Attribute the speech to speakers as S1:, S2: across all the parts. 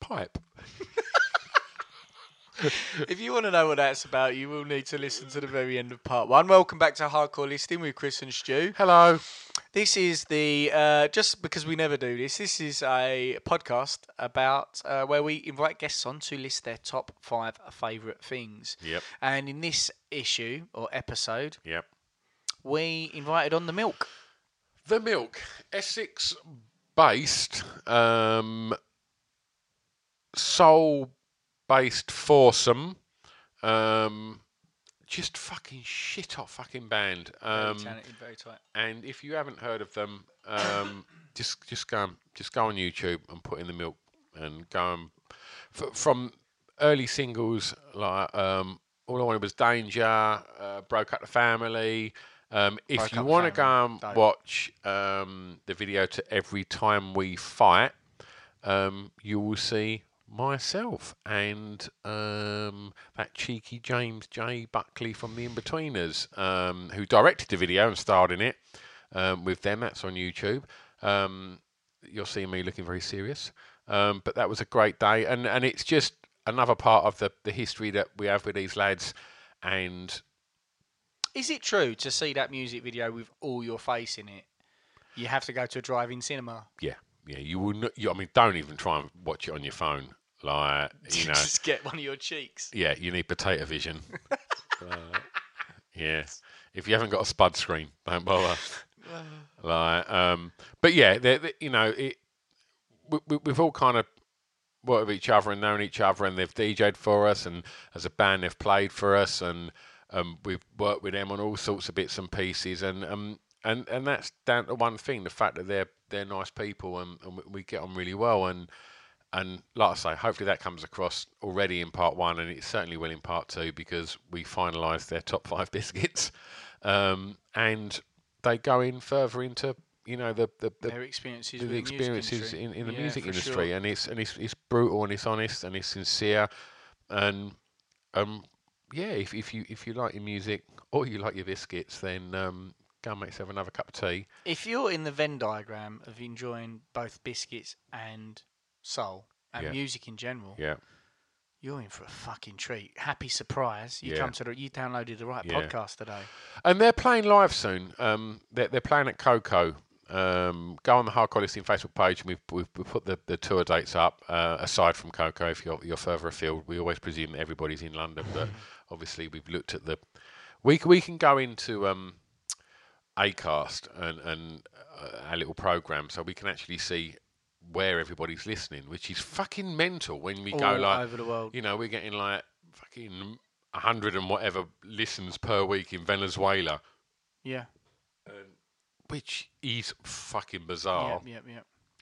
S1: Pipe.
S2: If you want to know what that's about, you will need to listen to the very end of part one. Welcome back to Hardcore Listing with Chris and Stu.
S1: Hello.
S2: This is the uh, just because we never do this. This is a podcast about uh, where we invite guests on to list their top five favorite things.
S1: Yep.
S2: And in this issue or episode,
S1: Yep.
S2: we invited on the milk.
S1: The Milk, Essex based, um, soul based foursome. Um, just fucking shit off fucking band. Um,
S2: Talented, very tight.
S1: and if you haven't heard of them, um, just just go and, just go on YouTube and put in the milk and go and f- from early singles like um, all I wanted was Danger, uh, broke up the family. Um, if
S2: Broke
S1: you
S2: Up the
S1: want to go
S2: Family,
S1: and
S2: dope.
S1: watch um, the video to every time we fight, um, you will see myself and um, that cheeky James J. Buckley from The Inbetweeners, um, who directed the video and starred in it um, with them. That's on YouTube. Um, you'll see me looking very serious. Um, but that was a great day, and, and it's just another part of the, the history that we have with these lads. And
S2: Is it true to see that music video with all your face in it? You have to go to a drive-in cinema.
S1: yeah, yeah, you will. Not, you, I mean, don't even try and watch it on your phone. Like you know,
S2: just get one of your cheeks.
S1: Yeah, you need potato vision. uh, yeah, if you haven't got a spud screen, don't bother. like, um, but yeah, they you know, it, we, we, we've all kind of worked with each other and known each other, and they've DJ'd for us, and as a band they've played for us, and um, we've worked with them on all sorts of bits and pieces, and um, and and that's down to one thing: the fact that they're they're nice people, and, and we- we get on really well, and and like I say, hopefully that comes across already in part one, and it certainly will in part two because we finalised their top five biscuits, um, and they go in further into you know the the, the
S2: Their experiences,
S1: the,
S2: with
S1: the
S2: music
S1: experiences
S2: industry.
S1: in, in the
S2: Yeah,
S1: music
S2: for
S1: industry,
S2: sure.
S1: and it's and it's, it's brutal and it's honest and it's sincere, and um yeah, if, if you if you like your music or you like your biscuits, then um, go and make yourself another cup of tea.
S2: If you're in the Venn diagram of enjoying both biscuits and soul and
S1: Yeah.
S2: music in general,
S1: Yeah,
S2: you're in for a fucking treat. Happy surprise! You
S1: Yeah.
S2: come to the, you downloaded the right
S1: Yeah.
S2: podcast today.
S1: and they're playing live soon. Um, they're, they're playing at Coco. Um, go on the Hardcore Listing Facebook page, and we've, we've, we've put the, the tour dates up. Uh, aside from Coco, if you're you're further afield, we always presume that everybody's in London, but obviously we've looked at the. We c- we can go into um, Acast and and uh, our little program, so we can actually see where everybody's listening, which is fucking mental. When we go
S2: All
S1: like
S2: over the world.
S1: you know, we're getting like fucking a hundred and whatever listens per week in Venezuela,
S2: Yeah,
S1: which is fucking
S2: yeah,
S1: bizarre.
S2: yeah, yeah.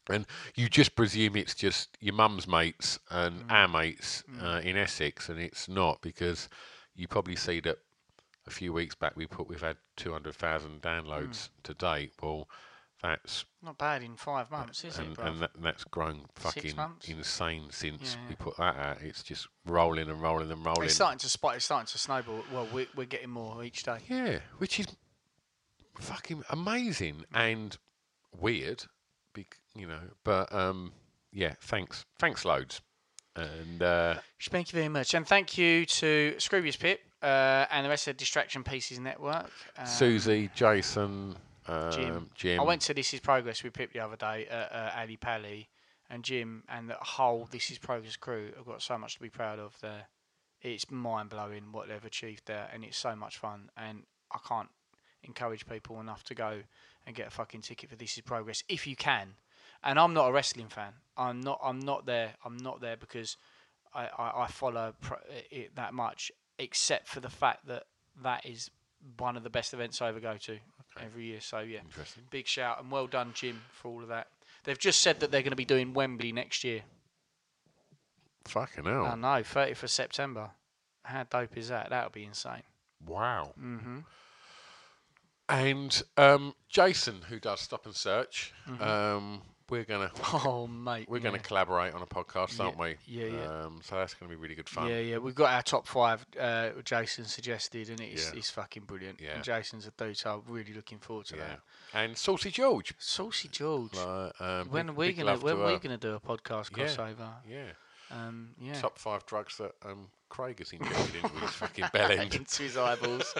S1: And you just presume it's just your mum's mates and
S2: Mm.
S1: our mates uh, in Essex, and it's not because you probably see that a few weeks back we put we've had two hundred thousand downloads
S2: Mm.
S1: to date. Well, that's
S2: Not bad in five months, is it,
S1: and,
S2: bro?
S1: and that, that's grown fucking
S2: months?
S1: insane since
S2: Yeah,
S1: we put that out. It's just rolling and rolling and rolling.
S2: it's starting to spot. It's starting to snowball. Well, we're, we're getting more each day.
S1: Yeah, which is fucking amazing and weird, bec- you know. But um, yeah, thanks, thanks loads, and uh,
S2: Thank you very much, and thank you to Scroobius Pip uh, and the rest of the Distraction Pieces Network. Um,
S1: Susie, Jason, um,
S2: Jim.
S1: Jim.
S2: I went to This Is Progress we picked the other day at uh, Ali Pally, and Jim and the whole This Is Progress crew have got so much to be proud of there. It's mind blowing what they've achieved there, and it's so much fun. And I can't encourage people enough to go and get a fucking ticket for This Is Progress if you can. And I'm not a wrestling fan. I'm not. I'm not there. I'm not there because I I, I follow pro- it that much, except for the fact that that is one of the best events I ever go to every year. So yeah,
S1: Interesting.
S2: Big shout and well done, Jim, for all of that. They've just said that they're going to be doing Wembley next year.
S1: Fucking hell.
S2: I know, 30th of September. How dope is that? That'll be insane.
S1: wow. Mm-hmm. And um, Jason, who does Stop and Search, um, we're gonna
S2: Mm-hmm. Oh mate,
S1: we're gonna collaborate on a podcast, aren't we?
S2: yeah, yeah.
S1: Um, so that's gonna be really good
S2: yeah.
S1: fun.
S2: yeah, yeah. We've got our top five. Uh, Jason suggested, and it's
S1: Yeah.
S2: it's fucking brilliant.
S1: Yeah.
S2: And Jason's a dude, so I'm really looking forward to
S1: Yeah.
S2: that.
S1: And Saucy George.
S2: Saucy George.
S1: Uh, um,
S2: when
S1: big-
S2: are we
S1: big
S2: gonna
S1: love
S2: when
S1: to uh,
S2: are we
S1: her.
S2: gonna do a podcast
S1: Yeah.
S2: crossover?
S1: Yeah.
S2: Um, yeah.
S1: top five drugs that um, Craig has injected into his fucking bell end.
S2: into his eyeballs,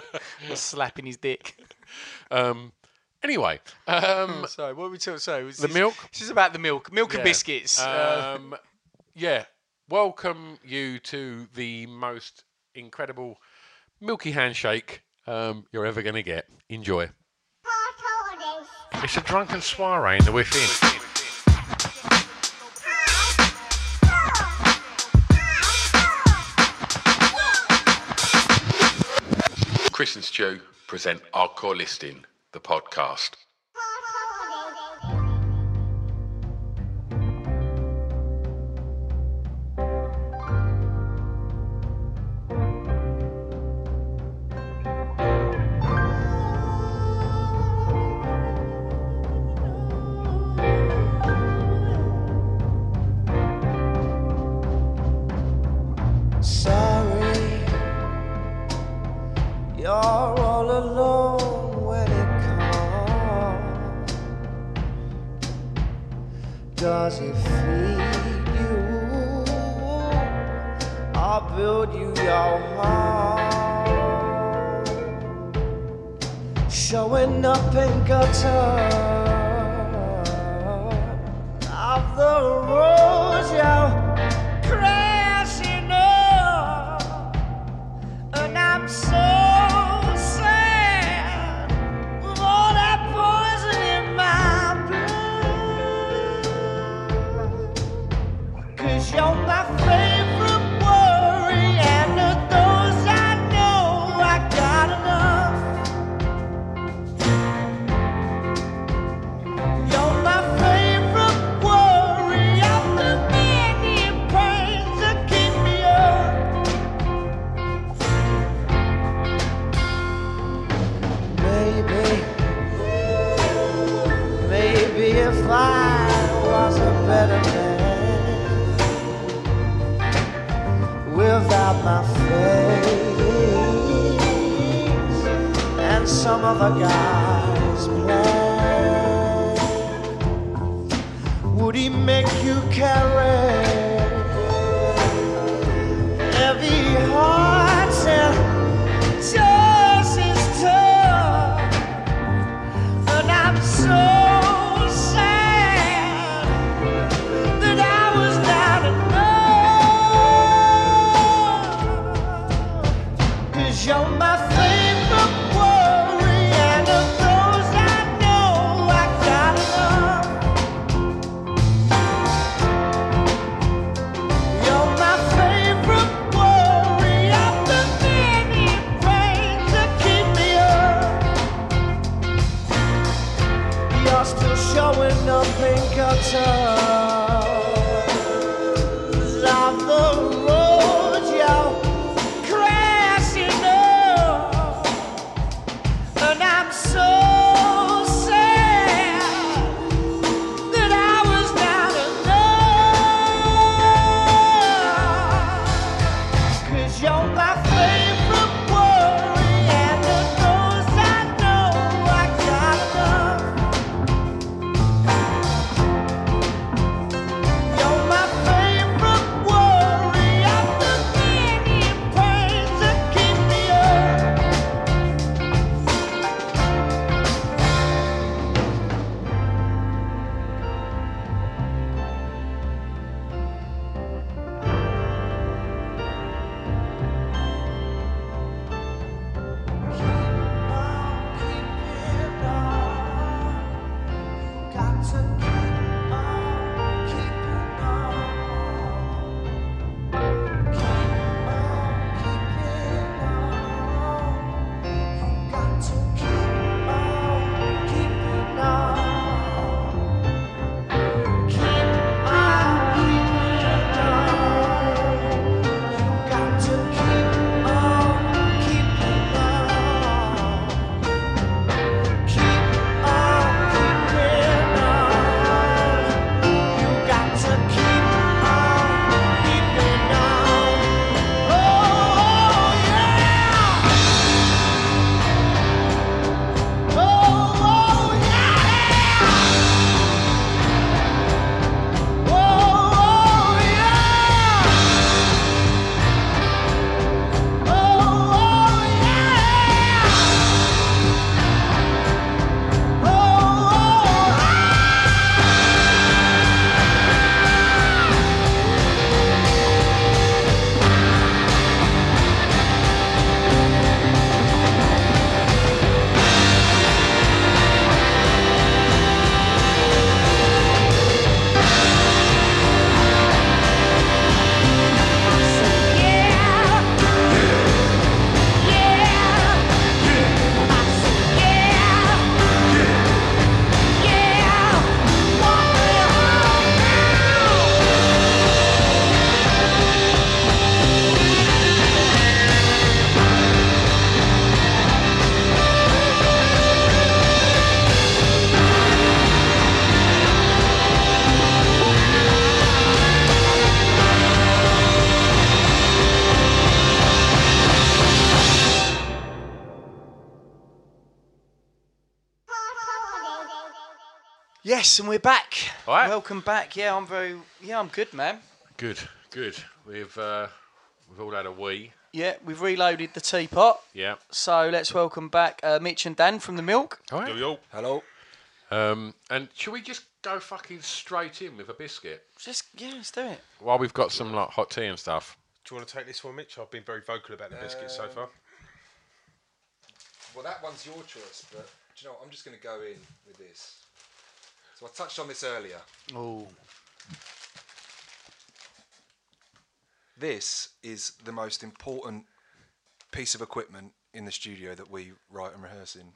S2: or slapping his dick.
S1: Um, anyway, um,
S2: Sorry, what were we talking? Sorry, was
S1: The
S2: this-
S1: milk?
S2: This is about the milk, milk
S1: Yeah.
S2: and biscuits. Uh,
S1: um, yeah, welcome you to the most incredible milky handshake um, you're ever going to get. Enjoy. It's a drunken soiree in the within. Chris and Stu present Hardcore Listing, the podcast.
S3: Sorry, you're all alone when it comes. Does it feed you? I'll build you your home. Showing up in gutter of the road, yeah crashing up, and I'm so sad with all that poison in my blood. Cause you're my favorite worry, and of those I know I got enough. You're my favorite worry of the many pains that keep me up. Maybe, maybe if I was a better man without my face and some other guy's plan. Would he make you carry heavy hearts and just his touch? And I'm so sad that I was not enough. Cause you're my favorite worry, and of those I know I got enough. You're my favorite worry of the many pains that keep me up. You're still showing up in gutters of the road. You're crashing up, and I'm so sad that I was not enough. Cause you're my favorite worry, and of those I know I got enough. Oh, Oh, Oh,
S2: Yes, and we're back.
S1: All right.
S2: Welcome back. Yeah, I'm very. Yeah, I'm good, man.
S1: Good, good. We've uh, we've all had a wee.
S2: Yeah, we've reloaded the teapot.
S1: Yeah.
S2: So let's welcome back uh, Mitch and Dan from the Milk.
S1: All right.
S4: Yo. Hello.
S1: Um, and should we just go fucking straight in with a biscuit
S2: Just yeah, let's do it.
S1: while we've got some like hot tea and stuff?
S4: Do you want to take this one, Mitch? I've been very vocal about the biscuits so far.
S5: Well, that one's your choice, but do you know what? I'm just going to go in with this. So I touched on this earlier.
S2: Oh,
S5: This is the most important piece of equipment in the studio that we write and rehearse in.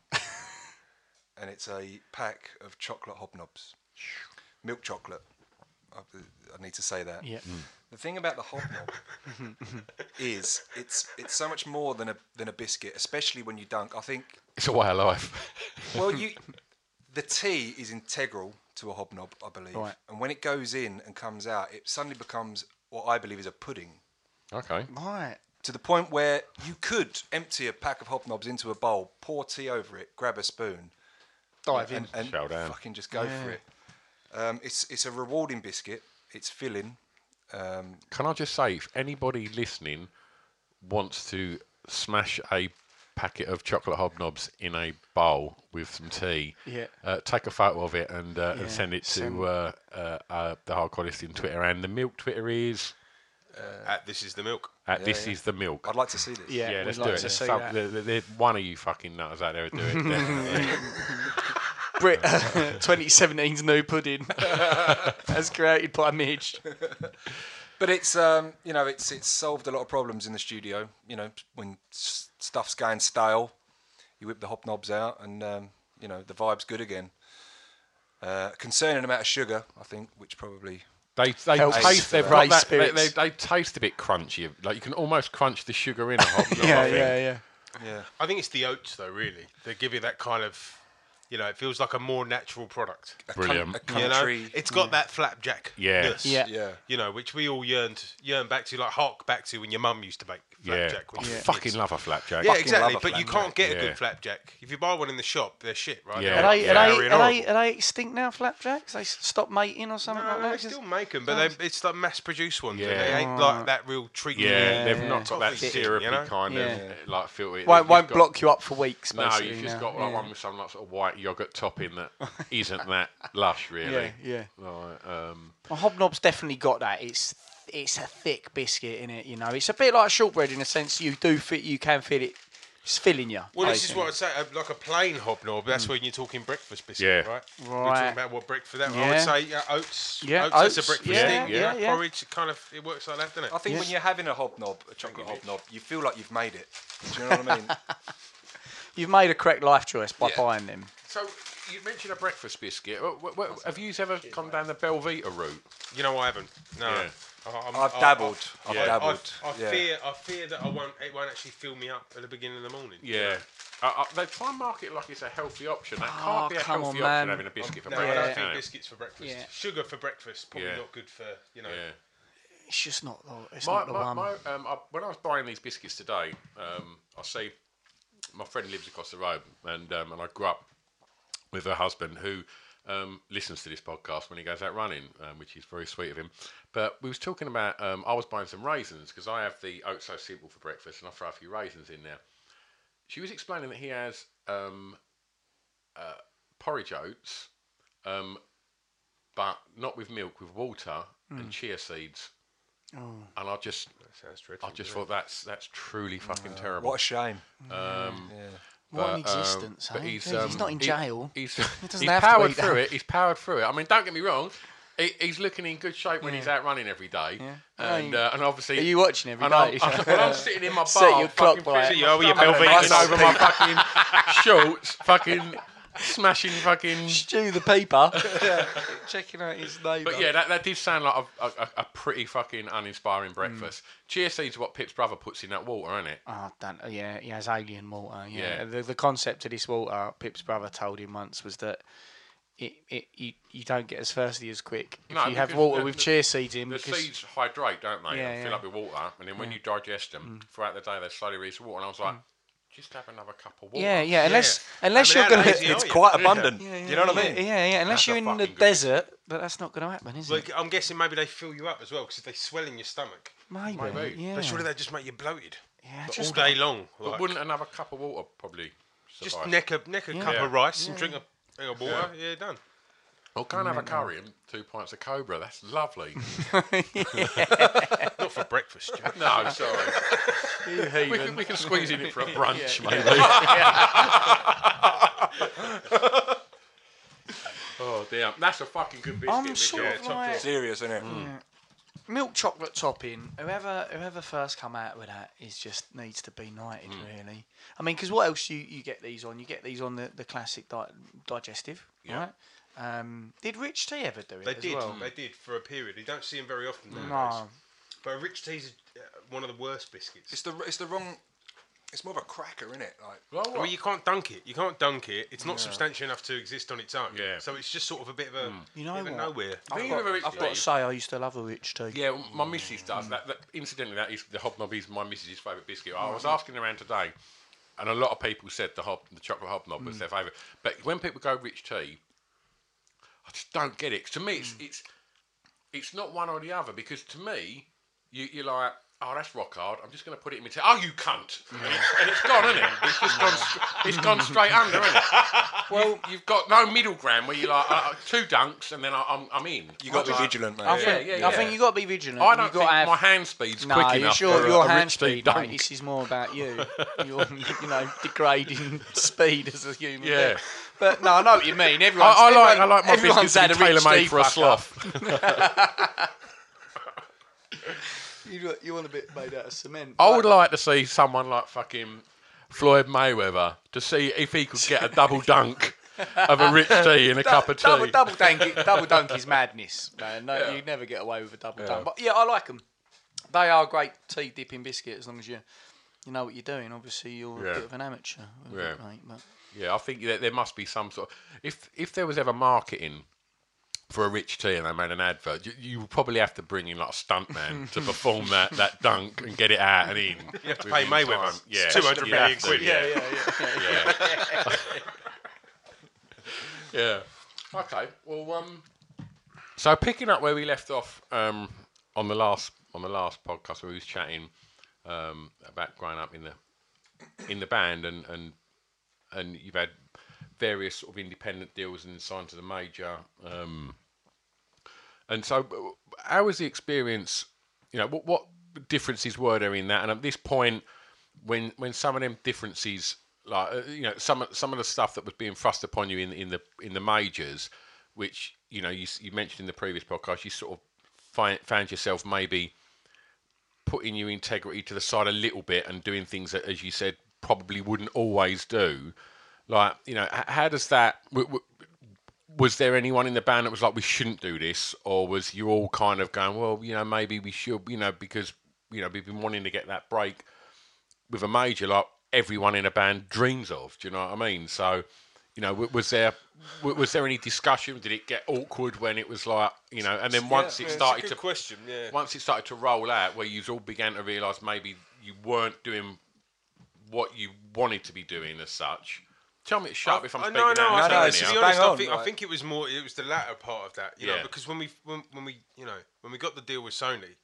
S5: and it's a pack of chocolate hobnobs. Milk chocolate. I, I need to say that.
S2: yeah.
S1: Hmm.
S5: The thing about the hobnob is it's it's so much more than a than a biscuit, especially when you dunk. I think
S1: It's a way of life.
S5: Well, you, the tea is integral to a hobnob, I believe.
S2: Right.
S5: And when it goes in and comes out, it suddenly becomes what I believe is a pudding.
S1: okay.
S2: Right.
S5: To the point where you could empty a pack of hobnobs into a bowl, pour tea over it, grab a spoon,
S2: Dive in.
S5: and, and
S1: Shout out.
S5: fucking just go for it. Um, it's it's a rewarding biscuit. It's filling. Um,
S1: Can I just say, if anybody listening wants to smash a packet of chocolate hobnobs in a bowl with some tea,
S2: Yeah.
S1: uh, take a photo of it and, uh,
S2: Yeah,
S1: and send it
S2: send-
S1: to uh, uh, uh, the Hardcore Listing Twitter. And the milk Twitter is
S4: Uh, At this is the milk.
S1: at this is the milk.
S5: I'd like to see this.
S2: Yeah,
S1: yeah,
S2: we'd
S1: let's
S2: like
S1: do it.
S2: to see
S1: Some-
S2: that.
S1: the- the- the- one of you fucking nutters out there would do it. definitely.
S2: Brit 2017's new pudding, as created by Mitch.
S5: But it's um, you know, it's it's solved a lot of problems in the studio. You know, when s- stuff's going stale, you whip the hobnobs out, and um, you know the vibe's good again. Uh, concerning amount of sugar, I think, which probably
S1: They they
S2: Helps
S1: taste they've got
S2: raise
S1: that, they, they,
S2: spirits.
S1: they taste a bit crunchy. Like you can almost crunch the sugar in a hobnob. I
S2: Yeah,
S1: think.
S2: yeah, yeah.
S5: yeah.
S4: I think it's the oats, though, really. They give you that kind of, you know, it feels like a more natural product.
S1: Brilliant.
S5: A
S4: You know,
S5: country,
S4: it's got that flapjack.
S2: Yeah.
S5: yeah.
S4: You know, which we all yearned, yearn back to, like hark back to when your mum used to make
S1: Yeah,
S4: flapjack.
S1: I
S4: when you were
S1: fucking
S4: kids.
S1: love a flapjack.
S4: Yeah,
S5: fucking
S4: exactly.
S5: love a
S4: But you
S5: flapjack.
S4: can't get a
S1: Yeah.
S4: good flapjack. If you buy one in the shop, they're shit, right?
S1: Yeah.
S2: Are they, are, they,
S4: They're
S2: are,
S4: horrible.
S2: they, are they extinct now, flapjacks? They s- stopped mating or something like
S4: No,
S2: that?
S4: they
S2: 'Cause-
S4: still make them, but they, it's like mass-produced ones. Yeah.
S1: Yeah.
S4: They ain't like that real treat.
S1: Yeah, they've not got that
S4: Coffee,
S1: syrupy
S4: you know?
S1: kind of
S2: Yeah.
S1: uh, like filter. They've-
S2: won't
S1: you've
S2: won't
S1: got-
S2: block you up for weeks,
S1: No,
S2: basically.
S1: you've just
S2: now.
S1: got like
S2: yeah.
S1: one with some like sort of white yogurt topping that isn't that lush,
S2: Yeah,
S1: really.
S2: yeah.
S1: Like, um,
S2: Well, Hobnob's definitely got that. It's it's a thick biscuit in it, you know. It's a bit like shortbread in a sense. You do fit, you can feel it. It's filling you.
S4: Well, this is
S2: basically.
S4: what I'd say, uh, like a plain hobnob.
S5: Mm.
S4: That's when you're talking breakfast biscuit,
S1: Yeah.
S4: right? We're
S2: Right.
S4: talking about what breakfast. That
S2: Yeah.
S4: I would say uh, oats.
S2: Yeah,
S4: oats.
S2: oats,
S4: That's a breakfast
S2: yeah,
S4: thing.
S2: yeah, yeah.
S4: porridge. it Kind of, it works like that, doesn't it?
S5: I think when you're having a hobnob, a chocolate hobnob, you feel like you've made it. Do you know what I mean?
S2: You've made a correct life choice by buying them.
S1: so you mentioned a breakfast biscuit. Wha- wha- wha- have you ever gone down the Belvita route?
S4: You know, I haven't. No.
S1: Yeah.
S4: I, I'm-
S5: I've
S4: I-
S5: dabbled.
S4: I,
S5: I've
S4: I-
S5: dabbled.
S4: I, I
S5: Oh, Yeah.
S4: fear. I fear that I won't. It won't actually fill me up at the beginning of the morning.
S1: Yeah. Uh, uh, they try and market it like it's a healthy option. That
S2: Oh,
S1: can't be a
S2: come on,
S1: healthy option
S2: man.
S1: having a biscuit for
S4: No, I
S1: breakfast.
S4: don't
S2: Yeah.
S4: think
S1: can it?
S4: biscuits for breakfast.
S2: Yeah.
S4: Sugar for breakfast probably
S1: Yeah.
S4: not good for you know.
S1: Yeah.
S2: It's just not the. It's
S1: my,
S2: not the
S1: my-
S2: one.
S1: my, um, I, when I was buying these biscuits today, um, I see my friend lives across the road, and um, and I grew up with her husband who um, listens to this podcast when he goes out running, um, which is very sweet of him. But we was talking about um, I was buying some raisins because I have the oat so simple for breakfast, and I throw a few raisins in there. She was explaining that he has um, uh, porridge oats, um, but not with milk, with water
S2: Mm.
S1: and chia seeds.
S2: Oh.
S1: And I just,
S4: Sounds dreadful.
S1: I just thought that's that's truly fucking terrible.
S5: what a shame.
S2: what an
S1: But, um,
S2: existence.
S1: but
S2: eh?
S1: he's,
S2: He's
S1: um,
S2: not in
S1: he-
S2: jail.
S1: he's
S2: doesn't
S1: he's
S2: have to
S1: powered
S2: eat
S1: through
S2: that.
S1: it. He's powered through it. I mean, don't get me wrong. He, he's looking in good shape when he's out running every day, and
S2: you-
S1: uh, and obviously
S2: Are you watching every
S1: and
S2: day?
S1: I'm, well, I'm sitting in my bar,
S2: Set your
S1: fucking
S2: clock by
S1: pissing
S2: it.
S4: Yeah, well, your
S1: myself
S4: Belvita's
S1: and over my fucking shorts, fucking smashing fucking.
S2: Stew the paper. Checking out his neighbour.
S1: But yeah, that, that did sound like a, a, a pretty fucking uninspiring breakfast.
S2: Mm.
S1: Chia seeds are what Pip's brother puts in that water, isn't it?
S2: Oh, Dan, yeah, he has alien water. Yeah.
S1: Yeah.
S2: The, the concept of this water, Pip's brother told him once, was that it, it you, you don't get as thirsty as quick if
S1: No,
S2: you have
S1: because
S2: water
S1: the-
S2: with
S1: the-
S2: chia seeds in.
S1: The
S2: because
S1: seeds hydrate, don't they?
S2: Yeah,
S1: and fill
S2: yeah. Mm.
S1: up with water, and then when you digest them throughout the day, they slowly release water. And I was like, Just have another cup of water.
S2: Yeah, yeah. Unless
S4: Yeah.
S2: unless
S4: I mean,
S2: you're
S4: how
S2: gonna,
S4: lazy
S5: it's
S4: are you?
S5: quite
S4: Yeah.
S5: abundant.
S2: Oh, Yeah, yeah,
S5: you know what
S2: yeah,
S5: I mean?
S2: Yeah, yeah. Unless
S1: That's a
S2: you're in the
S1: fucking good-
S2: desert, but that's not going to happen, is
S4: Like,
S2: it?
S4: I'm guessing maybe they fill you up as well because they swell in your stomach.
S2: Maybe. Yeah.
S4: But surely they just make you bloated.
S2: Yeah,
S4: Like,
S2: just
S4: all day long.
S1: But
S4: like,
S1: wouldn't another cup of water probably suffice?
S4: just neck a neck a
S2: Yeah.
S4: cup
S1: Yeah.
S4: of rice and drink a thing of water. Yeah, done.
S1: I can't have a curry and two pints of Cobra. That's lovely.
S4: Not for breakfast. Joe.
S1: no, sorry. we, can, we can squeeze in it for a brunch, maybe. oh, damn. That's a fucking good biscuit.
S2: I'm
S1: Mick.
S2: sort
S1: Yeah,
S2: of
S1: top
S2: like
S5: Serious, isn't it?
S2: Mm. milk chocolate topping. Whoever whoever first come out with that is just needs to be knighted,
S1: Hmm.
S2: really. I mean, because what else you you get these on? You get these on the the classic di- digestive, right? Um, did Rich T ever do it?
S4: They
S2: as
S4: did.
S2: Well?
S4: They did for a period. You don't see them very often nowadays.
S2: No.
S4: But rich tea's uh, one of the worst biscuits.
S5: It's the it's the wrong. It's more of a cracker, isn't it? Like
S1: Well,
S4: Well,
S1: what?
S4: you can't dunk it. You can't dunk it. It's not substantial enough to exist on its own.
S1: Yeah. Hmm.
S4: So it's just sort of a bit of a
S2: You know
S4: bit of a
S2: what?
S4: nowhere.
S1: Neither of it's
S2: I've got to
S1: great.
S2: say, I used to love a Rich T.
S1: Yeah, well, my missus does. That, that incidentally, that is the hobnob is my missus's favourite biscuit. I
S5: Mm-hmm.
S1: was asking around today, and a lot of people said the hob, the chocolate hobnob
S5: Mm.
S1: was their favourite. But when people go rich tea, I just don't get it. To me, it's
S5: Mm.
S1: it's it's not one or the other because to me, you, you're like. Oh, that's rock hard. I'm just going to put it in my tea. Oh, you cunt! And it's, and it's gone, isn't it? It's just gone. str- It's gone straight under, isn't it? Well, you've got no middle ground where you're like uh, uh, two dunks, and then I, I'm, I'm in.
S5: you got to be
S1: Like-
S5: vigilant, mate.
S2: I
S1: Yeah,
S2: think,
S1: yeah,
S2: I
S1: yeah.
S2: think you got to be vigilant.
S1: I
S2: You've
S1: don't
S2: gotta
S1: think
S2: have-
S1: my hand speed's
S2: No,
S1: quick
S2: your,
S1: enough.
S2: your,
S1: for a-
S2: your
S1: a
S2: hand
S1: rich
S2: speed,
S1: deep
S2: mate,
S1: dunk.
S2: This is more about you. Your, you know, degrading speed as a human.
S1: Yeah.
S2: being. But no, I know what you mean.
S1: I,
S2: Everyone's,
S1: I like I
S2: everyone-
S1: like my
S2: everyone's
S1: biscuits to
S2: had
S1: be
S2: a rich
S1: tailor made
S2: tea
S1: for a
S2: fuck up.
S1: sloth.
S2: You, you want a bit made out of cement.
S1: I would like to see someone like fucking Floyd Mayweather to see if he could get a double dunk of a rich tea in a cup of tea.
S2: Double, double, dunk, double dunk is madness, man. No, You never get away with a double dunk. But yeah, I like them. They are great tea dipping biscuit as long as you you know what you're doing. Obviously, you're
S1: Yeah.
S2: a bit of an amateur. with it,
S1: Yeah.
S2: mate, but
S1: Yeah, I think that there must be some sort. Of, if if there was ever marketing for a rich tea and they made an advert, you, you would probably have to bring in like a stuntman to perform that, that dunk and get it out and in. You
S4: have to pay Mayweather.
S1: Yeah,
S4: It's
S1: you'd
S4: 200
S1: have
S4: million
S1: to,
S4: quid.
S1: Yeah,
S2: yeah, yeah.
S1: yeah. yeah. Okay. Well, um, so picking up where we left off um, on the last on the last podcast where we was chatting um, about growing up in the in the band and and and you've had various sort of independent deals and signed to the major. Um, and so, w- how was the experience? You know, what what differences were there in that? And at this point, when when some of them differences, like uh, you know, some of- some of the stuff that was being thrust upon you in in the in the majors, which you know you, s- you mentioned in the previous podcast, you sort of find, found yourself maybe putting your integrity to the side a little bit and doing things that, as you said, probably wouldn't always do. Like, you know, h- how does that? W- w- was there anyone in the band that was like, we shouldn't do this, or was you all kind of going, well, you know, maybe we should, you know, because you know we've been wanting to get that break with a major, like everyone in a band dreams of. Do you know what I mean? So. You know, w- was there w- was there any discussion? Did it get awkward when it was like, you know, and then once it started to
S4: question. Yeah.
S1: once it started to roll out, where you all began to realise maybe you weren't doing what you wanted to be doing as such. Tell me, shut up if I'm
S4: I-
S1: speaking
S4: Uh, no, no, I
S1: out
S5: No,
S1: loud
S5: it's
S4: think,
S1: now.
S4: to
S5: just
S4: be honest,
S5: bang
S4: I
S5: on,
S4: think, I
S5: like-
S4: think it was more. It was the latter part of that, you
S1: Yeah.
S4: know, because when we when, when we you know when we got the deal with Sony,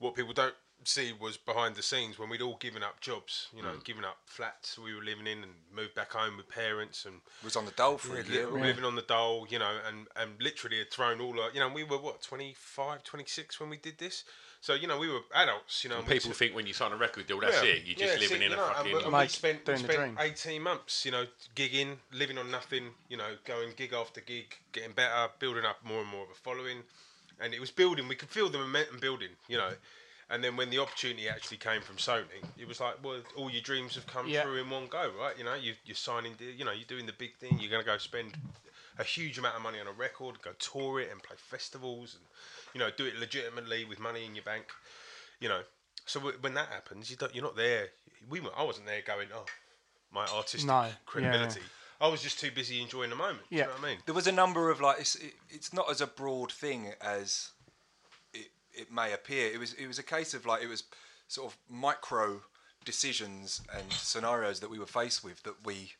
S4: what people don't see was behind the scenes when we'd all given up jobs, you know,
S1: Mm.
S4: given up flats we were living in and moved back home with parents and
S5: was on the dole for
S4: Yeah,
S5: a year.
S4: li- living on the dole, you know, and, and literally had thrown all our, you know, we were what, 25, 26 when we did this? So, you know, we were adults, you know. and we
S1: People
S4: took-
S1: think when you sign a record deal, that's
S4: yeah,
S1: it. You're
S4: yeah,
S1: just living
S4: see,
S1: in
S4: you
S1: a
S4: know, and
S1: fucking.
S4: we- And, we
S2: Mate,
S4: spent, we
S2: doing the
S4: spent
S2: dream.
S4: 18 months, you know, gigging, living on nothing, you know, going gig after gig, getting better, building up more and more of a following. And it was building, we could feel the momentum building, you know. And then when the opportunity actually came from Sony, it was like, well, all your dreams have come
S2: Yeah.
S4: through in one go, right? You know, you, you're signing, deal, you know, you're doing the big thing. You're going to go spend a huge amount of money on a record, go tour it and play festivals, and you know, do it legitimately with money in your bank. You know, so w- when that happens, you don't, you're not there. We were, I wasn't there going, oh, my artistic
S2: No, yeah, yeah.
S4: credibility. I was just too busy enjoying the moment.
S2: Yeah.
S4: Do you know what I mean?
S5: There was a number of like it's it, it's not as a broad thing as it it may appear. It was it was a case of like it was sort of micro decisions and scenarios that we were faced with that we,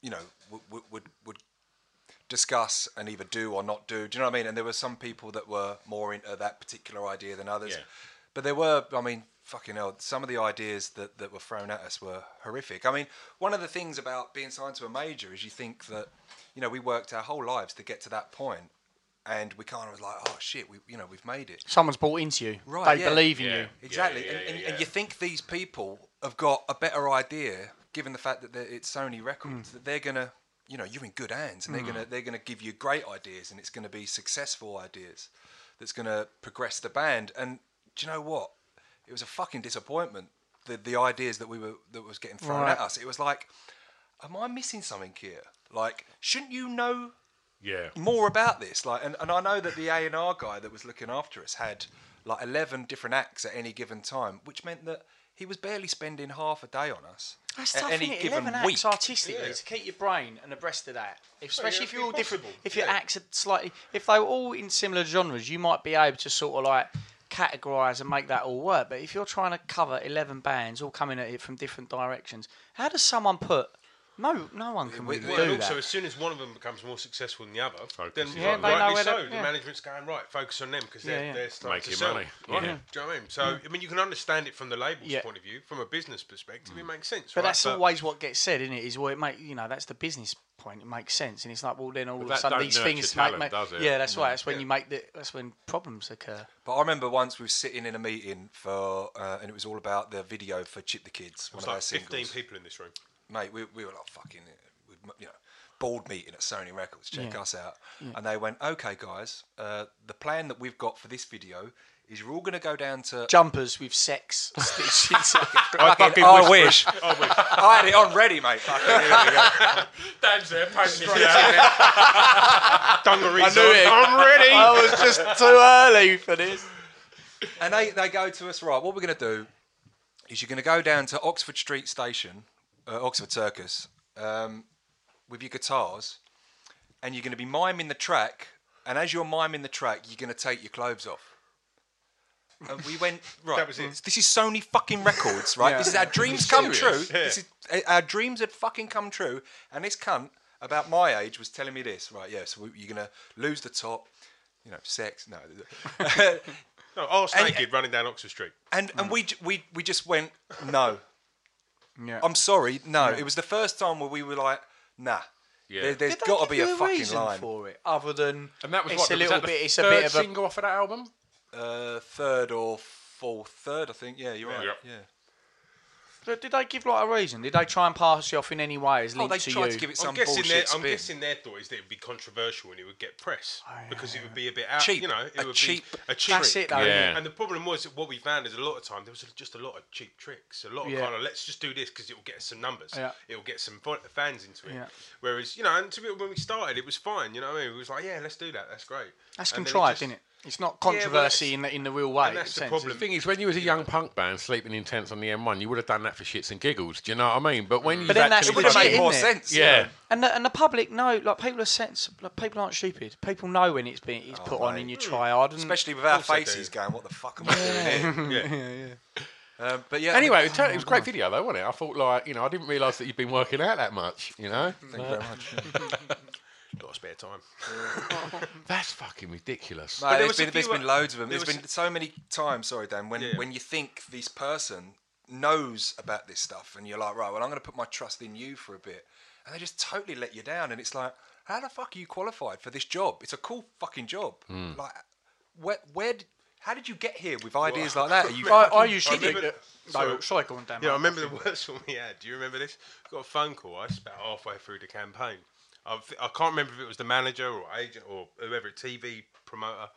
S5: you know, w- w- would would discuss and either do or not do. Do you know what I mean? And there were some people that were more into that particular idea than others.
S1: Yeah.
S5: But there were, I mean, fucking hell, some of the ideas that, that were thrown at us were horrific. I mean, one of the things about being signed to a major is you think that, you know, we worked our whole lives to get to that point, and we kind of was like, oh shit, we, you know, we've made it.
S2: Someone's bought into you.
S5: Right,
S2: They
S5: yeah.
S2: believe in
S1: Yeah.
S2: you.
S5: Exactly.
S1: yeah,
S5: and,
S1: yeah,
S5: and,
S1: yeah,
S5: and
S1: yeah.
S5: you think these people have got a better idea, given the fact that they're- it's Sony Records,
S2: Hmm.
S5: that they're gonna, you know, you're in good hands, and they're gonna they're gonna give you great ideas, and it's gonna be successful ideas, that's gonna progress the band. And do you know what? It was a fucking disappointment. The the ideas that we were that was getting thrown
S2: Right.
S5: at us. It was like, am I missing something here? Like, shouldn't you know
S1: Yeah.
S2: Mm.
S5: more about this like and, and i know that the a&r guy that was looking after us had like 11 different acts at any given time which meant that he was barely spending half a day on us
S2: That's
S5: at
S2: tough,
S5: any
S2: isn't it?
S5: given
S2: 11
S5: week
S2: acts artistically to keep your brain and abreast of that. If- Especially
S4: yeah,
S2: if you're all different.
S4: impossible.
S2: If your
S4: Yeah.
S2: acts are slightly, if they were all in similar genres, you might be able to sort of like categorize and make that all work. But if you're trying to cover 11 bands all coming at it from different directions, how does someone put? No, no one can
S5: We-
S2: really
S5: we-
S4: Well, and
S2: do
S4: also,
S2: that.
S4: as soon as one of them becomes more successful than the other,
S1: Focus.
S4: then
S1: Yeah,
S4: right-
S2: they know
S4: rightly
S2: where
S4: so,
S2: they-
S4: the
S2: yeah.
S4: management's going right. Focus on them because they're,
S2: Yeah, yeah.
S4: they're starting
S1: Making
S4: to sell.
S1: money,
S4: Right?
S1: yeah.
S4: Do you know what I mean? So I mean, you can understand it from the label's
S2: Yeah.
S4: point of view, from a business perspective,
S1: Mm.
S4: it makes sense.
S2: But
S4: right?
S2: that's always what gets said, isn't it? Is well, it make you know that's the business point. It makes sense, and it's like well, then all of a
S1: that
S2: sudden
S1: don't
S2: these
S1: nurture
S2: things
S1: talent,
S2: make,
S1: does it?
S2: yeah, that's right. That's when you make the that's when problems occur.
S5: but i remember once we were sitting in a meeting for uh, and it was all about the video for chip the kids one
S4: It's
S5: of our
S4: like
S5: singles
S4: 15 people in this room.
S5: mate, we, we were like fucking, we, you know, board meeting at Sony Records, check
S2: Yeah.
S5: us out. And they went, okay, guys, uh, the plan that we've got for this video is you're all going to go down to.
S2: Jumpers with sex stitched inside.
S5: I, fucking, Oh, I wish. I wish. I had it on ready, mate. Fucking, here we go.
S1: Dan's there, poking
S4: Dungarees
S2: knew
S4: on.
S2: it.
S4: I'm ready.
S2: I was just too early for this.
S5: And they, they go to us, right, what we're going to do is you're going to go down to Oxford Street Station, uh, Oxford Circus, um, with your guitars, and you're going to be miming the track. And as you're miming the track, you're going to take your clothes off. And we went, right,
S4: That was it.
S5: this is Sony fucking records, right? This is our dreams come true.
S4: serious?
S5: This is, uh, our dreams had fucking come true. And this cunt, about my age, was telling me this, right, yeah, so we, you're going to lose the top, you know, sex, no. uh,
S4: No, arse
S5: And-
S4: Oh, naked running down Oxford Street.
S5: And and we j- we we just went no.
S2: Yeah.
S5: I'm sorry, no. It was the first time where we were like, nah. There, has got to be a fucking
S2: reason
S5: line.
S2: for it, other than
S1: And that was
S2: it's
S1: what
S2: a
S1: was that
S2: little
S1: the
S2: bit. It's a
S1: third
S2: bit of a
S1: single off of that album.
S5: Uh, third or fourth, third, I think. Yeah, you're right.
S1: Yep.
S5: Yeah.
S2: But Did they give like a reason? Did they try and pass you off in any way as
S5: Oh,
S2: linked
S5: they
S2: to
S5: tried
S2: you?
S5: to give it
S4: I'm
S5: some
S4: guessing, their,
S5: bullshit
S4: I'm
S5: spin.
S4: guessing their thought is that it would be controversial and it would get press
S2: Oh,
S4: because it would be a bit out,
S5: Cheap.
S4: you know, it
S5: A
S4: would
S5: cheap
S4: be a cheap
S2: That's
S4: trick.
S2: it, though.
S1: Yeah.
S4: And the problem was that what we found is a lot of time there was just a lot of cheap tricks, a lot of
S2: Yeah.
S4: kind of let's just do this because it will get us some numbers,
S2: Yeah.
S4: it will get some fo- fans into it.
S2: Yeah.
S4: Whereas you know, and to be, when we started, it was fine. You know, what I mean, it was like, yeah, let's do that. That's great.
S2: That's
S4: And then
S2: contrived,
S4: just-
S2: isn't it? It's not
S4: well, that's-
S2: controversy in the in the real way.
S4: and that's the
S2: sense,
S4: problem.
S2: is
S1: The thing is, when you was a young punk band sleeping in tents on the M1, you would have done that for shits and giggles. Do you know what I mean? But when you
S2: Mm. But then that's
S5: It would have
S2: legit,
S5: made more
S2: isn't it?
S5: sense.
S1: yeah,
S5: you know.
S2: it? And the, and the public know, like people are sense, like, people aren't stupid. People know when it's being it's put on
S5: mate.
S2: and you try hard. And
S5: Especially with our
S4: course they
S5: faces
S4: do.
S5: going, what the fuck am I doing here?
S4: Yeah.
S5: Um, but yeah.
S1: Anyway, it, turned, it was a great video though, wasn't it? I thought like you know I didn't realise that you'd been working out that much. You know,
S5: Thank you very much. Mate,
S4: Lot of spare time.
S1: that's fucking ridiculous.
S4: there
S5: there's
S4: was a
S5: been, there's
S4: few- uh,
S5: been loads of them.
S4: there
S5: There's
S4: was-
S5: been so many times, sorry, Dan, when,
S4: Yeah.
S5: when you think this person knows about this stuff and you're like, right, well, I'm going to put my trust in you for a bit. And they just totally let you down. And it's like, how the fuck are you qualified for this job? It's a cool fucking job. Like, where, where, d- how did you get here with ideas like that? Are you
S2: I, I
S5: fucking
S2: used
S4: I
S2: to think
S4: remember
S2: that.
S4: the-
S2: No,
S4: sorry.
S2: sorry, go on, Dan.
S4: Yeah, I
S2: mate.
S4: remember the worst one we had. Do you remember this? Got a phone call. I was about halfway through the campaign. I, th- I can't remember if it was the manager or agent or whoever, TV promoter,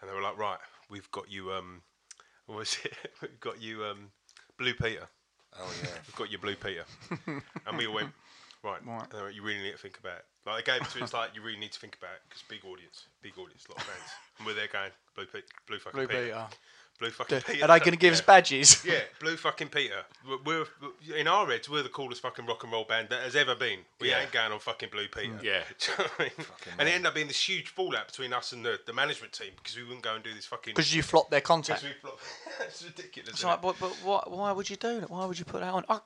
S4: and they were like, "Right, we've got you. Um, what was it? we've got you. Um, Blue Peter.
S5: Oh, yeah.
S4: We've got you, Blue Peter." and we all went, Right.
S2: Right.
S4: Uh, you really need to think about it. Like they gave it to us, like you really need to think about it because big audience, big audience, lot of fans, and we're there going blue, Pe- blue fucking
S2: Blue
S4: Peter,
S2: Peter.
S4: blue fucking
S2: Are they
S4: Peter.
S2: going to give us
S4: Yeah.
S2: badges?
S4: Yeah, blue fucking Peter. We're, we're in our heads. We're the coolest fucking rock and roll band that has ever been. We
S1: Yeah.
S4: ain't going on fucking blue Peter.
S1: Yeah.
S4: Do you know what I mean? and it ended up being this huge fallout between us and the, the management team because we wouldn't go and do this fucking.
S2: Because you flopped their
S4: because
S2: contact.
S4: we flopped. it's ridiculous.
S2: It's
S4: isn't
S2: like,
S4: it?
S2: but, but why, why would you do that? Why would you put that on? Oh,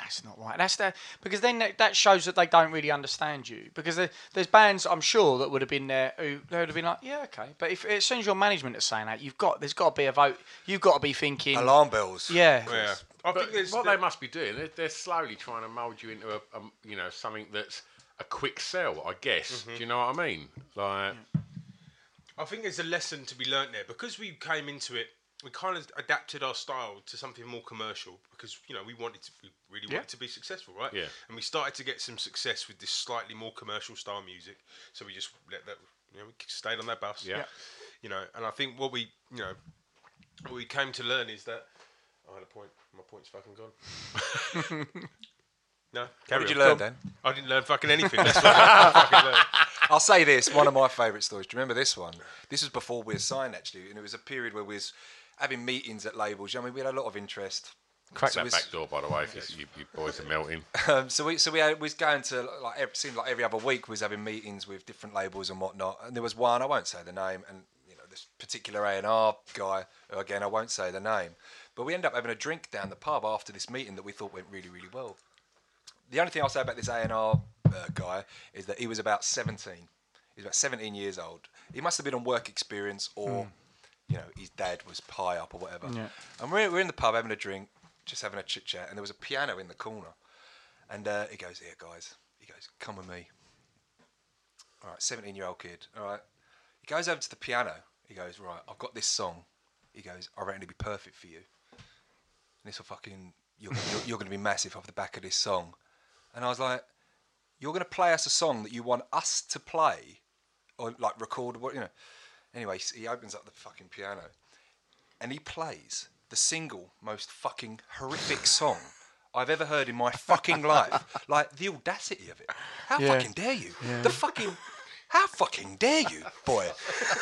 S2: that's not right. That's the, because then that, that shows that they don't really understand you. Because there, there's bands I'm sure that would have been there who they would have been like, yeah, okay. But if as soon as your management is saying that, you've got there's got to be a vote. You've got to be thinking,
S5: Alarm bells.
S2: yeah,
S4: yeah. I
S1: But
S4: think there's
S1: what
S4: the-
S1: they must be doing, they're, they're slowly trying to mould you into a, um you know something that's a quick sell, I guess.
S4: Mm-hmm.
S1: Do you know what I mean? Like,
S4: I think there's a lesson to be learnt there because we came into it. We kind of adapted our style to something more commercial because you know we wanted to, we really wanted to be successful, right?
S1: Yeah.
S4: And we started to get some success with this slightly more commercial style music. So we just let that, you know, we stayed on that bus.
S1: Yeah. Yeah.
S4: You know, and I think what we, you know, what we came to learn is that I had a point. My point's fucking gone. no.
S5: What
S4: carry
S5: did
S4: on.
S5: you learn then?
S4: I didn't learn fucking anything. That's what I fucking learned.
S5: I'll say this, one of my favourite stories. Do you remember this one? This was before we were signed actually, and it was a period where we was having meetings at labels. You know, I mean, we had a lot of interest.
S1: crack
S5: So
S1: that
S5: it's-
S1: back door, by the way, if you, you, you boys are melting.
S5: Um, so we so we had, was going to like every, seemed like every other week we was having meetings with different labels and whatnot. And there was one I won't say the name, and you know this particular A and R guy who, again I won't say the name, but we ended up having a drink down the pub after this meeting that we thought went really really well. The only thing I'll say about this A and R uh, guy is that he was about seventeen. He's about seventeen years old. He must have been on work experience or. You know, his dad was pie up or whatever.
S2: Yeah.
S5: And we're, we're in the pub having a drink, just having a chit chat, and there was a piano in the corner. And uh, he goes, Here, guys. He goes, Come with me. All right, 17 year old kid. All right. He goes over to the piano. He goes, Right, I've got this song. He goes, I reckon it'd be perfect for you. And this will fucking, you're, you're, you're going to be massive off the back of this song. And I was like, You're going to play us a song that you want us to play or like record, what, you know. Anyway, s- he opens up the fucking piano and he plays the single most fucking horrific song I've ever heard in my fucking life. Like the audacity of it. How
S2: Yeah.
S5: fucking dare you? The fucking how fucking dare you, boy?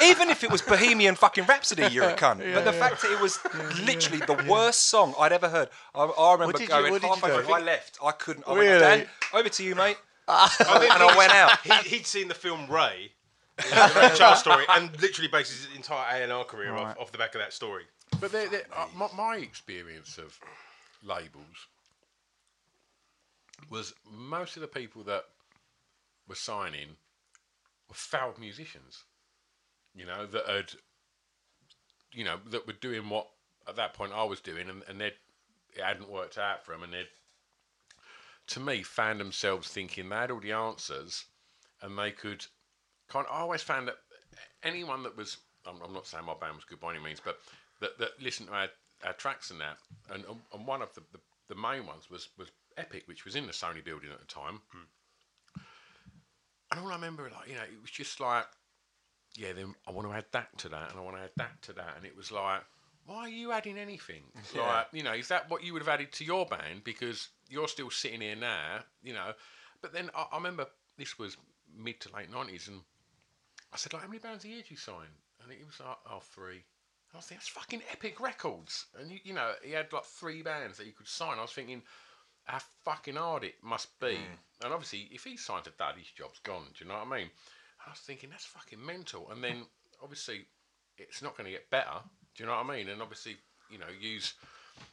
S5: Even if it was Bohemian fucking Rhapsody, you're a cunt. but the fact that it was literally the worst song I'd ever heard. I, I remember
S2: did you-
S5: going
S2: what did you
S5: halfway
S2: do?
S5: through, I left. I couldn't. I
S2: Really?
S5: went, Dan, over to you, mate.
S4: I think
S5: And I
S4: he's-
S5: went out.
S4: He, he'd seen the film Ray, the Ray Charles story, and literally bases his entire A and R career off, off the back of that story.
S1: But they're, they're, uh, my, my experience of labels was most of the people that were signing were failed musicians, you know, that had, you know, that were doing what at that point I was doing, and, and they'd, it hadn't worked out for them, and they'd, to me, found themselves thinking they had all the answers, and they could kind I always found that anyone that was I'm, I'm not saying my band was good by any means, but that, that listened to our, our tracks and that, and um, and one of the, the, the main ones was was Epic, which was in the Sony building at the time. And all I remember, like you know, it was just like, yeah, then I want to add that to that, and I want to add that to that, and it was like, why are you adding anything? Like, you know, is that what you would have added to your band? Because you're still sitting here now, you know. But then I, I remember this was mid to late nineties, and I said, like, how many bands a year do you sign? And he was like, oh, three. And I was thinking, that's fucking Epic Records. And, you, you know, he had like three bands that he could sign. I was thinking, how fucking hard it must be. And obviously, if he signed to that, his job's gone. Do you know what I mean? I was thinking, that's fucking mental. And then, obviously, it's not going to get better. Do you know what I mean? And obviously, you know, use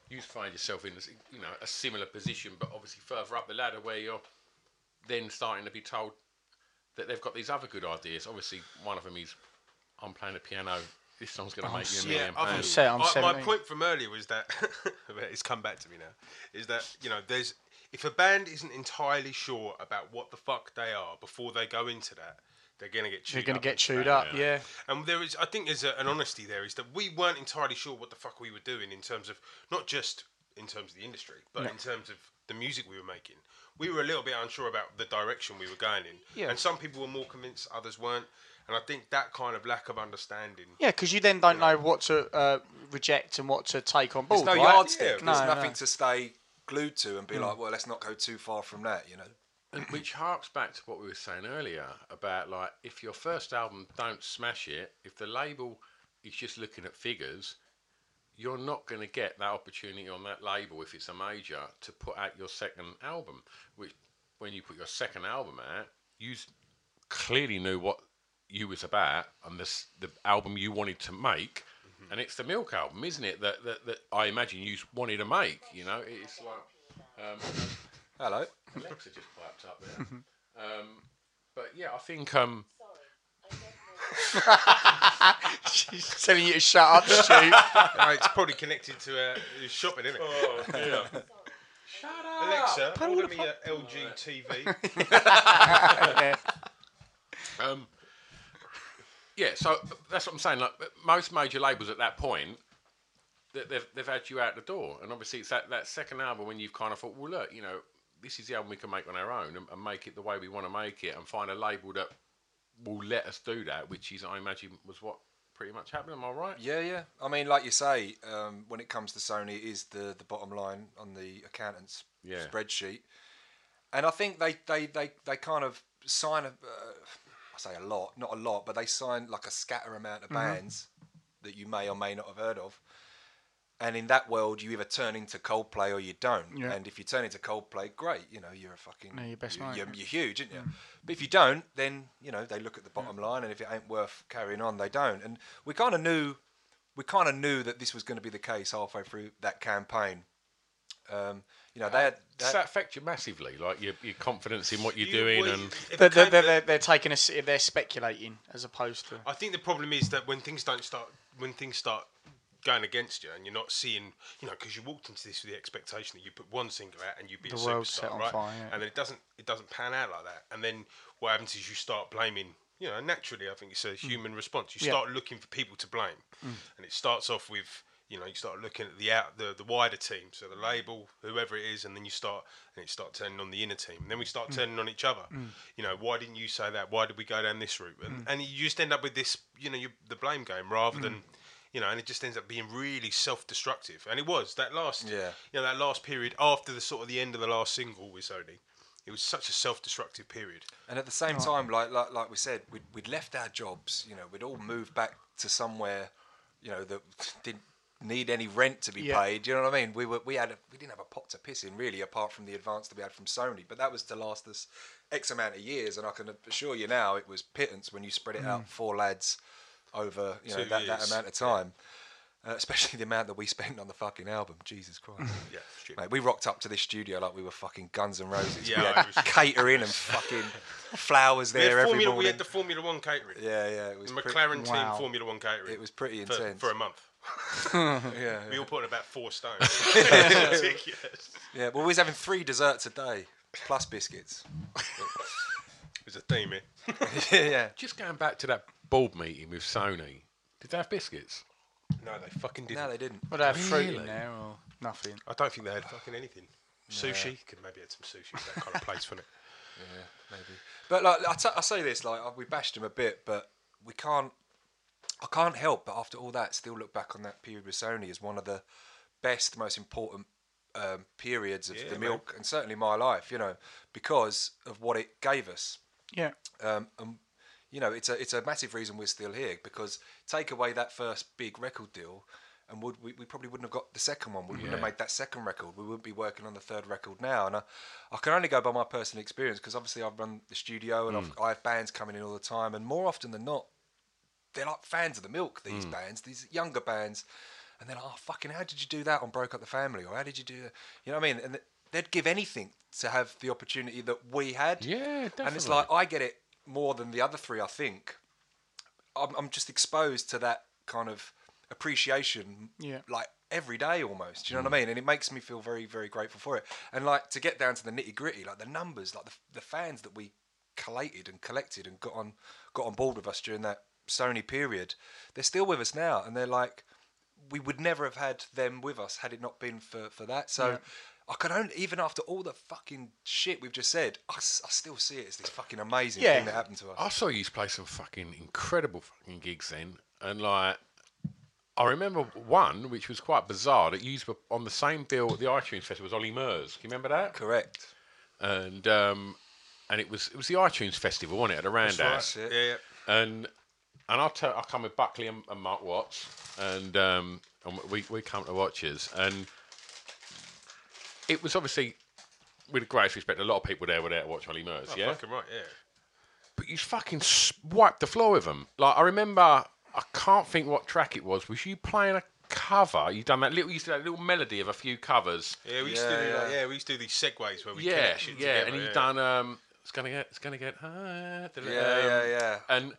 S1: you find yourself in, this, you know, a similar position, but obviously further up the ladder where you're then starting to be told that they've got these other good ideas. Obviously, one of them is I'm playing the piano. This song's going to make you a million
S4: I've-
S1: pounds.
S2: set, I'm
S4: I- my
S2: 17.
S4: point from earlier was that it's come back to me now. Is that you know there's if a band isn't entirely sure about what the fuck they are before they go into that, they're gonna get chewed.
S2: you're going to
S4: up.
S2: get chewed up.
S1: yeah.
S2: Yeah,
S4: And there is, I think, there's a, an honesty there. Is that we weren't entirely sure what the fuck we were doing in terms of not just in terms of the industry, but in terms of the music we were making. We were a little bit unsure about the direction we were going in.
S2: Yeah.
S4: And some people were more convinced, others weren't. And I think that kind of lack of understanding.
S2: yeah, because you then don't know what to uh, reject and what to take on board.
S5: There's no
S2: right?
S5: yardstick.
S4: Yeah,
S5: There's
S2: no,
S5: nothing
S2: no.
S5: to stay glued to and be like, well, let's not go too far from that, you know.
S1: and which harks back to what we were saying earlier about like if your first album don't smash it, if the label is just looking at figures, you're not going to get that opportunity on that label if it's a major to put out your second album. Which, when you put your second album out, you s- clearly knew what you was about and the s- the album you wanted to make. And it's the Milk album, isn't it? That, that, that I imagine you s- wanted to make. You know, it's like um,
S5: Hello.
S1: Alexa just piped up there. um, but yeah, I think um,
S2: She's telling you to shut up, Stu.
S4: Uh, it's probably connected to uh, shopping, isn't it?
S1: Oh, shut up.
S4: Alexa,
S2: Ah,
S4: order me a LG TV.
S1: Um, yeah, so that's what I'm saying. Like most major labels at that point, they- they've they've had you out the door, and obviously it's that, that second album when you've kind of thought, well, look, you know, this is the album we can make on our own and, and make it the way we want to make it, and find a label that will let us do that, which is, I imagine, was what pretty much happened. Am I right?
S5: Yeah, yeah. I mean, like you say, um, when it comes to Sony, it is the the bottom line on the accountant's
S1: Yeah.
S5: spreadsheet, and I think they they they, they kind of sign a, uh, I say a lot, not a lot, but they sign like a scatter amount of bands that you may or may not have heard of. And in that world, you either turn into Coldplay or you don't.
S2: Yeah.
S5: And if you turn into Coldplay, great, you know you're a fucking
S2: Yeah, your best
S5: you-
S2: mate.
S5: You're, you're huge, aren't you? But if you don't, then you know they look at the bottom line, and if it ain't worth carrying on, they don't. And we kind of knew, we kind of knew that this was going to be the case halfway through that campaign. Um, you know, they had they,
S1: Does that affect you massively? Like your, your confidence in what you're doing,
S4: Well,
S1: and
S4: it
S2: they're,
S4: became
S2: they're, they're, they're taking a, s- they're speculating as opposed to.
S4: I think the problem is that when things don't start, when things start going against you, and you're not seeing, you know, because you walked into this with the expectation that you put one single out and you'd be
S2: The
S4: a
S2: world's
S4: superstar,
S2: set on
S4: right?
S2: fire, yeah.
S4: And then it doesn't, it doesn't pan out like that. And then what happens is you start blaming. You know, naturally, I think it's a human response. You
S2: Yeah.
S4: start looking for people to blame, and it starts off with. You know, you start looking at the out the, the wider team, so the label, whoever it is, and then you start and it start turning on the inner team. And then we start turning on each other. You know, why didn't you say that? Why did we go down this route? And, and you just end up with this, you know, you, the blame game rather than, you know, and it just ends up being really self-destructive. And it was that last,
S5: Yeah.
S4: you know, that last period after the sort of the end of the last single with Sony, it was such a self-destructive period.
S5: and at the same time, like like like we said, we'd, we'd left our jobs. You know, we'd all moved back to somewhere, you know, that didn't need any rent to be
S2: Yeah.
S5: paid. You know what I mean? We were we had a, we didn't have a pot to piss in really, apart from the advance that we had from Sony. But that was to last us x amount of years, and I can assure you now, it was pittance when you spread it out four lads over you know
S4: Mm. Two
S5: that, that
S4: years.
S5: amount of time. Uh, especially the amount that we spent on the fucking album, Jesus Christ!
S4: Yeah, shit.
S5: Mate, we rocked up to this studio like we were fucking Guns and Roses.
S4: Yeah,
S5: we
S4: I
S5: had
S4: was-
S5: catering and fucking flowers
S4: We
S5: there
S4: had,
S5: every
S4: Formula, we
S5: morning.
S4: had the Formula One catering,
S5: yeah, yeah, it was
S4: the
S5: pretty-
S4: McLaren team
S2: Wow.
S4: Formula One catering.
S5: It was pretty
S4: for,
S5: intense.
S4: for a month.
S5: yeah,
S4: We
S5: yeah.
S4: all put on about four stones. Ridiculous.
S5: yeah. Well, we was having three desserts a day plus biscuits.
S4: It was a theme. here.
S5: eh? yeah, yeah.
S1: just going back to that board meeting with Sony, did they have biscuits?
S4: No, they fucking didn't.
S5: No, they didn't.
S2: Would they have fruit in
S1: Really?
S2: there or nothing?
S4: I don't think they had fucking anything. Sushi could maybe had some sushi. That kind of place for it.
S5: maybe. But like I, t- I say this, like we bashed him a bit, but we can't. I can't help but after all that, still look back on that period with Sony as one of the best, most important um, periods of
S4: Yeah,
S5: the
S4: mate.
S5: milk, and certainly my life, you know, because of what it gave us.
S2: Yeah.
S5: Um, and you know, it's a it's a massive reason we're still here because take away that first big record deal, and would we, we probably wouldn't have got the second one. We wouldn't have
S1: Yeah.
S5: made that second record. We wouldn't be working on the third record now. And I, I can only go by my personal experience because obviously I've run the studio and I've, I have bands coming in all the time, and more often than not, they're like fans of the milk.
S1: Hmm.
S5: These bands, these younger bands, and they're like, oh fucking, how did you do that on Broke Up the Family, or how did you do, that? you know what I mean? And they'd give anything to have the opportunity that we had.
S1: Yeah,
S5: And it's
S1: definitely.
S5: like I get it more than the other three, I think. I'm, I'm just exposed to that kind of appreciation,
S2: Yeah. Mm.
S5: like every day almost. Do you know what I mean? And it makes me feel very, very grateful for it. And like to get down to the nitty gritty, like the numbers, like the, the fans that we collated and collected and got on got on board with us during that Sony period, they're still with us now, and they're like, we would never have had them with us had it not been for for that. So. I could only, even after all the fucking shit we've just said, I, s- I still see it as this fucking amazing
S2: Yeah.
S5: thing that happened to us.
S1: I saw you play some fucking incredible fucking gigs then, and like, I remember one which was quite bizarre that you were on the same bill at the iTunes Festival as Ollie Murs. Can you remember that?
S5: Correct.
S1: And um, and it was it was the iTunes festival, wasn't it? At a round
S5: That's
S1: house,
S5: right.
S4: Yeah, yeah.
S1: and and I tell, I come with Buckley and, and Mark Watts, and um, and we we come to watches, and it was obviously with great respect, a lot of people there were there to watch Ollie Murs,
S4: Oh,
S1: yeah.
S4: Fucking right, yeah.
S1: But you fucking s- wiped the floor with them. Like I remember, I can't think what track it was. Was you playing a cover? You done that little, you used to do that little melody of a few covers.
S4: Yeah, we used to
S5: Yeah,
S4: do like,
S5: yeah.
S4: yeah, we used to do these segues where we
S1: yeah,
S4: connect shit
S1: yeah,
S4: together,
S1: and he
S4: yeah.
S1: done um, it's gonna get, it's gonna get, higher, da- da-
S5: Yeah,
S1: um,
S5: yeah, yeah.
S1: and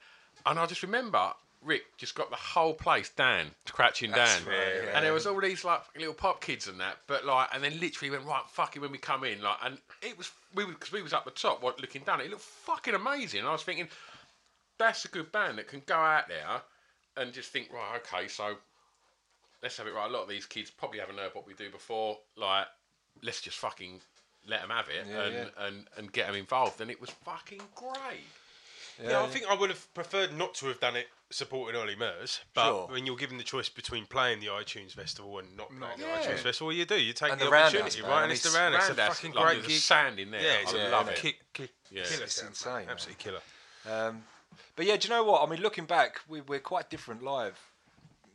S1: and I just remember Rick just got the whole place down, crouching
S5: That's
S1: down,
S5: right, yeah.
S1: and there was all these like little pop kids and that, but like, and then literally went right, fucking when we come in, like, and it was we because we was up the top, what looking down, it looked fucking amazing. And I was thinking, that's a good band that can go out there and just think, right, okay, so let's have it right. A lot of these kids probably haven't heard what we do before. Like, let's just fucking let them have it
S5: Yeah,
S1: and, and and get them involved. And it was fucking great.
S4: Yeah, I think I would have preferred not to have done it supporting Ollie Murs, but
S5: Sure.
S4: when you're given the choice between playing the iTunes Festival and not playing
S1: Yeah.
S4: the iTunes Festival, you do. You take
S5: And
S4: the,
S5: the Roundhouse,
S4: opportunity,
S5: man.
S4: right?
S5: I mean,
S4: And it's the
S5: it's
S4: roundhouse. It's a
S1: Roundhouse,
S4: fucking
S1: like,
S4: great
S1: there's
S4: gig.
S1: sound in there.
S4: Yeah,
S1: I
S4: it's
S5: yeah,
S1: love
S5: no,
S1: it.
S4: Kick, kick,
S1: Yeah.
S4: killer
S5: It's
S4: sound,
S5: insane,
S4: man.
S5: man.
S4: Absolutely killer.
S5: Um, but yeah, do you know what? I mean, looking back, we, we're quite different live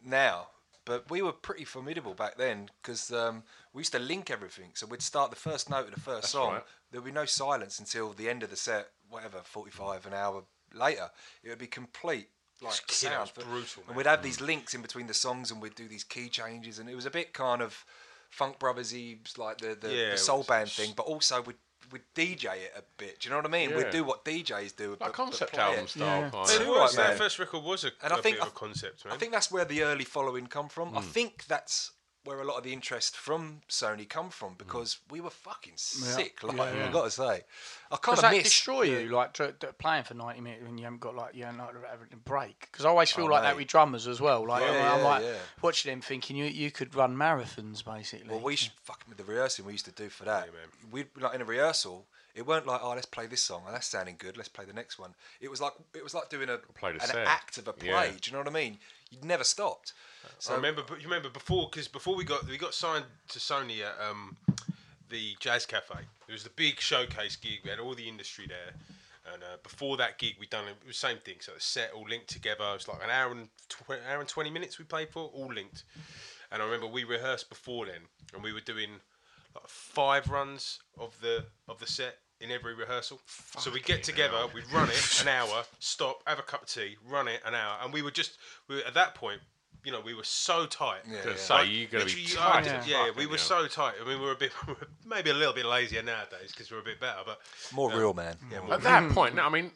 S5: now, but we were pretty formidable back then because um, we used to link everything. So we'd start the first note of the first song.
S1: right.
S5: There'd be no silence until the end of the set, whatever, 45, an hour later. It would be complete. Like
S4: killer,
S5: sound.
S4: it was brutal,
S5: And we'd have these links in between the songs, and we'd do these key changes, and it was a bit kind of funk brothers like the the,
S4: Yeah, it
S5: the soul
S4: was-
S5: band thing, but also we'd we'd DJ it a bit. Do you know what I mean?
S1: Yeah.
S5: We'd do what DJs do,
S1: Like
S5: but- but
S1: concept
S5: play
S1: album
S5: it.
S1: style.
S2: Yeah.
S1: Kind
S4: It
S1: of.
S5: Too
S4: was,
S5: right,
S4: that
S5: man.
S4: first record was a,
S5: And
S4: a
S5: I think
S4: bit
S5: I-
S4: of a concept,
S6: Hmm.
S4: man.
S5: I think that's where the early following come from. I think that's where a lot of the interest from Sony come
S6: Hmm.
S5: from because we were fucking sick. Like
S2: Yeah, yeah.
S5: I gotta say, I kind
S2: Does
S5: of
S2: that
S5: miss.
S2: destroy you, like dr- dr- playing for ninety minutes when you haven't got like you haven't like, having a break? Because I
S1: Oh,
S2: always feel like that
S5: mate.
S2: with drummers as well. Like
S5: Yeah,
S2: I'm, I'm
S5: yeah,
S2: like
S5: yeah.
S2: watching them, thinking you you could run marathons basically.
S5: Well, we should fucking with the rehearsing we used to do for that. We'd like in a rehearsal. It weren't like oh let's play this song oh, that's sounding good let's play the next one. It was like it was like doing a
S1: Play the
S5: an
S1: set.
S5: act of a play.
S1: Yeah.
S5: Do you know what I mean? You'd never stopped. So
S4: I remember, but you remember before because before we got we got signed to Sony at um, the Jazz Cafe. It was the big showcase gig. We had all the industry there, and uh, before that gig, we done it was the same thing. So the set all linked together. It was like an hour and tw- hour and twenty minutes we played for, all linked. And I remember we rehearsed before then, and we were doing like five runs of the of the set in every rehearsal. so we'd get together, we'd run it an hour, stop, have a cup of tea, run it an hour, and we were just we were, at that point, you know, we were so tight.
S5: Yeah,
S1: Gonna
S5: yeah.
S1: say you're gonna be
S4: Literally, you
S1: tight.
S4: owned it.
S1: as
S4: Yeah,
S1: fuck,
S4: we
S1: ain't
S4: were
S1: you?
S4: so tight. I mean, we were a bit, we were maybe a little bit lazier nowadays because we're a bit better. But
S5: more real man.
S2: Hmm.
S1: At that point, now, I mean,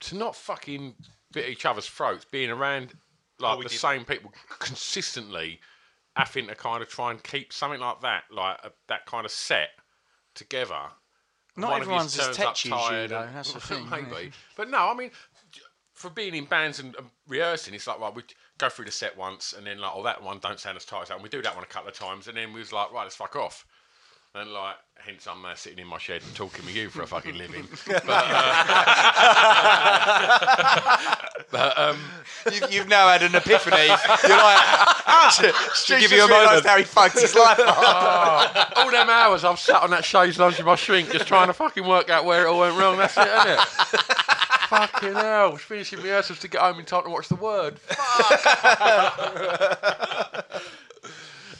S1: to not fucking bit each other's throats, being around like
S4: Oh, we
S1: the
S4: did.
S1: same people consistently, having to kind of try and keep something like that, like a, that kind of set together.
S2: Not
S1: One of yous
S2: everyone's as
S1: turns up
S2: tetchy as you,
S1: tired
S2: though,
S1: and-
S2: that's the thing, isn't it?
S1: maybe. But no, I mean, for being in bands and, and rehearsing, it's like right, we go through the set once, and then like, oh, that one don't sound as tight as that, and we do that one a couple of times, and then we was like, right, let's fuck off. And like, hence I'm uh, sitting in my shed talking with you for a fucking living. But,
S6: You've, you've now had an epiphany. You're like, ah, to give you a moment. how he fucked his life up.
S1: all them hours I've sat on that chaise lunch with my shrink just trying to fucking work out where it all went wrong. That's it, isn't it? fucking hell. I was finishing rehearsals to get home in time to watch The Word.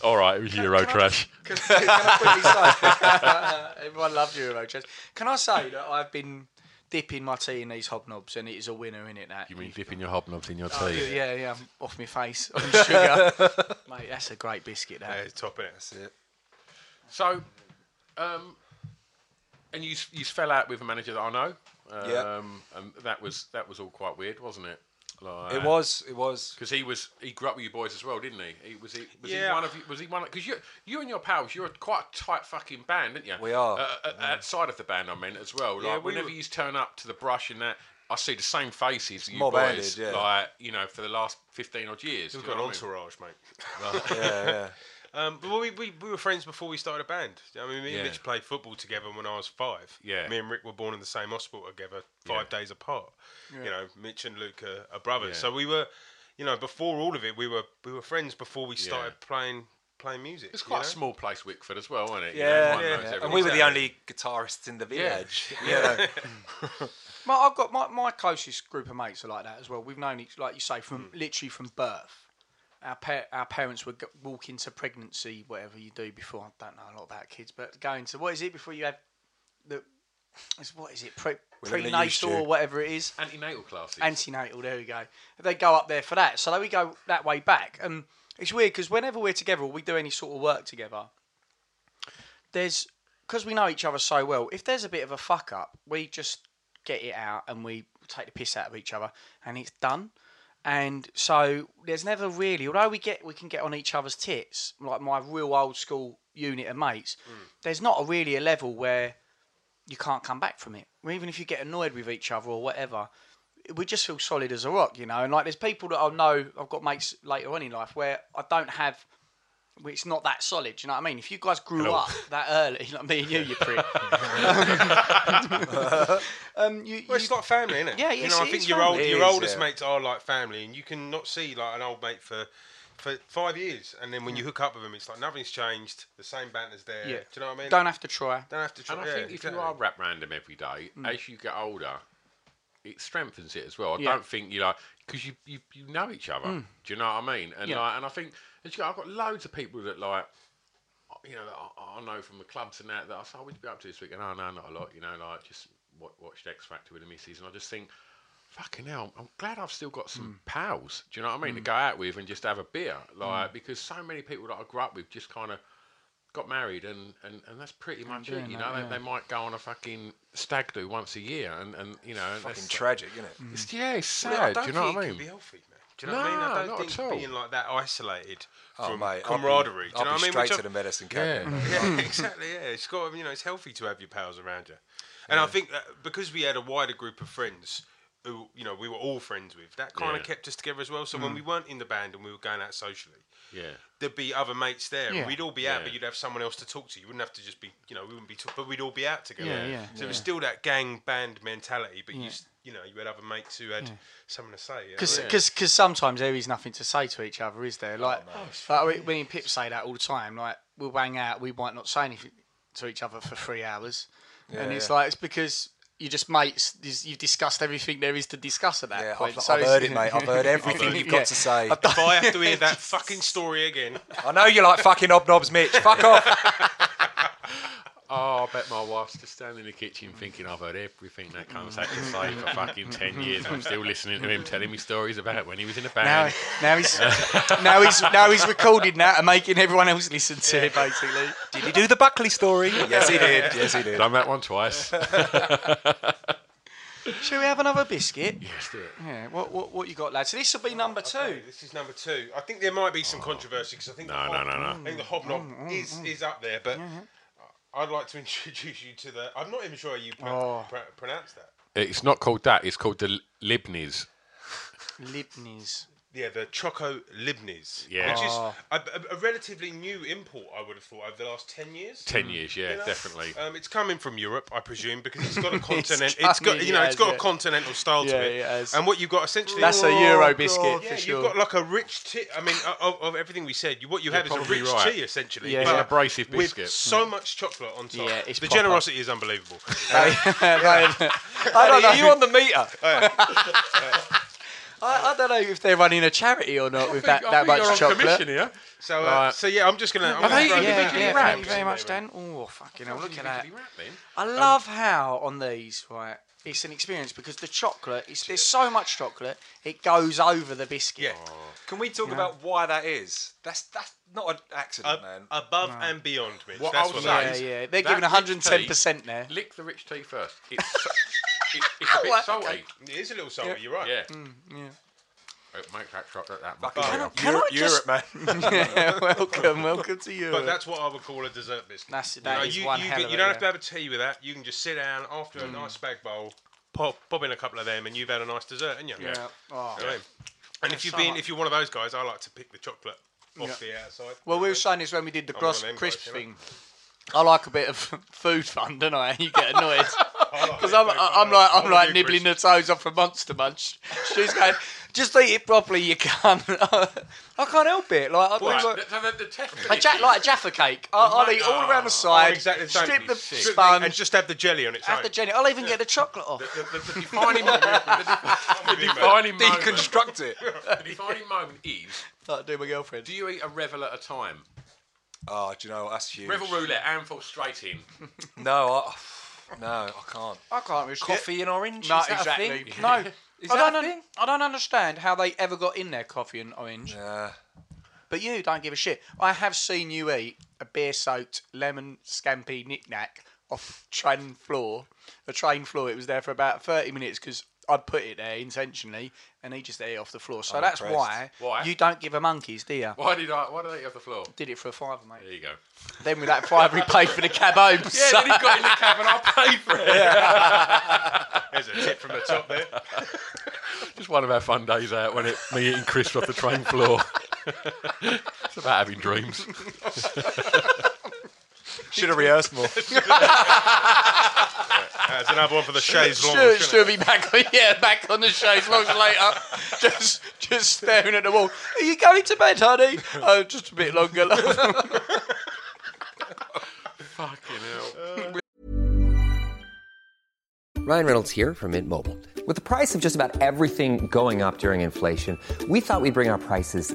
S1: all right, it was Euro trash.
S2: Can, can I quickly say, everyone loved Eurochess. Can I say that I've been dipping my tea in these hobnobs, and it is a winner in it. That
S1: You mean dipping your hobnobs in your tea?
S2: Oh, yeah, yeah, I'm off my face on sugar, mate. That's a great biscuit.
S4: uh,
S2: That.
S4: it's top in it.
S5: That's it.
S1: So, um, and you s- you s- fell out with a manager that I know. Um,
S5: Yeah.
S1: And that was that was all quite weird, wasn't it? Like,
S5: It was. It was.
S1: Because he was, he grew up with you boys as well, didn't he? He was he was he
S4: Yeah.
S1: one of you was he one because you you and your pals you're a quite a tight fucking band, aren't you?
S5: We are.
S1: Uh, uh, outside of the band, I mean as well. Like
S4: we
S1: whenever
S4: were-
S1: you turn up to the brush and that, I see the same faces you
S5: Mob
S1: boys,
S5: banded, yeah.
S1: like you know for the last fifteen odd years. do
S4: We've
S1: you
S4: got
S1: know
S4: an
S1: what I mean?
S4: entourage, mate.
S5: Yeah, yeah.
S4: Um, but we, we, we were friends before we started a band. I mean, me and
S1: Yeah.
S4: Mitch played football together when I was five.
S1: Yeah.
S4: Me and Rick were born in the same hospital together, five days apart. You know, Mitch and Luke are, are brothers.
S1: Yeah.
S4: So we were, you know, before all of it, we were we were friends before we started playing playing music.
S1: It's
S4: you
S1: quite
S4: know?
S1: a small place, Wickford, as well, isn't it? You know,
S5: Yeah,
S1: everyone
S4: yeah.
S1: knows
S4: And
S5: and
S1: everyone.
S5: we were the
S4: Exactly.
S5: only guitarists in the
S1: Yeah.
S5: village. Yeah.
S2: My, I've got my, my closest group of mates are like that as well. We've known each, like you say, from literally from birth. Our pa- our parents would g- walk into pregnancy, whatever you do before. I don't know a lot about kids, but going to what is it before you have the it's, what is it pre,
S5: We're gonna use
S2: prenatal
S5: you.
S2: or whatever it is
S1: Antenatal classes.
S2: antenatal. There we go. They go up there for that, so we go that way back. And it's weird because whenever we're together, or we do any sort of work together. There's because we know each other so well. If there's a bit of a fuck up, we just get it out and we take the piss out of each other, and it's done. And so there's never really, although we get we can get on each other's tits, like my real old school unit of mates. There's not a really a level where you can't come back from it. Or even if you get annoyed with each other or whatever, we just feel solid as a rock, you know. And like, there's people that I know, I've got mates later on in life where I don't have, well, it's not that solid. Do you know what I mean? If you guys grew up that early, like me and you, you prick. um, you,
S4: Well,
S2: you-
S4: it's like family, isn't it?
S2: Yeah,
S4: You
S2: it's-
S4: know, I
S2: it
S4: think
S2: is
S4: your
S2: family.
S4: old,
S5: It
S4: your
S5: is,
S4: oldest
S5: yeah.
S4: mates are like family, and you can not see like an old mate for for five years, and then when you hook up with them, it's like nothing's changed. The same banter's there.
S2: Yeah.
S4: Do you know what I mean?
S2: don't have to try.
S4: Don't have to try.
S1: And I
S4: yeah,
S1: think if
S4: exactly.
S1: you are wrapped round them every day, as you get older, it strengthens it as well. I
S2: Yeah.
S1: don't think you like because you, you you know each other. Do you know what I mean? And
S2: Yeah.
S1: like, and I think as you go, I've got loads of people that like. You know, that I, I know from the clubs and that that I say, "Oh, "What did you be up to this week?" And oh no, not a lot. You know, like just wa watched X Factor with the missus, and I just think, "Fucking hell, I'm glad I've still got some pals." Do you know what I mean? To go out with and just have a beer, like because so many people that I grew up with just kind of got married and, and, and that's pretty much it.
S2: doing
S1: You
S2: that,
S1: know,
S2: yeah.
S1: they, they might go on a fucking stag do once a year and, and you know, and
S5: Fucking
S1: that's-
S5: tragic, isn't it?
S1: it's, yeah, it's
S4: Well, I
S1: sad.
S4: don't
S1: do you know
S4: think
S1: what I
S4: it
S1: mean?
S4: can be healthy, man. Do you know what I mean?
S1: No,
S4: I
S1: not
S4: don't
S1: at
S4: think
S1: all.
S4: being like that isolated
S5: Oh,
S4: from
S5: mate. I'll be-
S4: camaraderie. do
S5: I'll be
S4: you know what I mean?
S5: straight
S4: Which I-
S5: to the medicine cabinet.
S1: yeah.
S2: Hmm.
S4: yeah, exactly. Yeah, it's got you know it's healthy to have your pals around you, and I think that because we had a wider group of friends who you know we were all friends with, that kind
S1: Yeah.
S4: of kept us together as well. So when
S2: Hmm.
S4: we weren't in the band and we were going out socially,
S1: yeah.
S4: there'd be other mates there.
S2: Yeah.
S4: and We'd all be out,
S1: Yeah.
S4: but you'd have someone else to talk to. You wouldn't have to just be you know we wouldn't be, talk- but we'd all be out together.
S2: Yeah, yeah,
S4: So it was still that gang band mentality, but you
S2: Yeah.
S4: s- you know you had other mates who had something to say. you know?
S2: Because because sometimes there is nothing to say to each other, is
S5: Oh,
S2: there? Like, like we- me and Pip say that all the time. Like we wang out, we might not say anything to each other for three hours, and it's like it's because you just mates. there's- You've discussed everything there is to discuss at that
S5: Yeah,
S2: point.
S5: I've,
S2: so
S5: I've
S2: it's-
S5: heard it, mate. I've heard everything
S4: heard
S5: you've
S2: it,
S5: got
S2: yeah.
S5: to say.
S4: if I have to hear that fucking story again,
S5: I know you like fucking obnobs, Mitch. Fuck off.
S1: Oh, I bet my wife's just standing in the kitchen
S2: Mm.
S1: thinking I've heard everything that comes out to say for fucking ten years. I'm still listening to him telling me stories about when he was in a
S2: Mm. Now,
S1: band.
S2: now he's now he's now he's recording that and making everyone else listen to it basically.
S5: Did he do the Buckley story? Yes, he did. Yes, he did.
S1: Done that one twice.
S2: Shall we have another biscuit?
S1: Let's do it.
S2: Yeah. What what what you got, lads? So this will be number two.
S4: This is number two. I think there might be some controversy because I think
S1: No,
S4: the
S1: no,
S4: hob-
S1: no, no.
S4: I think the hobnob is is up there, but I'd like to introduce you to the. I'm not even sure how you pro-
S2: Oh.
S4: pro- pronounce that.
S1: It's not called that. It's called the L- Libnies.
S2: Libnies.
S4: Yeah, the Choco Libnies.
S1: Yeah.
S4: which is a- a, a relatively new import. I would have thought over the last ten years.
S2: Mm.
S1: Ten years, yeah,
S4: you know?
S1: definitely.
S4: Um, it's coming from Europe, I presume, because it's got a continent. it's
S2: coming,
S4: got you know,
S2: yeah,
S4: it's got
S2: yeah.
S4: a continental style
S2: Yeah,
S4: to it.
S2: it has.
S4: and what you've got essentially Oh,
S2: That's a Euro biscuit
S4: Yeah,
S2: for
S4: you've
S2: sure.
S4: got like a rich tea. I mean, o- of, of everything we said, you, what you have is a
S1: probably
S4: rich
S1: right.
S4: tea essentially.
S2: Yeah.
S4: but
S2: It's an
S1: abrasive biscuit.
S4: With so much chocolate on top.
S2: Yeah, it's
S4: the
S2: proper.
S4: generosity is unbelievable.
S2: I don't know.
S5: Are you on the meter?
S2: I, I don't know if they're running a charity or not
S4: uh,
S2: with that, that much chocolate.
S1: here.
S4: so, uh,
S1: Right.
S4: so yeah, I'm just gonna. I'm
S1: Are
S4: gonna
S1: they
S4: throw
S1: individually
S4: that out there.
S1: wrapped?
S2: thank you very much, Dan. Oh, fucking hell, look at that.
S1: Individually wrapped, then.
S2: I love how on these, right, it's an experience because the chocolate, it's, there's so much chocolate, it goes over the biscuit.
S4: Yeah,
S5: Can we talk about why that is? That's that's not an accident,
S4: ab-
S5: man.
S4: above and beyond, Mitch.
S1: What
S4: That's
S1: I'll
S4: what
S1: say
S4: that
S2: Yeah,
S4: is.
S2: yeah. They're
S1: That
S2: giving
S1: rich
S2: 110% there.
S1: Lick the rich tea first. It's, so- it- it's a bit
S2: What?
S1: salty.
S4: It is a little salty. You're right.
S1: Mm, Yeah. It makes that chocolate that much.
S5: Fucking
S1: better.
S5: Europe,
S2: can I
S5: Europe,
S2: just-
S5: Europe, man.
S2: Yeah, welcome, welcome to you.
S4: But that's what I would call a dessert biscuit.
S2: That's-
S4: You
S2: that
S4: know,
S2: is
S4: you,
S2: one
S4: you
S2: hell
S4: can-
S2: of
S4: you
S2: it,
S4: don't
S2: yeah. Mm.
S4: have to have a tea with that. You can just sit down after a nice bag bowl, pop, pop in a couple of them, and you've had a nice dessert, haven't you?
S2: Yeah. Oh.
S4: You know what I mean? And if
S2: There's
S4: you've
S2: so
S4: been,
S2: much.
S4: if you're one of those guys, I like to pick the chocolate off
S2: Yeah.
S4: the outside.
S2: Well, we were saying this when we did the
S4: I'm one of
S2: cross
S4: them guys,
S2: crisp
S4: you know.
S2: thing. I like a bit of food fun, don't I? You get annoyed.
S4: I like
S2: Because
S4: it,
S2: I'm,
S4: mate.
S2: I'm
S4: I
S2: like, I'm
S4: I
S2: like
S4: do
S2: nibbling the
S4: crisps.
S2: toes off a monster munch. She's going, Just eat it properly, you can't. I can't help it. Like I do
S1: Right,
S2: like,
S1: so the, the test Ah.
S2: a ja- like a Jaffa cake. I, I'll eat all around the side.
S4: I'm oh, exactly the same.
S2: strip the
S4: Sick. and
S2: sponge.
S4: just have the jelly on its own.
S2: Have the jelly. I'll even get the chocolate off.
S1: the, the, the defining moment, the, the defining moment,
S7: Deconstruct it.
S1: the defining moment is:
S2: Like I do my girlfriend.
S1: Do you eat a revel at a time?
S7: Oh, do you know what? that's huge?
S1: Revel roulette and fall straight in.
S7: No, I, no, I can't.
S2: I can't risk it.
S7: Coffee and orange.
S2: No,
S7: is that
S2: exactly.
S7: A thing?
S2: No.
S7: Is
S2: I
S7: that
S2: don't,
S7: a
S2: un-
S7: thing?
S2: I don't understand how they ever got in there coffee and orange.
S7: Yeah.
S2: But you don't give a shit. I have seen you eat a beer soaked lemon scampi knick-knack off train floor. The train floor. It was there for about thirty minutes because I'd put it there intentionally, and he just ate it off the floor. So that's
S7: impressed.
S2: why,
S1: Why?
S2: you don't give a monkeys, do you?
S1: Why did I? Why did I eat off the floor?
S2: Did it for a fiver, mate.
S1: There you go.
S2: then with that fiver, he paid for the cab home.
S1: Yeah,
S2: so-
S1: then he got in the cab and I paid for it.
S4: There's a tip from the top there.
S1: Just one of our fun days out when it me eating crisps off the train floor. it's about having dreams.
S2: Should have rehearsed more.
S4: That's another one for the chaise longue.
S2: Should,
S4: isn't
S2: should be back on, yeah, back on the shows long later, just just staring at the wall. Are you going to bed, honey? Oh, just a bit longer. love."
S1: Fucking hell.
S5: Ryan Reynolds here from Mint Mobile. With the price of just about everything going up during inflation, we thought we'd bring our prices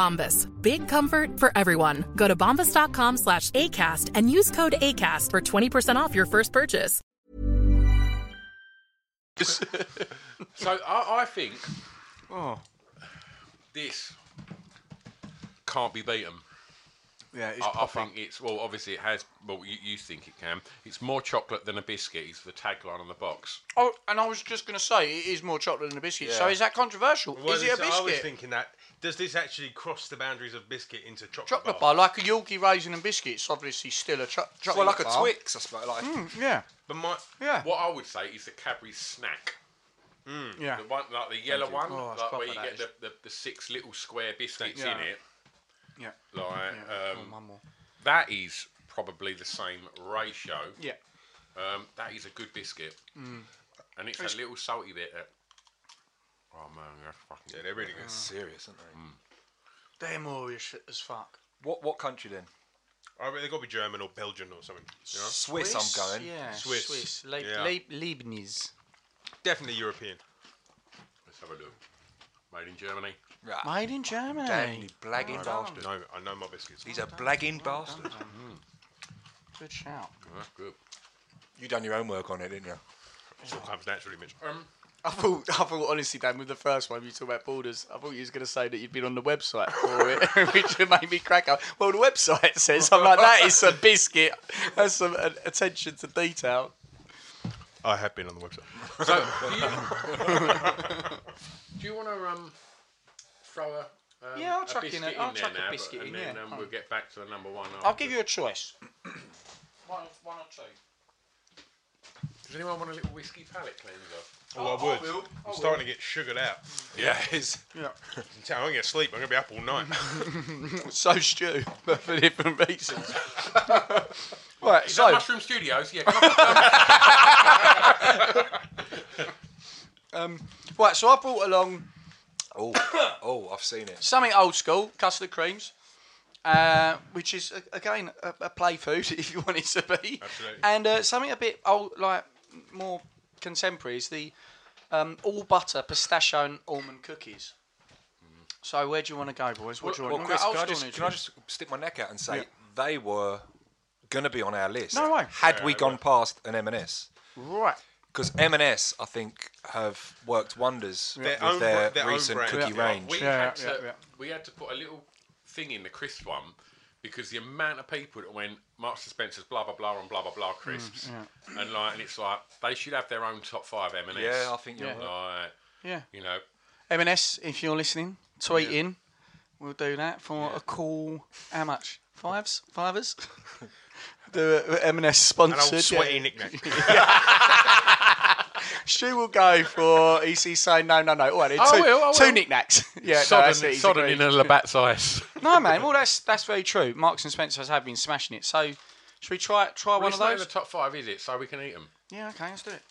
S8: Bombas. Big comfort for everyone. Go to bombas.com slash ACAST and use code ACAST for 20% off your first purchase.
S1: So I, I think
S2: Oh.
S1: this can't be beaten.
S2: yeah, it's
S1: I, I think it's well, obviously it has. Well, you, you think it can. It's more chocolate than a biscuit. Is the tagline on the box?
S2: Oh, and I was just going to say, it is more chocolate than a biscuit. So is that controversial?
S4: Well,
S2: is it a
S4: so I was
S2: biscuit?
S4: thinking that. Does this actually cross the boundaries of biscuit into chocolate,
S2: chocolate bar, like a Yorkie raisin and biscuit, it's obviously still a cho- chocolate
S7: Well, like a
S2: bar.
S7: Twix, I suppose. Like
S2: Yeah,
S4: But my,
S2: yeah,
S1: What I would say is the Cadbury snack.
S2: yeah.
S1: The
S4: Mm.
S1: one, like the yellow one,
S2: Oh, it's
S1: like
S2: proper,
S1: where you
S2: that
S1: get
S2: is.
S1: the, the, the six little square biscuits
S2: Yeah.
S1: in it.
S2: Yeah. Oh,
S1: Like um,
S2: One more.
S1: that is probably the same ratio.
S2: Yeah.
S1: Um, that is a good biscuit,
S2: Mm.
S1: and it's, a little salty bit. That, oh man, that's fucking.
S4: yeah, they're really good.
S7: serious, aren't they?
S2: They're more as as fuck.
S7: What what country then?
S4: I mean, they've got to be German or Belgian or something. You know?
S7: Swiss, I'm going.
S2: Yeah,
S4: Swiss.
S2: Swiss. Le-
S4: Yeah.
S2: Le- Leibniz.
S4: Definitely European.
S1: Let's have a look. Made in Germany.
S7: Right.
S2: Made in Germany.
S7: Damn you blagging bastard.
S4: No, I know my biscuits.
S7: He's a blagging bastard.
S2: Good shout.
S1: Oh, that's good.
S7: You done your own work on it, didn't you?
S4: It all comes naturally, Mitch.
S1: Um,
S2: I thought, I thought, honestly, Dan, with the first one, you talk about borders. I thought you was going to say that you'd been on the website for it, which would make me crack up. Well, the website says something like that. It's a biscuit. That's some uh, attention to detail.
S4: I have been on the website.
S1: So, do you, do you want to um, throw a um,
S2: Yeah, I'll
S1: a
S2: chuck in a-
S1: biscuit in
S2: I'll
S1: there
S2: chuck a
S1: now, but-
S2: biscuit in,
S1: and then
S2: yeah,
S1: um,
S2: come
S1: we'll get back to the number one.
S2: I'll
S1: after.
S2: give you a choice. one, of- one or two.
S1: Does anyone want a little whiskey palate cleanser?
S4: Oh, I
S2: I
S4: would.
S2: will, I
S4: I'm starting to get sugared out.
S7: Yeah, it's
S4: I'm telling you, I'm going to sleep. I'm going to be up all night.
S2: So stew, but for different reasons. right, so
S1: Mushroom Studios, yeah. come on.
S2: Um, right, so I brought along
S5: Oh, oh, I've seen it.
S2: something old school, custard creams, uh, which is a- again a, a play food if you want it to be,
S4: Absolutely.
S2: and uh, something a bit old, like more contemporary is the um, all butter pistachio and almond cookies. So where do you want to go, boys? What do you
S5: Well,
S2: want? You
S5: Chris,
S2: wanna
S5: can
S2: go
S5: I,
S2: old
S5: just,
S2: school
S5: can I
S2: or new
S5: just stick my neck out and say they were going to be on our list?
S2: No way.
S5: Had we gone past an M&S.
S2: school? right?
S5: Because M&S, I think, have worked wonders
S4: Their
S5: with
S4: own
S5: their,
S4: bra- their own
S5: recent
S4: brand.
S5: cookie
S4: Yeah.
S5: range.
S1: We,
S2: Yeah,
S1: had to,
S2: yeah, yeah.
S1: we had to put a little thing in the crisp one because the amount of people that went Marks and Spencer's blah blah blah and blah blah
S2: Mm,
S1: blah crisps, and like, and it's like they should have their own top five M and S.
S5: Yeah, I think you're right.
S1: Like,
S2: Yeah.
S1: you know,
S2: M&S, if you're listening, tweet in. We'll do that for a cool. How much? Fives, fivers. do a- a M&S
S4: An old
S2: sponsored.
S4: sweaty
S2: yeah.
S4: knick-knack.
S2: Stu will go for. E He's, he's saying no, no, no. All right, Oh, two,
S1: I will, I will.
S2: two knickknacks. yeah, no,
S1: sodden,
S2: that's it, he's
S1: sodden
S2: agreed.
S1: in a Labatt's ice.
S2: no, man. Well, that's that's very true. Marks and Spencers have been smashing it. So, should we try try
S1: Well,
S2: one
S1: it's
S2: of
S1: not in the
S2: those?
S1: top five, is it? So we can eat them.
S2: yeah, okay, let's do it.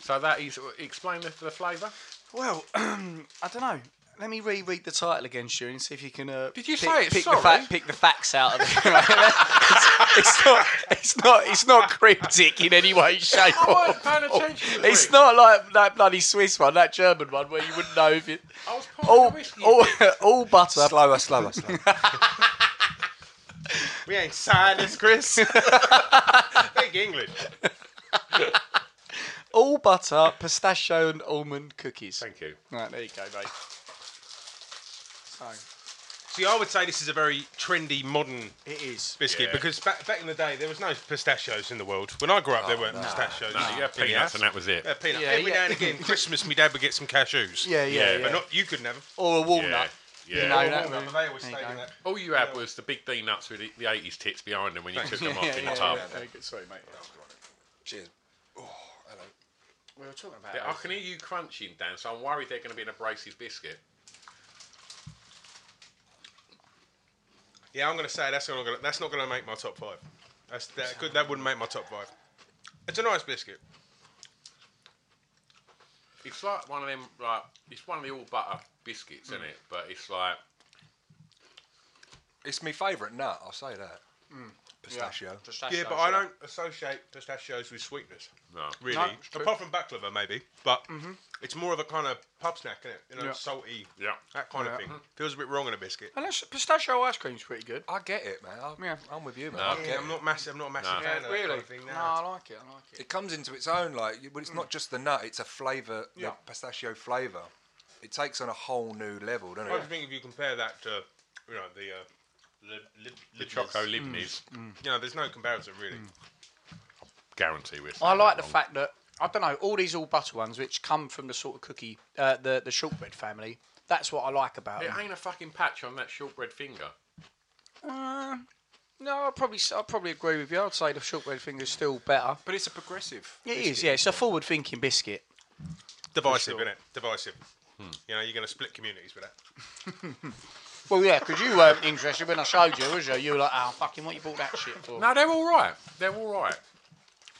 S1: So that is explain the, the flavour.
S2: Well, I don't know. Let me reread the title again, Stu, and see if you can. Uh,
S1: Did you
S2: pick,
S1: say it?
S2: Pick the,
S1: Sorry.
S2: fact, pick the facts out of it. it's, it's not. It's not. It's not cryptic in any way, shape,
S1: I
S2: or
S1: wasn't paying attention.
S2: Oh, It's not like that bloody Swiss one, that German one, where you wouldn't know if it.
S1: I was pouring
S2: All,
S1: the whiskey.
S2: all, Oh, all butter.
S5: Slower, slower, slower.
S4: we ain't signers, Chris. Big English.
S2: All butter, pistachio, and almond cookies.
S1: Thank you.
S2: Right, there you go, mate. So,
S4: See, I would say this is a very trendy, modern
S2: it is.
S4: biscuit
S1: Yeah.
S4: because back, back in the day there was no pistachios in the world. When I grew up, there weren't pistachios.
S1: Oh, No, you had peanuts and that was it.
S4: Yeah, peanuts.
S2: Yeah,
S4: Every
S2: yeah.
S4: now and again, Christmas, my dad would get some cashews.
S2: Yeah, yeah,
S1: Yeah,
S2: yeah.
S4: but not you couldn't have them.
S2: Or a walnut.
S1: Yeah.
S2: You
S1: yeah.
S2: know,
S4: Oh,
S2: that
S4: walnut,
S2: would-
S4: but they always
S2: there you
S4: stayed
S2: go.
S4: in that.
S1: All you had was the big D nuts with the, the 80s tits behind them when you took them off
S2: Yeah,
S1: in
S2: yeah,
S1: the tub.
S2: yeah, very good. Sorry, mate.
S5: Cheers. Oh,
S2: We were talking about
S1: Yeah, I can hear you crunching, Dan, so I'm worried they're going to be an abrasive biscuit.
S4: Yeah, I'm gonna say that's not gonna that's not gonna make my top five. That's that good. That wouldn't make my top five. It's a nice biscuit.
S1: It's like one of them, like, it's one of the all butter biscuits,
S2: Mm.
S1: isn't it? But it's like,
S5: It's my favourite nut, I'll say that.
S2: Mm.
S5: Pistachio.
S4: yeah, but I don't associate pistachios with sweetness.
S1: no.
S4: Really,
S2: No, it's true.
S4: apart from baklava maybe, but it's more of a kind of pub snack, isn't it? You know,
S2: Yeah.
S4: salty,
S1: Yeah.
S4: that kind of thing. Feels a bit wrong in a biscuit.
S2: Unless pistachio ice cream's pretty good.
S5: I get it, man. I,
S2: Yeah.
S5: I'm with you, man.
S1: No.
S5: I
S4: Yeah,
S5: get
S4: I'm
S5: it.
S4: not massive. I'm not a massive
S1: Nah.
S4: fan of that
S2: really?
S4: kind of thing.
S2: no,
S4: Now.
S2: I like it. I like it.
S5: It comes into its own, like, you- well, it's
S4: Mm.
S5: not just the nut, it's a flavour, the pistachio flavour. It takes on a whole new level, doesn't
S4: I
S5: it?
S4: just think if you compare that to, you know, the uh, li- li-
S1: The Choco Libney's
S4: you know, there's no comparison really.
S1: guarantee with.
S2: I like the fact that I don't know all these all butter ones, which come from the sort of cookie, uh, the the shortbread family. That's what I like about
S1: It
S2: them.
S1: ain't a fucking patch on that shortbread finger.
S2: Uh, no, I probably I probably agree with you. I'd say the shortbread finger's still better.
S5: But it's a progressive.
S2: It is,
S5: biscuit.
S2: yeah. It's a forward thinking biscuit.
S4: Divisive, isn't it? Divisive. You know, you're going to split communities with that.
S2: Well, yeah, because you weren't interested when I showed you, was you? You were like, oh, fucking, what you bought that shit for?
S1: No, they're all right. They're all right.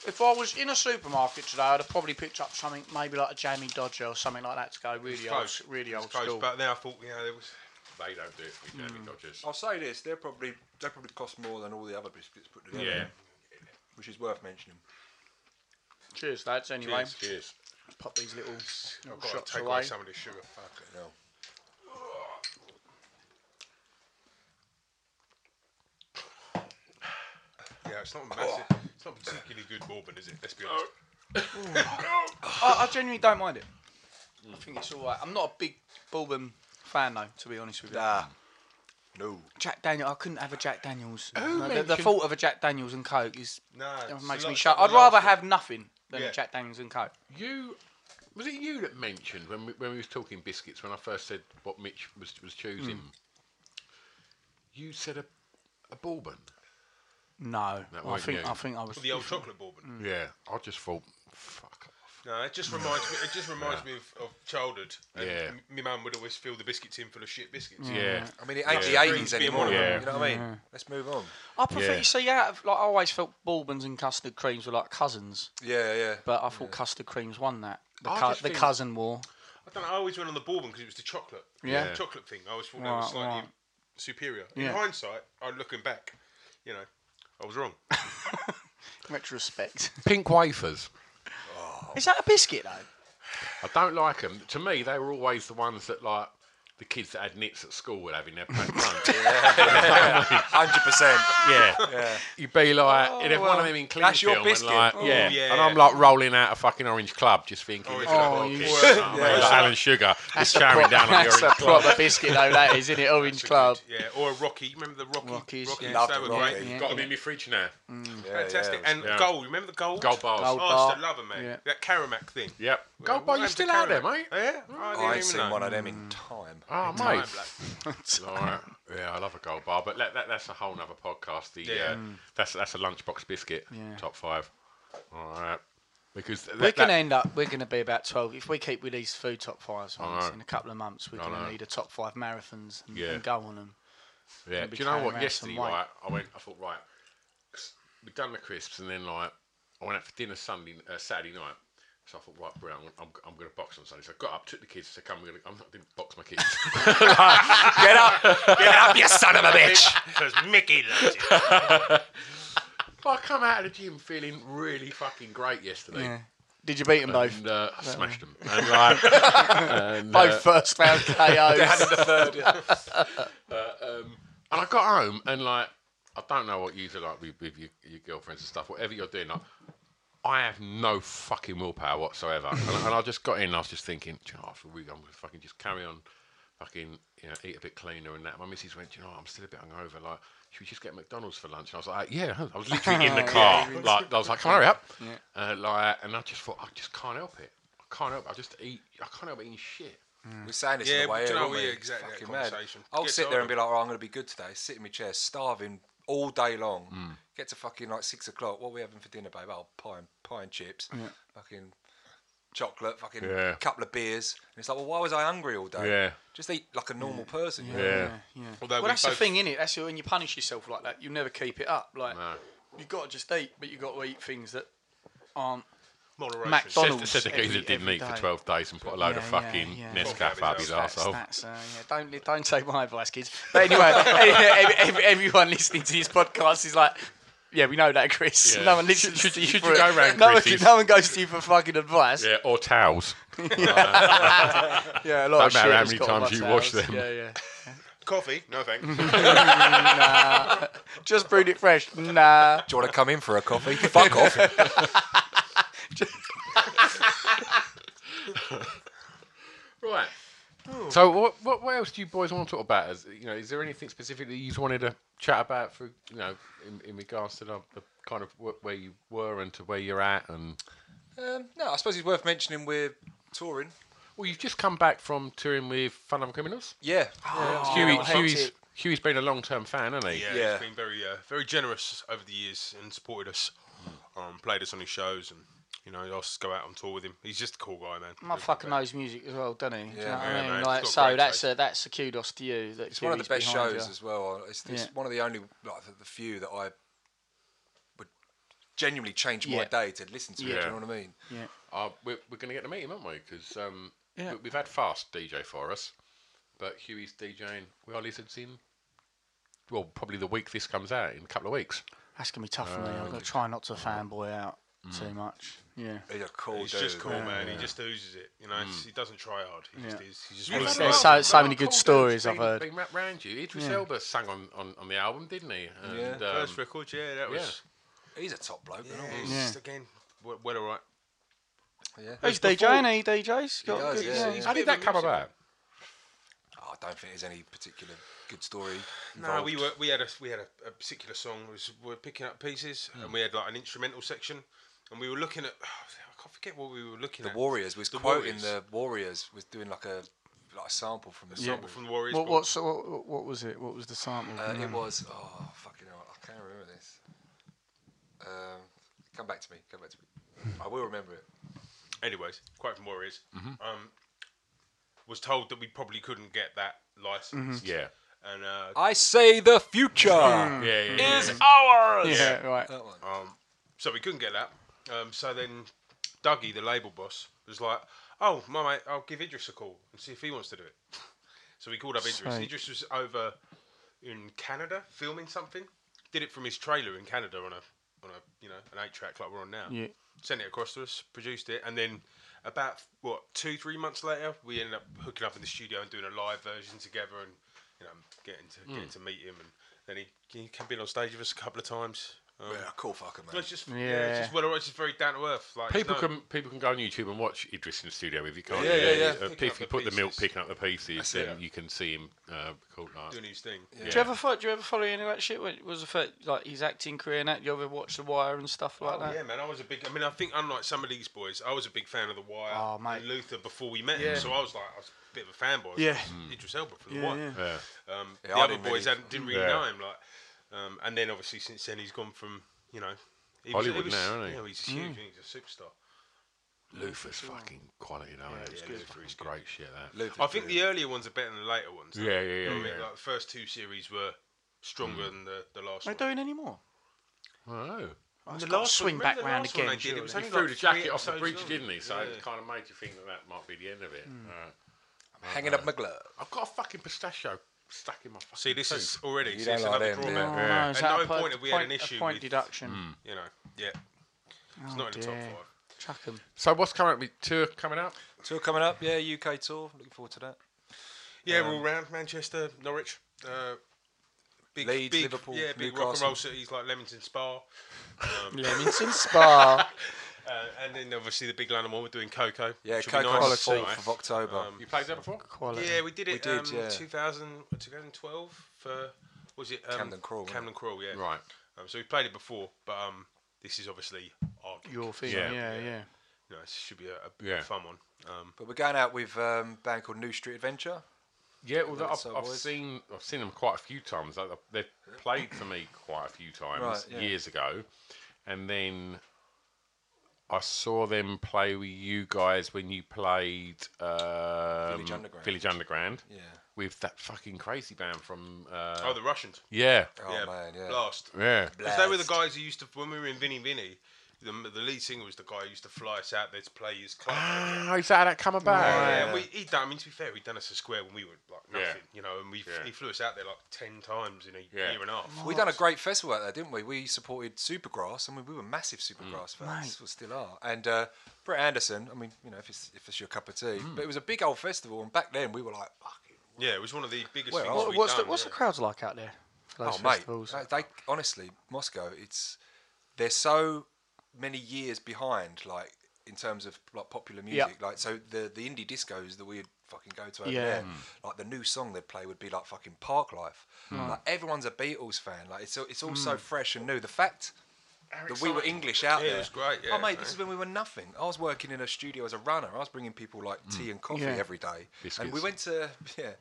S2: If I was in a supermarket today, I'd have probably picked up something, maybe like a Jamie Dodger or something like that to go really old,
S4: Close,
S2: really
S4: it's
S2: old
S4: close.
S2: school.
S4: But then I thought, you know, there was
S1: They don't do it for
S2: Mm.
S1: me, Jamie Dodgers.
S5: I'll say this, they're probably, they probably cost more than all the other biscuits put together.
S1: Yeah.
S5: Which is worth mentioning.
S2: Cheers, lads. Anyway,
S1: Cheers. Cheers.
S2: pop these little, little
S4: I've got
S2: shots
S4: to take
S2: away.
S4: away some of this sugar. Fuck it.
S5: No.
S4: Yeah, it's not massive. It's not particularly good bourbon, is it? Let's be honest.
S2: I, I genuinely don't mind it. I think it's all right. I'm not a big bourbon fan though, to be honest with you.
S5: Nah. No.
S2: Jack Daniel, I couldn't have a Jack Daniels. No, the, the thought of a Jack Daniels and Coke is
S4: No,
S2: it
S4: it's a
S2: makes
S4: lot-
S2: me
S4: it's
S2: shut.
S4: not
S2: I'd
S4: the
S2: rather
S4: last one.
S2: have nothing than
S4: Yeah.
S2: a Jack Daniels and Coke.
S1: You, was it you that mentioned when we, when we was talking biscuits when I first said what Mitch was was choosing? You said a, a bourbon.
S2: No,
S1: That
S2: I
S1: weren't
S2: think
S1: you.
S2: I think I was.
S4: The old chocolate bourbon.
S1: Yeah, I just thought, fuck off.
S4: No, it just reminds me. It just reminds me of, of childhood. And
S1: Yeah.
S4: m- My mum would always fill the biscuits in full of shit biscuits.
S1: Yeah.
S5: I mean, it ain't
S4: Mm. Yeah.
S5: the 80s
S4: Being
S5: anymore.
S4: one of them.
S5: You know what I mean? Let's move on.
S2: I prefer
S1: Yeah.
S2: you see out of like I always felt bourbons and custard creams were like cousins,
S5: Yeah, yeah.
S2: but I thought custard creams won that the,
S4: I
S2: cou-
S4: just
S2: the
S4: think-
S2: cousin war.
S4: I don't know. I always went on the bourbon because it was the chocolate.
S2: Yeah.
S4: The chocolate thing. I always thought that was
S2: Right,
S4: slightly
S2: right.
S4: superior.
S2: Yeah.
S4: In hindsight, I'm looking back. You know, I was wrong.
S2: Retrospect.
S1: Pink wafers.
S2: Is that a biscuit though?
S1: I don't like them. To me, they were always the ones that like the kids that had knits at school would have in their pack lunch. yeah.
S5: 100%.
S1: yeah. You'd be like, it'd have one of them in Cleanfield.
S5: that's your
S1: and,
S5: biscuit.
S1: like,
S5: Oh,
S1: yeah.
S4: yeah.
S1: And I'm like rolling out a fucking orange club, just thinking,
S4: Orange
S1: look at
S4: Club.
S1: the
S4: Oh,
S1: poor
S4: you
S1: kids,
S4: were.
S1: you know what I mean?
S4: Yeah.
S1: Like Alan Sugar is showering down on the
S2: That's a
S1: orange club.
S2: proper biscuit though. That is, isn't it? Orange Club.
S4: Good, Yeah. Or a Rocky. Remember the Rocky?
S2: Rockies,
S4: Rockies?
S2: yeah.
S5: Loved
S4: They
S5: it,
S4: were
S5: Rocky.
S4: great.
S5: Yeah.
S1: Got them in my fridge now.
S4: Fantastic.
S5: yeah, it
S4: and
S1: yeah.
S4: gold. Remember the gold?
S1: Gold bars.
S4: Oh,
S2: Gold
S4: I used
S2: bar.
S4: to love them, man.
S2: Yeah.
S4: That Karamak thing.
S1: Yep. Gold
S4: What
S1: bar, you
S4: happened to
S1: still out there,
S4: Karamak?
S1: mate?
S4: Yeah. I didn't
S5: I ain't
S4: even
S5: seen
S4: know.
S5: one of them in
S4: Mm.
S5: time.
S1: Oh, mate.
S4: Black.
S1: All right. Yeah, I love a gold bar, but that, that, that's a whole nother podcast. The,
S4: Yeah.
S1: uh, that's that's a lunchbox biscuit.
S2: Yeah.
S1: Top five. All right. Because th-
S2: We're
S1: that-
S2: going to end up. We're going to be about twelve if we keep with these food top fives. Ones,
S1: know.
S2: in a couple of months, we're
S1: I
S2: going
S1: know.
S2: to need a top five marathons and,
S1: Yeah.
S2: and go on them.
S1: Yeah.
S2: and
S1: Do
S2: be
S1: you know
S2: carrying
S1: what?
S2: around some
S1: Yesterday,
S2: weight.
S1: right, I went. I thought, right, 'cause we'd done the crisps, and then like I went out for dinner Sunday, uh, Saturday night. So I thought, right, bro, I'm, I'm, I'm going to box on Sunday. So I got up, took the kids, said, "Come, we're gonna, I'm not going to box my kids."
S5: Get up! Get up, you son of a bitch!
S4: Because Mickey loves it.
S1: but I come out of the gym feeling really fucking great yesterday,
S2: Did you beat them both?
S1: and uh, I smashed them. And, like, and, uh,
S2: Both first round KOs.
S1: And I got home and like I don't know what you do like with, with your, your girlfriends and stuff, whatever you're doing. Like, I have no fucking willpower whatsoever, and, I- and I just got in. and I was just thinking, do you know, what, I feel really, I'm gonna fucking just carry on, fucking you know, eat a bit cleaner and that. My missus went, do you know, what, I'm still a bit hungover. Like, should we just get McDonald's for lunch? And I was like, yeah. I was literally in the car. like, I was like, come on, hurry up. Uh, like, and I just thought, I just can't help it. I can't help. It. I just eat. I can't help eating shit.
S5: We're saying this
S4: Yeah,
S5: in a way,
S4: but you know,
S5: aren't we?
S4: yeah, exactly, that
S5: Fucking mad.
S4: conversation.
S5: I'll
S4: Gets
S5: sit there
S4: older.
S5: and be like, oh, I'm going to be good today. Sit in my chair, starving all day long.
S1: Hmm.
S5: Get to fucking like six o'clock. What are we having for dinner, babe? Oh, pie and, pie and chips. Fucking chocolate, fucking
S1: Yeah.
S5: couple of beers. And it's like, well, why was I hungry all day?
S1: Yeah.
S5: Just eat like a normal person. you know?
S1: Yeah.
S4: Although
S2: Well,
S4: we
S2: that's the
S4: both-
S2: thing, innit? That's when you punish yourself like that, you never keep it up. Like
S1: No.
S2: you've got to just eat, but you've got to eat things that aren't.
S4: Moderation.
S2: McDonald's.
S1: Said, said the
S2: Every-
S1: geezer didn't
S2: every
S1: eat for
S2: day.
S1: 12 days and put a load of
S2: Yeah,
S1: fucking
S2: yeah, yeah.
S1: Nescafe
S4: Well,
S1: up his
S4: that's-
S1: arsehole.
S2: That's, uh, yeah, don't don't take my advice, kids. But anyway, every, every, everyone listening to this podcast is like, yeah, we know that, Chris.
S1: Yeah.
S2: No one listens
S1: Should-
S2: to
S1: should-
S2: you.
S1: should
S2: for
S1: you
S2: it.
S1: go round
S2: no, one,
S1: Chris's?
S2: no one goes to you for fucking advice.
S1: Yeah, or towels.
S2: Yeah, a lot
S1: Don't matter
S2: of shit
S1: how
S2: has
S1: many
S2: got on
S1: times
S2: my
S1: you wash
S2: towels.
S1: them.
S2: Yeah, yeah.
S4: Coffee? No thanks.
S2: Just brewed it fresh. Nah.
S5: Do you want to come in for a coffee? Fuck off.
S1: Right. So, what, what what else do you boys want to talk about? Is, you know, is there anything specifically you wanted to chat about for you know in, in regards to the, the kind of wh- where you were and to where you're at? And
S5: um, no, I suppose it's worth mentioning we're touring.
S1: well, you've just come back from touring with Fun and Criminals.
S5: Yeah.
S4: Oh,
S2: Oh,
S1: Huey,
S5: that's
S1: Huey's
S5: it.
S1: Huey's been a long term fan, hasn't he?
S4: Yeah,
S5: Yeah.
S4: he's been very, uh, very generous over the years and supported us. Um, played us on his shows, and you know, I used to go out on tour with him. He's just a cool guy, man.
S2: Motherfucker knows music as well, doesn't he? Do you know what
S4: Yeah,
S2: I mean?
S4: man, he's
S2: like,
S4: got
S2: so
S4: great
S2: that's
S4: taste.
S2: a, that's a kudos to you. That
S5: It's one of the best shows
S2: You.
S5: as well. It's, it's
S2: Yeah.
S5: one of the only, like, the- the few that I would genuinely change my
S2: Yeah.
S5: day to listen to. it, Do
S1: Yeah.
S5: you know what I mean?
S2: Yeah.
S1: Uh, we're we're going to get to meet him, aren't we? Because um,
S2: Yeah.
S1: we, we've had Fast DJ for us, but Huey's DJing. We are lizards in. Well, probably the week this comes out in a couple of weeks.
S2: That's gonna be tough for me. I'm gonna try not to fanboy out too much. Yeah.
S5: He's a cool
S4: He's
S5: dude.
S4: just cool, man. He just oozes it. You know, it's- he doesn't try hard. He just
S2: Yeah.
S4: is. He just
S1: You've
S4: wants
S1: had a
S2: There's
S4: to.
S1: lot- a
S2: so-
S1: lot
S2: so
S1: of
S2: many good
S1: Oh, cool dudes
S2: stories I've
S1: been-
S2: heard.
S1: Been wrapped round you. Idris
S2: Yeah.
S1: Elba sang on, on, on the album, didn't he? And,
S5: Yeah.
S1: um,
S4: First record, yeah, that was.
S5: He's a top bloke.
S4: Yeah,
S5: and all.
S4: he's just, again, well, well alright.
S2: Who's DJing? Are you DJs? Got
S5: does,
S2: good-
S5: yeah, yeah.
S1: how did that come about?
S5: Oh, I don't think there's any particular good story.
S4: No, we
S5: involved.
S4: were we had a we had a, a particular song was we were picking up pieces
S5: Hmm.
S4: and we had like an instrumental section and we were looking at I can't forget what we were looking
S5: the
S4: at.
S5: Warriors was
S4: The
S5: quoting
S4: Warriors.
S5: the Warriors was doing like a like a sample from the
S4: sample from the Warriors.
S2: What,
S4: but-
S2: what's, what, what was it? What was the sample?
S5: Uh,
S2: Yeah.
S5: it was oh fucking hell, I can't remember this. Um, come back to me. Come back to me. I will remember it.
S4: Anyways, quote from Warriors.
S5: Mm-hmm.
S1: Mhm.
S4: Um, was told that we probably couldn't get that license.
S2: Mm-hmm.
S1: Mhm. Yeah.
S4: And uh,
S5: I say the future
S4: Mm. Yeah, yeah, yeah.
S5: is
S4: Yeah.
S5: ours.
S4: Yeah,
S2: right.
S5: That one.
S4: Um, so we couldn't get that. Um, so then Dougie, the label boss, was like, "Oh, my mate, I'll give Idris a call and see if he wants to do it." So we called up Idris.
S2: Sweet.
S4: Idris was over in Canada filming something. Did it from his trailer in Canada on a on a you know an eight track like we're on now.
S2: Yeah.
S4: Sent it across to us, produced it, and then about what two three months later, we ended up hooking up in the studio and doing a live version together, and you know getting to
S2: Hmm.
S5: Mm.
S4: getting to meet him, and then he he came in on stage with us a couple of times. Um,
S5: Yeah, cool fucker, man.
S4: it's just yeah,
S1: Yeah.
S4: it's just well, it's just very down to earth. Like
S1: People
S4: no,
S1: can people can go on YouTube and watch Idris in the studio if you can't.
S4: Yeah, yeah, yeah.
S1: Uh,
S4: Picking up
S1: If you
S4: the
S1: put the milk
S4: pieces.
S1: picking up the pieces,
S4: That's
S1: then
S4: it.
S1: you can see him uh, called like.
S4: doing his thing.
S1: Yeah.
S2: Do you ever follow? Do you ever follow any of that shit? What was the first, like his acting career and that? You ever watch The Wire and stuff like
S4: Oh,
S2: that?
S4: yeah, man. I was a big. I mean, I think unlike some of these boys, I was a big fan of the Wire
S2: Oh,
S4: and Luther before we met
S2: Yeah.
S4: him. So I was like, I was a bit of a fanboy.
S2: Yeah.
S4: Mm. Idris Elba from
S2: Yeah,
S4: the Wire.
S1: yeah.
S4: Um,
S5: Yeah,
S4: the
S5: I
S4: other
S5: didn't
S4: boys
S5: really-
S4: hadn't, didn't really
S1: Yeah.
S4: know him. Like, um, and then obviously since then he's gone from you know he was,
S1: Hollywood
S4: he was,
S1: now, isn't he?
S4: Yeah, he's
S2: Mm.
S4: huge. He's a superstar.
S1: Luther's fucking quality, though.
S4: Yeah,
S1: Yeah, it's
S4: yeah,
S1: good.
S4: Luther
S1: fucking
S4: is good.
S1: great shit. That.
S4: I think the earlier ones are better than the later ones. though.
S1: Yeah, yeah,
S4: You know
S1: yeah,
S4: what I mean?
S1: yeah.
S4: Like, the first two series were stronger
S1: Mm.
S4: than the, the last
S2: Are
S4: one.
S2: they doing any more?
S1: Oh.
S2: Oh, it's
S4: The
S2: got to
S4: last one-
S2: swing
S4: remember
S2: back
S4: the
S2: round
S4: last one
S2: again.
S4: they did? It was
S2: surely.
S1: He
S4: only
S1: threw
S4: like
S1: the
S4: three
S1: jacket off the
S4: episodes
S1: bridge,
S4: long.
S1: didn't he? Hmm. So
S4: Yeah.
S1: it kind of made you think that that might be the end of it. Alright.
S5: Hanging up my glove.
S1: I've got a fucking pistachio stuck in my fucking
S4: See, this is
S1: tooth.
S4: already
S5: You
S4: see,
S5: don't
S4: it's
S5: like
S4: another
S5: them, do you?
S4: drawback.
S2: Oh,
S1: Yeah.
S2: no, is
S4: At
S2: that
S4: no
S2: a po-
S4: point have we had an
S2: point- a
S4: issue
S2: point
S4: with- Hmm.
S2: deduction.
S4: You know, yeah, it's
S2: Oh,
S4: not in the top
S2: dear.
S4: five.
S2: Chuck 'em.
S1: So what's coming up with tour coming up?
S5: Tour coming up, yeah, UK tour. Looking forward to that.
S4: Yeah, we're
S5: Um,
S4: all round Manchester, Norwich, uh, big,
S5: Leeds,
S4: big,
S5: Liverpool,
S4: yeah, big rock and
S5: Newcastle.
S4: roll cities like Leamington Spa, um,
S2: Leamington Spa.
S4: uh, and then obviously the big London one. We're doing Coco.
S5: Yeah,
S4: which will be
S5: Coco on
S4: nice
S5: the
S4: to see.
S5: 4th of October.
S1: You played there before?
S2: Quality.
S4: Yeah, we did
S5: We
S4: it.
S5: did,
S4: um,
S5: yeah.
S4: 2000, 2012 for was it um,
S5: Camden Crawl, wasn't
S4: Camden Crawl, yeah.
S1: Right.
S4: Um, so we played it before, but um, this is obviously our gig.
S2: Your thing.
S1: Yeah.
S2: Yeah, yeah.
S4: You know, it should be a, a
S1: Yeah.
S4: fun one. Um,
S5: But we're going out with um, a band called New Street Adventure.
S1: Yeah, well,
S5: Right,
S1: I've,
S5: so
S1: I've
S5: boys.
S1: seen I've seen them quite a few times. Like, they've played for me quite a few times
S5: Right, yeah.
S1: years ago, and then I saw them play with you guys when you played um,
S5: Underground.
S1: Village Underground
S5: Yeah.
S1: with that fucking crazy band from. Uh,
S4: oh, the Russians.
S1: yeah,
S5: Oh man, yeah.
S4: Blast.
S1: yeah.
S4: Because they were the
S5: Blast.
S4: guys who used to, when we were in Vinny Vinny, the, the lead singer was the guy who used to fly us out there to play his club.
S1: Ah, is that how that come about?
S4: Yeah, and we, he done, I mean, to be fair, he done us a square when we were like
S1: Yeah.
S4: nothing, you know, and we,
S1: Yeah.
S4: he flew us out there like 10 times in a
S1: Yeah.
S4: year and a half.
S5: We done a great festival out there, didn't we? We supported Supergrass, and we, we were massive Supergrass fans. We still are. And uh, Brett Anderson, I mean, you know, if it's if it's your cup of tea, but it was a big old festival, and back then we were like, fucking,
S4: Yeah, it was one of the biggest
S5: Well,
S4: things
S2: What,
S4: we've
S2: what's
S4: done.
S2: the what's
S4: yeah.
S2: the crowds like out there? For those
S5: oh mate,
S2: festivals?
S5: they, they honestly Moscow. It's they're so many years behind, like in terms of like popular
S2: Yeah.
S5: music. Like so, the the indie discos that we'd fucking go to over
S2: Yeah.
S5: there,
S4: Mm.
S5: like the new song they'd play would be like fucking Park Life. Like everyone's a Beatles fan. Like it's all- it's all
S2: Mm.
S5: so fresh and new. The fact. That we were English out
S4: Yeah, it
S5: there.
S4: was great, yeah,
S5: oh mate,
S4: mate.
S5: this is when we were nothing. I was working in a studio as a runner. I was bringing people like
S4: Mm.
S5: tea and coffee
S2: Yeah.
S5: every day. And we
S1: Biscuits.
S5: went to yeah,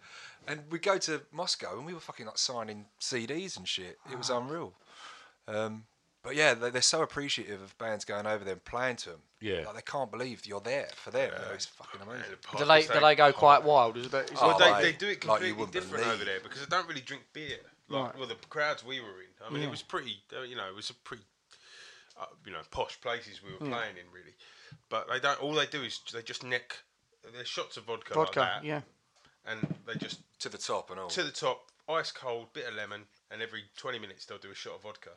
S5: and we go to Moscow, and we were fucking like signing CDs and shit. It
S4: Ah.
S5: was unreal. Um, but yeah, they, they're so appreciative of bands going over there and playing to them.
S1: Yeah.
S5: like, they can't believe you're there for them. You know, it's fucking
S4: Yeah,
S5: amazing.
S4: the park
S2: do they
S4: was
S2: do
S4: like-
S2: they go quite wild? Is that, is
S5: Oh,
S4: Well,
S2: that-
S4: they,
S5: mate,
S4: they do it
S5: like you
S4: completely
S5: wouldn't
S4: different
S5: believe.
S4: over there because they don't really drink beer. Like,
S2: Right.
S4: well, the crowds we were in. I mean,
S2: Yeah.
S4: it was pretty. uh, You know, it was a pretty, uh, you know, posh places we were playing in really. But they don't. All they do is they just neck their shots of vodka,
S2: vodka?
S4: like that,
S2: yeah.
S4: and they just
S5: to the top and all.
S4: to the top, ice cold, bit of lemon, and every twenty minutes they'll do a shot of vodka.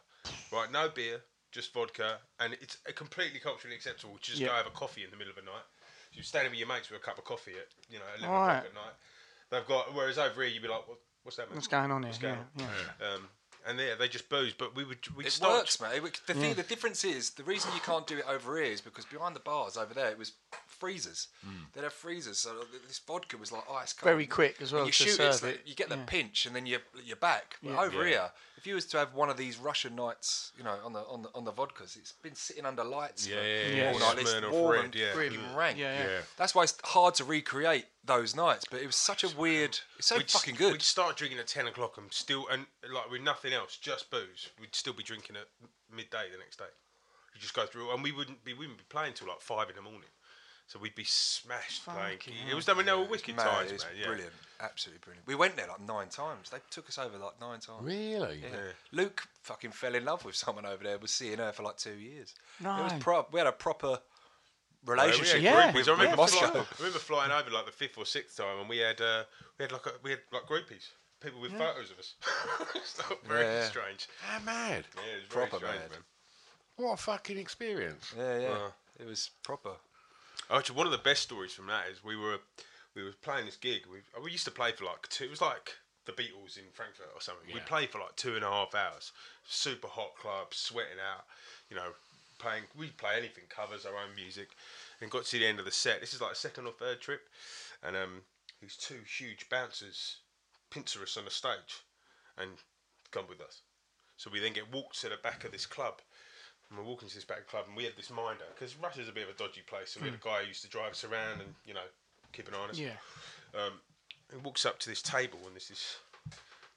S4: Right, no beer, just vodka, and it's uh, completely culturally acceptable. to Just
S2: Yeah.
S4: go have a coffee in the middle of the night. So you're standing with your mates with a cup of coffee at you know eleven
S2: Alright.
S4: o'clock at night. They've got whereas over here you'd be like, what, what's that? Man?
S2: What's going on here?
S4: What's going
S2: Yeah,
S4: on? Um, and yeah, they just booze, but we would we
S5: it
S4: start.
S5: works, mate. It- The thing, the difference is the reason you can't do it over here is because behind the bars over there it was freezers. They'd have freezers, so this vodka was like ice cold.
S2: Very quick as
S5: When
S2: well
S5: You
S2: to
S5: shoot
S2: serve
S5: it's like
S2: it.
S5: you get the
S2: Yeah.
S5: pinch, and then you're you're back. But
S2: Yeah.
S5: over here, if you was to have one of these Russian nights, you know, on the on the on the vodkas, it's been sitting under lights.
S1: Yeah,
S5: for
S1: yeah,
S2: yeah.
S5: All night. It's
S4: Smirnoff
S5: warm
S4: Red,
S5: and
S4: yeah.
S5: fucking rank.
S2: Yeah, yeah.
S1: Yeah.
S5: That's why it's hard to recreate those nights. But it was such a weird. It's so
S4: we'd s-
S5: fucking good.
S4: We'd start drinking at ten o'clock and still and like with nothing else, just booze. We'd still be drinking at m- midday the next day. You just go through, and we wouldn't be we wouldn't be playing till like five in the morning. So we'd be smashed playing.
S5: Fucking
S4: It was done when they were
S5: hell.
S4: wicked
S5: Mate,
S4: times, man.
S5: it's
S4: yeah.
S5: brilliant. Absolutely brilliant. We went there like nine times. They took us over like nine times.
S1: Really?
S5: Yeah.
S4: Yeah.
S5: Luke fucking fell in love with someone over there. Was seeing her for like two years. It
S2: No.
S5: was prop. We had a proper
S4: Oh, we had
S5: relationship.
S2: Yeah.
S4: groupies.
S5: With,
S4: I
S5: with
S4: remember, fly-
S5: Moscow.
S4: I remember flying over like the fifth or sixth time, and we had uh, we had like a, we had like groupies, people with photos of us. it's not very
S5: Yeah.
S4: strange.
S1: How mad.
S4: Yeah, it was very
S5: Proper
S4: strange,
S5: mad.
S4: man.
S1: What a fucking experience.
S5: Yeah, yeah.
S4: Uh.
S5: it was proper.
S4: Actually, one of the best stories from that is we were we were playing this gig. We we used to play for like two. It was like the Beatles in Frankfurt or something. We
S1: Yeah.
S4: played for like two and a half hours. Super hot club, sweating out. You know, playing. We play anything, covers our own music, and got to the end of the set. This is like a second or third trip, and um, these two huge bouncers pincer us on the stage, and come with us. So we then get walked to the back of this club. And we're walking to this back club, and we had this minder because Russia's a bit of a dodgy place. So we had a guy who used to drive us around and you know keep an eye on us.
S2: Yeah.
S4: Um, he walks up to this table, and there's this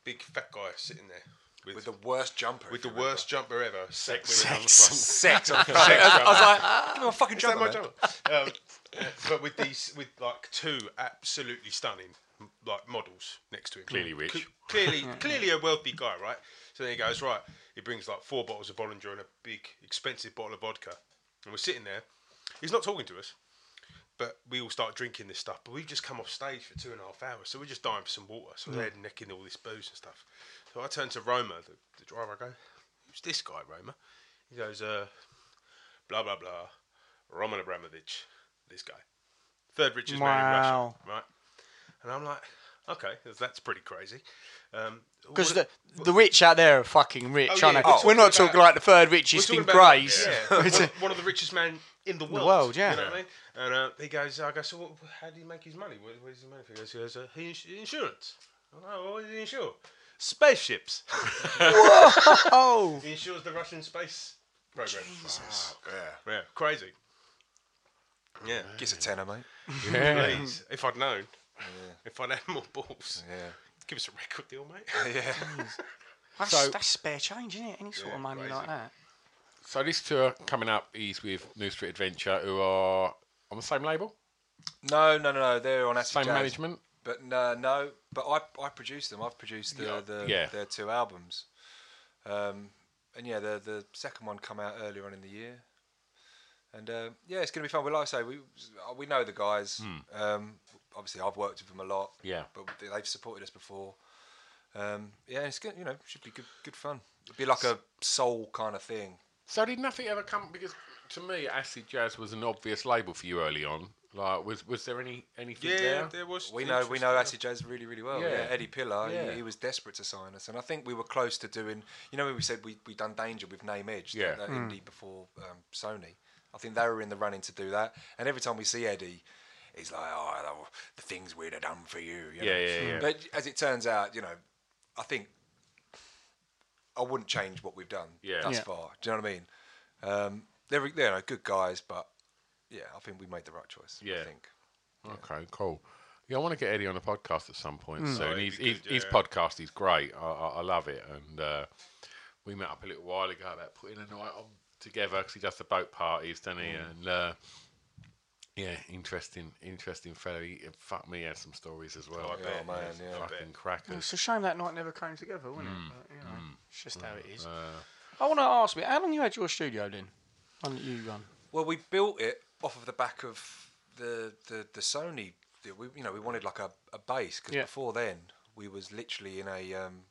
S4: big fat guy sitting there with,
S5: With the worst jumper.
S4: with
S5: if
S4: the
S5: you remember.
S4: worst jumper ever. Sex.
S5: Sex. on the front. I was like, give me a fucking
S4: Is that
S5: jumper.
S4: my
S5: man.
S4: jumper? Um, uh, but with these, with like two absolutely stunning m- like models next to him.
S1: Clearly rich.
S4: Cl- clearly, clearly a wealthy guy, right? So then he goes right. He brings like four bottles of Bollinger and a big expensive bottle of vodka, and we're sitting there. He's not talking to us, but we all start drinking this stuff. But we've just come off stage for two and a half hours, so we're just dying for some water. So they're necking all this booze and stuff. So I turn to Roma, the, the driver. I go, "Who's this guy, Roma?" He goes, uh, "Blah blah blah, Roman Abramovich, this guy, third richest man
S2: Wow.
S4: in Russia, right?" And I'm like, "Okay, that's pretty crazy." Um,
S2: Because
S4: what-
S2: the, the rich out there are fucking rich,
S4: Oh,
S2: aren't
S4: yeah,
S2: they?
S4: we're
S2: we're
S4: talking
S2: not talking
S4: about-
S2: like the third
S4: we're
S2: richest
S4: talking
S2: in
S4: about-
S2: Grays.
S4: yeah,
S2: It's
S4: one,
S2: a-
S4: one of the richest men in the world.
S2: world, yeah.
S4: You know what I mean? And uh, he goes, I go, so what, how do you make his money? Where, where does he money? He goes, he goes uh, he ins- insurance. I'm like, well, what does he insure? Spaceships.
S2: oh,
S4: he insures the Russian space program. Jesus.
S5: Yeah.
S4: Yeah, crazy. Yeah.
S5: Gives a tenner, mate.
S1: Yeah.
S4: Please, if I'd known, if I'd had more balls,
S5: Yeah.
S4: give us a record deal, mate.
S2: that's,
S1: So-
S2: that's spare change, isn't it? Any sort of money
S4: crazy.
S2: like that.
S1: So this tour coming up is with New Street Adventure, who are on the same label,
S5: No, no, no, no. They're on acid
S1: same
S5: jazz.
S1: management.
S5: But no, no. But I, I produced them. I've produced the, the
S1: Yeah.
S5: their two albums. Um, and yeah, the the second one come out earlier on in the year. And uh, yeah, it's gonna be fun. But like I say, we we know the guys. Um, obviously, I've worked with them a lot.
S1: Hmm. Yeah.
S5: But they- they've supported us before. Um, yeah, it's good. You know, should be good. Good fun. It'd be like a soul kind of thing.
S1: So did nothing ever come because to me, acid jazz was an obvious label for you early on. Like, was was there any anything
S4: yeah,
S1: there?
S4: there was.
S5: We know we know
S4: interest.
S5: Acid Jazz really really well.
S1: Yeah.
S5: Yeah, Eddie Pillar,
S1: Yeah.
S5: He, he was desperate to sign us, and I think we were close to doing. You know, when we said we we done Danger with Name Edge,
S1: Yeah.
S5: that, that indie before um, Sony. I think they were in the running to do that, and every time we see Eddie. He's like, oh, the things we'd have done for you. you know?
S1: Yeah, yeah, yeah.
S5: But as it turns out, you know, I think I wouldn't change what we've done
S1: Yeah.
S5: thus
S2: Yeah.
S5: far. Do you know what I mean? Um, they're, you know, good guys, but yeah, I think we made the right choice.
S1: Yeah.
S5: I think.
S1: Okay, cool. Yeah, I want to get Eddie on a podcast at some point soon.
S4: Oh, it'd
S1: He's,
S4: be
S1: he's,
S4: good,
S1: His
S4: yeah.
S1: podcast is great. I, I, I love it. And uh, we met up a little while ago about putting a night on together because he does the boat parties, doesn't he? And uh, yeah, interesting, interesting fellow. He, uh, fuck me, he had some stories as well.
S4: I bet,
S5: Oh, man,
S4: yes,
S5: yeah.
S4: I bet.
S1: Fucking crackers.
S2: It's a shame that night never came together, wasn't
S4: Mm.
S2: it? But, you know, It's just how it is.
S1: Uh,
S2: I want to ask me, how long you had your studio, then? One that you run.
S5: Well, we built it off of the back of the the, the Sony. the- We, you know, we wanted like a, a base because
S2: Yeah.
S5: before then we was literally in a um,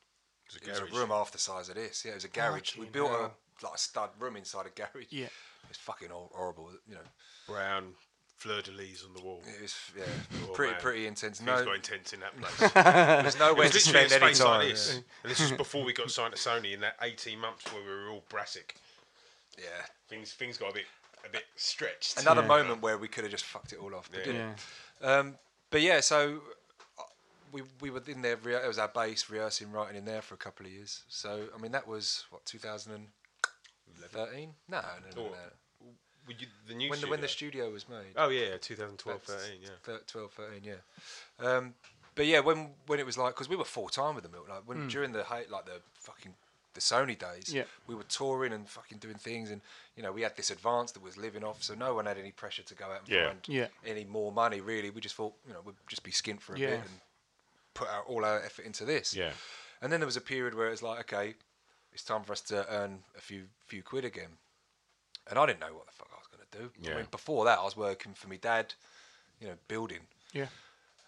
S4: It
S5: it was
S4: was a
S5: a
S4: garage.
S5: room half the size of this. Yeah, it was a garage. we
S2: Fucking
S5: built
S2: hell.
S5: a like a stud room inside a garage.
S2: Yeah.
S5: it's fucking hor- horrible. You know,
S4: brown fleur de lis on the wall.
S5: it was yeah,
S4: Oh,
S5: pretty
S4: man.
S5: pretty intense.
S4: Things
S5: No,
S4: got intense in that place.
S5: there's nowhere to
S4: It's literally
S5: spend
S4: a
S5: any
S4: space like
S5: time.
S4: this. And this was before we got signed to Sony in that 18 months where we were all brassic.
S5: Yeah, Yeah.
S4: Things things got a bit a bit stretched.
S5: another moment where we could have just fucked it all off. But
S4: Yeah.
S5: didn't.
S2: Yeah.
S5: Um, but yeah, so uh, we we were in there. Re- it was our base rehearsing, writing in there for a couple of years. So I mean, that was what 2013. No, no, no, no.
S4: Or Were you- the new
S5: When the when the
S4: studio?
S5: studio was made.
S4: Oh yeah, yeah, 2012,
S5: That's
S4: 13, yeah.
S5: thir- 12, 13, yeah. Um, but yeah, when when it was like, because we were full time with the milk, like when during the hate, like the fucking the Sony days,
S2: Mm. Yeah.
S5: we were touring and fucking doing things, and you know we had this advance that was living off, so no one had any pressure to go out and
S1: Yeah.
S5: find
S2: Yeah.
S5: any more money. Really, we just thought you know we'd just be skint for a
S2: Yeah.
S5: bit and put out all our effort into this.
S1: Yeah.
S5: And then there was a period where it was like, okay, it's time for us to earn a few few quid again. And I didn't know what the fuck I was going to do.
S1: Yeah.
S5: I mean, before that, I was working for my dad, you know, building.
S2: Yeah.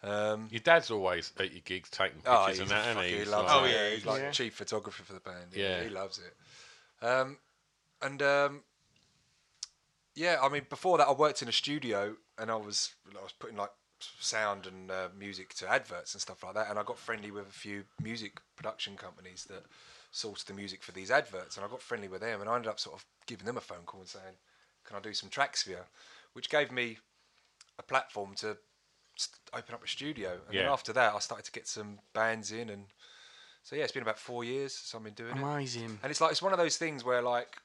S5: Um,
S1: Your dad's always at your gigs taking
S5: oh,
S1: pictures
S5: he
S1: and that, and
S5: fucking
S1: he's
S5: loves
S1: like,
S5: it. yeah, he's like
S2: Yeah.
S5: chief photographer for the band.
S1: Yeah.
S5: Yeah, he loves it. Um, and um, yeah, I mean, before that, I worked in a studio and I was I was putting like sound and uh, music to adverts and stuff like that. And I got friendly with a few music production companies that sourced the music for these adverts. And I got friendly with them, and I ended up sort of giving them a phone call and saying, "Can I do some tracks for you?" Which gave me a platform to st- open up a studio. And then
S1: Yeah.
S5: after that, I started to get some bands in, and so yeah, it's been about four years since I've been doing it.
S2: Amazing.
S5: And it's like it's one of those things where like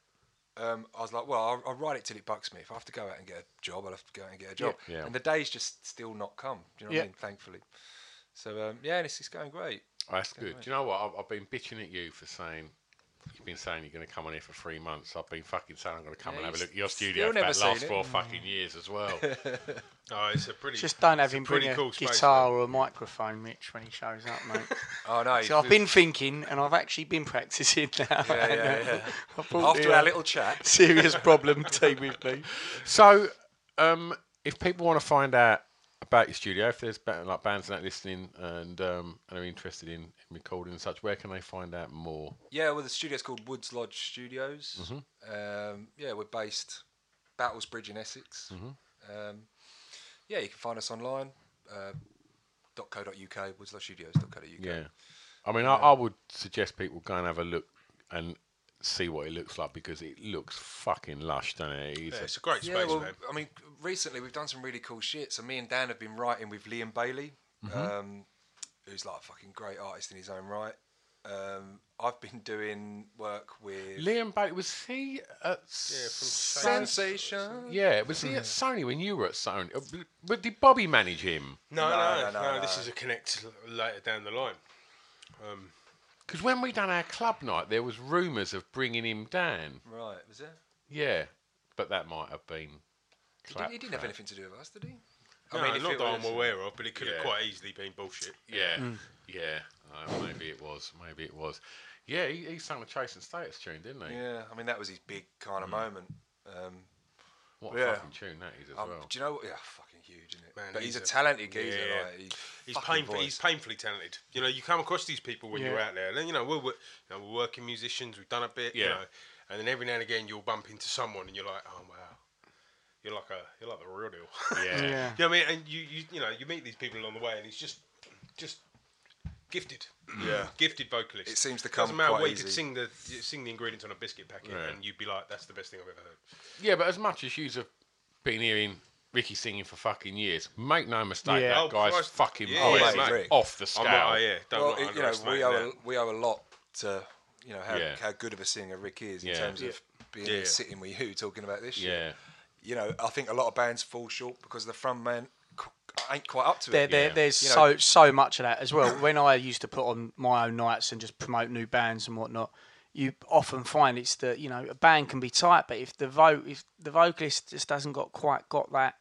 S5: um, I was like, well, I'll, I'll write it till it bucks me. If I have to go out and get a job, I'll have to go out and get a job.
S1: Yeah. Yeah.
S5: And the day's just still not come. Do you know what
S2: Yeah.
S5: I mean? Thankfully. So um, yeah, and it's, it's going great.
S1: Oh, that's good. Do you know what? I've, I've been bitching at you for saying you've been saying you're going to come on here for three months. I've been fucking saying I'm going to come
S5: Yeah,
S1: and have a
S5: you
S1: look at your
S5: s-
S1: studio
S5: still
S1: for
S5: never
S1: that
S5: seen
S1: last
S5: it. Mm.
S1: four fucking years as well.
S4: Oh, it's a pretty.
S2: Just don't have
S4: it's a
S2: him bring
S4: pretty
S2: a
S4: cool space,
S2: guitar or a microphone, Mitch, when he shows up, mate.
S5: Oh no!
S2: so I've been thinking, and I've actually been practicing now.
S5: Yeah,
S2: and, uh,
S5: yeah, yeah.
S2: I brought
S5: After
S2: the, uh,
S5: our little chat,
S2: serious problem team with me.
S1: so, um, if people want to find out about your studio, if there's ba- like bands and that listening and um, and are interested in recording and such, where can they find out more?
S5: yeah. Well, the studio's called Woods Lodge Studios.
S1: Mm-hmm.
S5: Um, yeah, we're based Battlesbridge in Essex.
S1: Mm-hmm.
S5: Um, yeah, you can find us online. Uh, .co.uk, woodslodgestudios.co.uk.
S1: Yeah. I mean, I, I would suggest people go and have a look and see what it looks like because it looks fucking lush, doesn't it? It's
S4: Yeah,
S1: a-
S4: it's a great space,
S5: Yeah, well,
S4: man.
S5: I mean, recently we've done some really cool shit. So me and Dan have been writing with Liam Bailey, um, who's like a fucking great artist in his own right. Um, I've been doing work with
S1: Liam Bailey was he at
S5: Sensation.
S1: Yeah, was he at Sony when you were at Sony? Uh, b- But did Bobby manage him?
S4: No, no, no,
S5: No, no, no,
S4: This
S5: no.
S4: is a connect l- later down the line.
S1: Because when we done our club night, there was rumours of bringing him down.
S5: Right, was there?
S1: Yeah, but that might have been.
S5: He
S1: clap
S5: didn't, he didn't have
S1: trap.
S5: anything to do with us, did he?
S4: No,
S5: if
S4: not
S5: it
S4: that I'm
S5: was-
S4: aware of, but it could
S1: Yeah.
S4: have quite easily been bullshit.
S1: Yeah, yeah. Uh, maybe it was. Maybe it was. Yeah, he, he sang the Chase and Status tune, didn't he?
S5: Yeah, I mean that was his big kind of
S4: Mm.
S5: moment. Um,
S1: What a
S5: Yeah.
S1: fucking tune that is as
S5: um,
S1: well.
S5: Do you know what? Yeah, fucking huge, isn't it?
S4: Man,
S5: but he's,
S4: he's
S5: a,
S4: a-
S5: talented geezer.
S4: yeah.
S5: Like, he,
S4: He's
S5: fucking
S4: painful.
S5: voice.
S4: He's painfully talented. You know, you come across these people when you're
S2: Yeah.
S4: out there, and then, you know we're, we're, you know, we're working musicians. We've done a bit,
S1: Yeah.
S4: you know, and then every now and again you'll bump into someone, and you're like, oh wow, you're like a you're like the real deal.
S1: Yeah.
S2: Yeah.
S4: you know what I mean? And you, you you know you meet these people along the way, and it's just just gifted. Yeah, gifted vocalist.
S5: It seems to
S4: Doesn't
S5: come
S4: matter
S5: quite
S4: where you could
S5: easy.
S4: sing the sing the ingredients on a biscuit packet, and you'd be like, that's the best thing I've ever heard.
S1: Yeah, but as much as you've been hearing Ricky singing for fucking years, make no mistake,
S2: Yeah.
S1: that
S4: Oh,
S1: guy's
S4: Christ.
S1: fucking
S4: Yeah,
S1: voice
S5: yeah,
S1: is
S5: mate.
S1: off the scale.
S4: I'm not, oh, yeah, don't
S5: well,
S4: not
S5: it- you know,
S4: underestimate
S5: we owe
S4: that.
S5: a, we owe a lot to you know how,
S1: Yeah.
S5: how good of a singer Rick is
S1: Yeah.
S5: in terms
S1: Yeah.
S5: of being
S4: Yeah.
S5: sitting with you talking about this.
S1: yeah.
S5: shit. you know, I think a lot of bands fall short because the front man c- ain't quite up to
S2: There,
S5: it.
S2: there,
S1: Yeah.
S2: There's
S5: You
S2: so
S5: know-
S2: so much of that as well. When I used to put on my own nights and just promote new bands and whatnot, you often find it's that you know a band can be tight, but if the vo- if the vocalist just hasn't got quite got that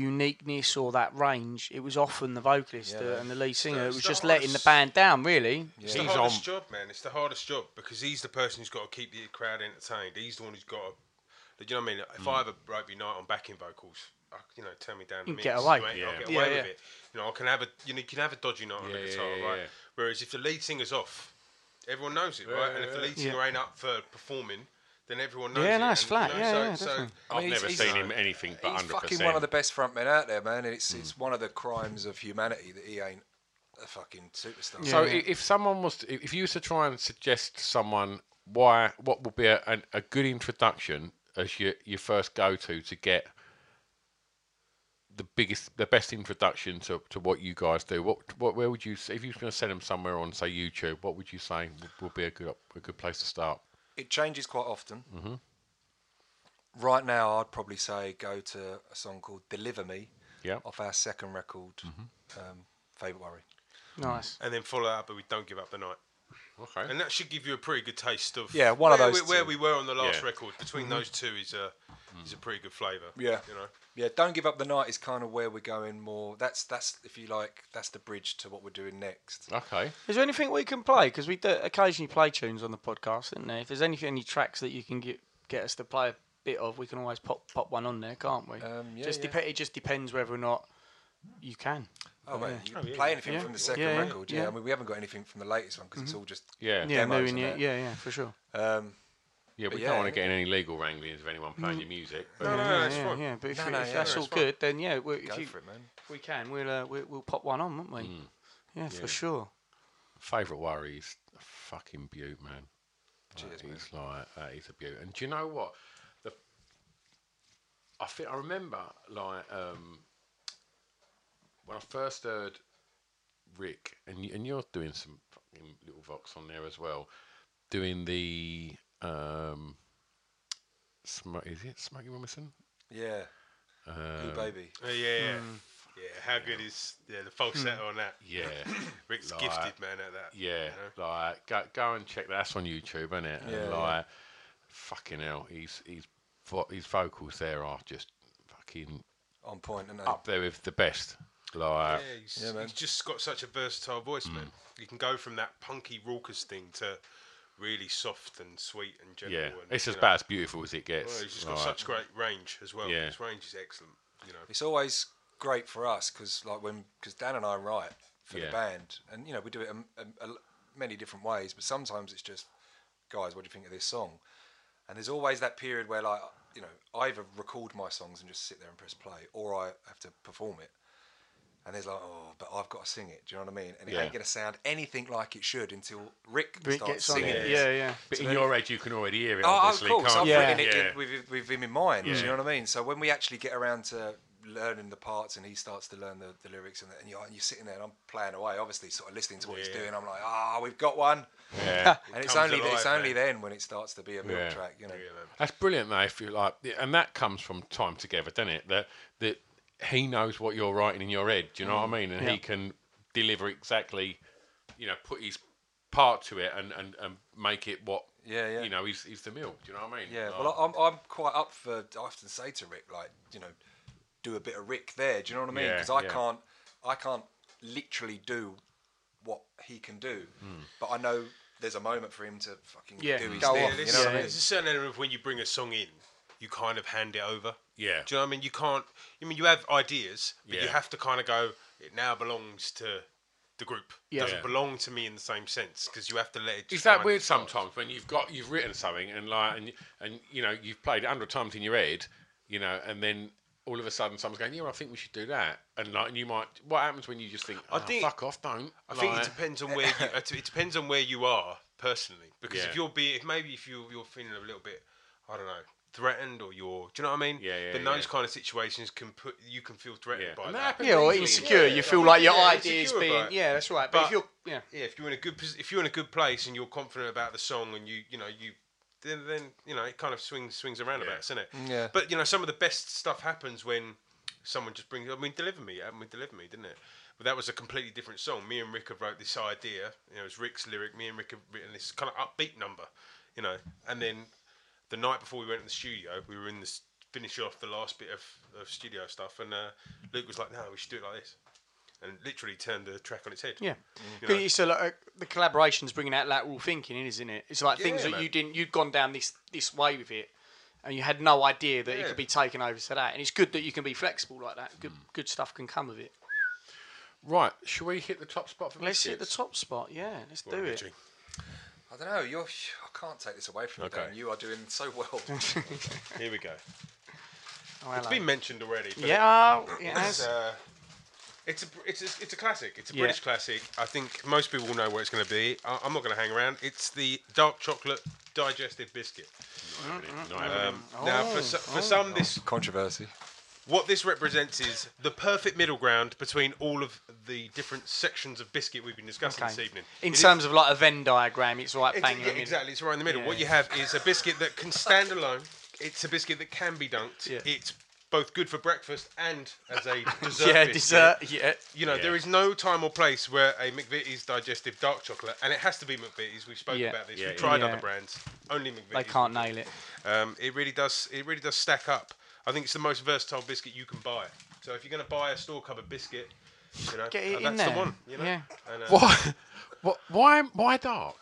S2: uniqueness or that range, it was often the vocalist uh, and the lead singer.
S4: the-
S2: It
S4: it's
S2: was
S4: the
S2: just letting the
S4: hardest-
S2: band down, really.
S4: It's
S1: He's
S4: the hardest
S1: on-
S4: job, man. It's the hardest job because he's the person who's got to keep the crowd entertained. He's the one who's got to. Do you know what I mean? If I
S1: Hmm.
S4: have a ropey night on backing vocals, I, you know, turn me down. the
S2: You get
S4: mix,
S2: away.
S4: mate,
S1: Yeah.
S4: I'll get
S2: Yeah,
S4: away
S2: yeah.
S4: with it. You know, I can have a you know, you can have a dodgy night on
S1: Yeah,
S4: the guitar,
S1: yeah, yeah,
S4: right?
S1: yeah.
S4: Whereas if the lead singer's off, everyone knows it, right? and if the lead singer ain't up for performing, then everyone knows
S2: Yeah,
S4: it.
S2: no, it's
S4: and,
S2: flat.
S4: You know,
S2: Yeah,
S4: so,
S2: yeah,
S4: so
S2: definitely.
S1: I've
S5: mean, he's-
S1: never
S5: he's-
S1: seen him anything but
S5: he's
S1: hundred
S5: fucking one of the
S1: percent. Hmm.
S5: best front men out there, man, and it's it's one of the crimes of humanity that he ain't a fucking superstar.
S1: So i if someone was, to, if you were to try and suggest to someone why, what would be a, an a good introduction as your your first go to to get the biggest, the best introduction to, to what you guys do, what what where would you s- if you were going to send them somewhere on say YouTube, what would you say would, would be a good op- a good place to start?
S5: it changes quite often.
S1: Mm-hmm.
S5: Right now, I'd probably say go to a song called "Deliver Me"
S1: Yeah.
S5: off our second
S1: Mm-hmm.
S5: record, um, "Favorite Worry."
S2: Nice.
S4: And then follow up, but we don't give up the night.
S1: Okay.
S4: And that should give you a pretty good taste of
S5: Yeah, one of
S4: where
S5: those
S4: we, where
S5: two. Mm-hmm.
S4: we were on the last
S1: Yeah.
S4: record. Between those two is a is a pretty good flavour.
S5: Yeah.
S4: you know.
S5: Yeah, don't give up the night is kind of where we're going more. That's that's if you like, that's the bridge to what we're doing next.
S1: Okay.
S2: Is there anything we can play? Because we do occasionally play tunes on the podcast, isn't there? If there's anything, any tracks that you can get get us to play a bit of, we can always pop pop one on there, can't we?
S5: Um, yeah,
S2: just
S5: yeah.
S2: depe- it just depends whether or not you can.
S5: Oh, mate, you
S4: Oh,
S5: can
S4: yeah,
S5: play
S4: yeah.
S5: anything
S2: Yeah.
S5: from the second
S2: Yeah, yeah,
S5: record. Yeah.
S2: yeah.
S5: I mean, we haven't got anything from the latest one because it's all just.
S1: Yeah.
S2: Yeah,
S5: Demos
S2: moving.
S5: and
S2: Yeah,
S5: that.
S2: yeah, yeah, for sure.
S5: Um,
S1: Yeah, we
S5: yeah,
S1: don't want
S5: yeah.
S1: to get in any legal wranglings of anyone playing your music. But
S4: No, no, no,
S2: yeah,
S4: it's
S2: yeah,
S4: fine.
S2: yeah, But if,
S5: No,
S2: we-
S5: no,
S2: if
S5: yeah,
S2: that's
S5: no,
S2: all
S5: it's fine.
S2: good, then yeah, we,
S5: go
S2: if you,
S5: for it, man.
S2: we can. We'll, uh, we, we'll pop one on, won't we? Yeah, for sure.
S1: favourite worry is a fucking beaut, man. That is like that is a beaut. And do you know what? The I think I remember like um, when I first heard Rick and you, and you're doing some fucking little vox on there as well, doing the um, sm- is it Smokey Robinson?
S5: Yeah. Blue baby.
S4: Uh, yeah, yeah.
S5: Mm.
S4: yeah. How good is yeah the falsetto
S5: Hmm.
S4: on that?
S1: Yeah,
S4: Rick's
S1: Like-
S4: gifted man at that.
S1: yeah.
S4: you know?
S1: Like go go and check that. That's on YouTube, isn't it?
S5: Yeah,
S1: and
S5: yeah.
S1: like fucking hell, he's he's vo- his vocals there are just fucking
S5: On point,
S4: Oh,
S5: and
S1: up there with the best. Like Hmm.
S4: Yeah, he's,
S5: Yeah, man.
S4: he's just got such a versatile voice, man. You can go from that punky raucous thing to really soft and sweet and gentle.
S1: yeah,
S4: and,
S1: it's
S4: you
S1: as
S4: know,
S1: bad as beautiful as it
S4: well,
S1: gets.
S4: he's just got
S1: like,
S4: such great range as well.
S1: Yeah.
S4: His range is excellent. You know,
S5: it's always great for us because like when because Dan and I write for
S1: Yeah.
S5: the band, and you know we do it um, um, a l- many different ways, but sometimes it's just guys, what do you think of this song? And there's always that period where like you know I either record my songs and just sit there and press play, or I have to perform it. And there's like, oh, but I've got to sing it. Do you know what I mean? And it
S1: Yeah.
S5: ain't gonna sound anything like it should until Rick,
S2: Rick
S5: starts
S2: gets on
S5: singing.
S2: it.
S5: it.
S2: Yeah, yeah.
S1: But in your age, you can already hear it.
S5: Oh, of
S1: obviously,
S5: course.
S1: can't
S5: I've
S1: you?
S5: written it
S1: yeah.
S5: in, with, with him in mind. Do
S1: Yeah.
S5: you know what I mean? So when we actually get around to learning the parts and he starts to learn the, the lyrics and, the, and, you're, and you're sitting there and I'm playing away, obviously, sort of listening to what he's doing. I'm like, ah, we've got one.
S1: yeah.
S5: And it's
S4: comes
S5: only
S4: alive,
S5: it's only
S4: man.
S5: then when it starts to be a milk
S1: Yeah.
S5: track, you know.
S1: That's brilliant, though. If you like, Yeah, and that comes from time together, doesn't it? That that he knows what you're writing in your head. Do you know what I mean? And he
S2: Yeah.
S1: can deliver exactly, you know, put his part to it and and, and make it what
S5: Yeah, yeah.
S1: you know is is the milk. Do you know what I mean?
S5: Yeah,
S1: Like,
S5: well, I'm, I'm quite up for. I often say to Rick, like, you know, do a bit of Rick there. Do you know what I mean?
S1: Yeah,
S5: Because I
S1: yeah.
S5: can't, I can't literally do what he can do,
S1: Hmm.
S5: but I know there's a moment for him to fucking
S2: Yeah,
S5: do his
S2: go
S5: thing.
S2: off.
S5: You
S4: there's,
S5: know what I
S2: Yeah.
S5: mean?
S4: there's a certain element of when you bring a song in, you kind of hand it over.
S1: Yeah.
S4: Do you know what I mean? You can't. I mean, you have ideas, but you
S1: Yeah.
S4: have to kind of go. It now belongs to the group. It
S2: Yeah.
S4: doesn't
S1: Yeah.
S4: belong to me in the same sense because you have to let it.
S1: Is
S4: just
S1: that
S4: find
S1: weird
S4: its spot.
S1: sometimes when you've got you've written something and like and and you know you've played it a hundred times in your head, you know, and then all of a sudden someone's going, yeah, well, I think we should do that, and like and you might. What happens when you just think,
S4: I
S1: oh,
S4: think-
S1: fuck off, don't.
S4: I think it
S1: Like,
S4: depends on where you, it depends on where you are personally. Because
S1: Yeah.
S4: if you're being, if maybe if you're you're feeling a little bit, I don't know, threatened or you're, do you know what I mean?
S1: Yeah, yeah,
S4: Then
S1: yeah.
S4: those kind of situations can put you can feel threatened
S1: Yeah.
S4: by
S1: And that
S4: that.
S1: happens
S2: Yeah, or
S1: easily.
S2: insecure.
S1: Yeah.
S2: You feel like your
S4: Yeah,
S2: ideas
S4: insecure
S2: being.
S4: about it.
S2: Yeah, that's right. But,
S4: But-
S2: if you're, yeah,
S4: Yeah, if you're in a good posi- if you're in a good place and you're confident about the song and you you know you then then you know it kind of swings swings around about, isn't it?
S2: Mm,
S5: Yeah.
S4: But you know some of the best stuff happens when someone just brings. I mean, deliver me. I mean, deliver me, didn't it? But that was a completely different song. Me and Rick have wrote this idea. You know, it was Rick's lyric. Me and Rick have written this kind of upbeat number. You know, and then the night before we went to the studio, we were in this finishing off the last bit of, of studio stuff, and uh, Luke was like, "No, we should do it like this," and literally turned the track on its head.
S2: yeah.
S4: You
S2: 'Cause
S4: know?
S2: It's a lot of- uh, the collaboration's bringing out lateral thinking, in, isn't it? It's like things
S4: Yeah,
S2: that
S4: man.
S2: you didn't. You'd gone down this this way with it, and you had no idea that it
S4: Yeah. Mm.
S2: could be taken over to that. And it's good that you can be flexible like that. Good good stuff can come of it.
S1: Right, shall we hit the top spot for
S2: Let's hit the
S1: biscuits?
S2: top spot. Yeah, let's
S4: Well,
S2: do it.
S4: literally.
S5: I don't know. You're. I can't take this away from you.
S1: Okay.
S5: Dan. You are doing so well.
S4: Here we go.
S2: Oh,
S4: It's
S2: hello.
S4: been mentioned already. But
S2: yeah, oh, it
S4: It's,
S2: has.
S4: uh, it's a it's a, it's a classic. It's a
S2: Yeah.
S4: British classic. I think most people will know where it's going to be. I, I'm not going to hang around. It's the dark chocolate digestive biscuit.
S1: Not happening.
S4: Um, now,
S2: Oh,
S4: for, so, for some, this
S5: Controversy.
S4: what this represents is the perfect middle ground between all of the different sections of biscuit we've been discussing this
S2: Okay.
S4: evening.
S2: In
S4: It is-
S2: terms of like a Venn diagram, it's right
S4: It's-
S2: bang in
S4: yeah,
S2: the middle.
S4: exactly. It's right in the middle.
S2: Yeah,
S4: what you
S2: yeah.
S4: have is a biscuit that can stand alone. It's a biscuit that can be dunked.
S2: Yeah.
S4: It's both good for breakfast and as a dessert.
S2: Yeah,
S4: biscuit.
S2: dessert, yeah.
S4: You know,
S2: Yeah.
S4: there is no time or place where a McVitie's digestive dark chocolate, and it has to be McVitie's. We've spoken
S2: Yeah.
S4: about this.
S2: Yeah,
S4: We've
S2: yeah.
S4: tried
S2: Yeah.
S4: other brands. Only McVitie's.
S2: They can't nail it.
S4: Um, it really does. It really does stack up. I think it's the most versatile biscuit you can buy. So if you're going to buy a store cupboard biscuit, you know,
S2: Get it
S4: uh,
S2: in
S4: that's
S2: there.
S4: the one. You know?
S2: Yeah.
S4: And, uh,
S1: Why? What? Why? Why dark?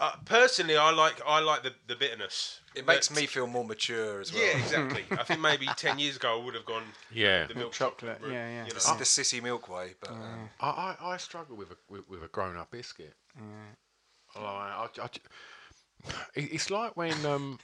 S4: Uh, personally, I like I like the, the bitterness.
S5: It makes me feel more mature as well.
S4: Yeah, exactly. I think maybe ten years ago I would have gone.
S1: Yeah.
S4: The milk
S2: Chocolate,
S4: route,
S2: yeah, yeah.
S4: you know.
S5: This is the sissy milk way, but uh,
S1: I, I, I struggle with a with, with a grown up biscuit. Like, I, I ju- it- it's like when um,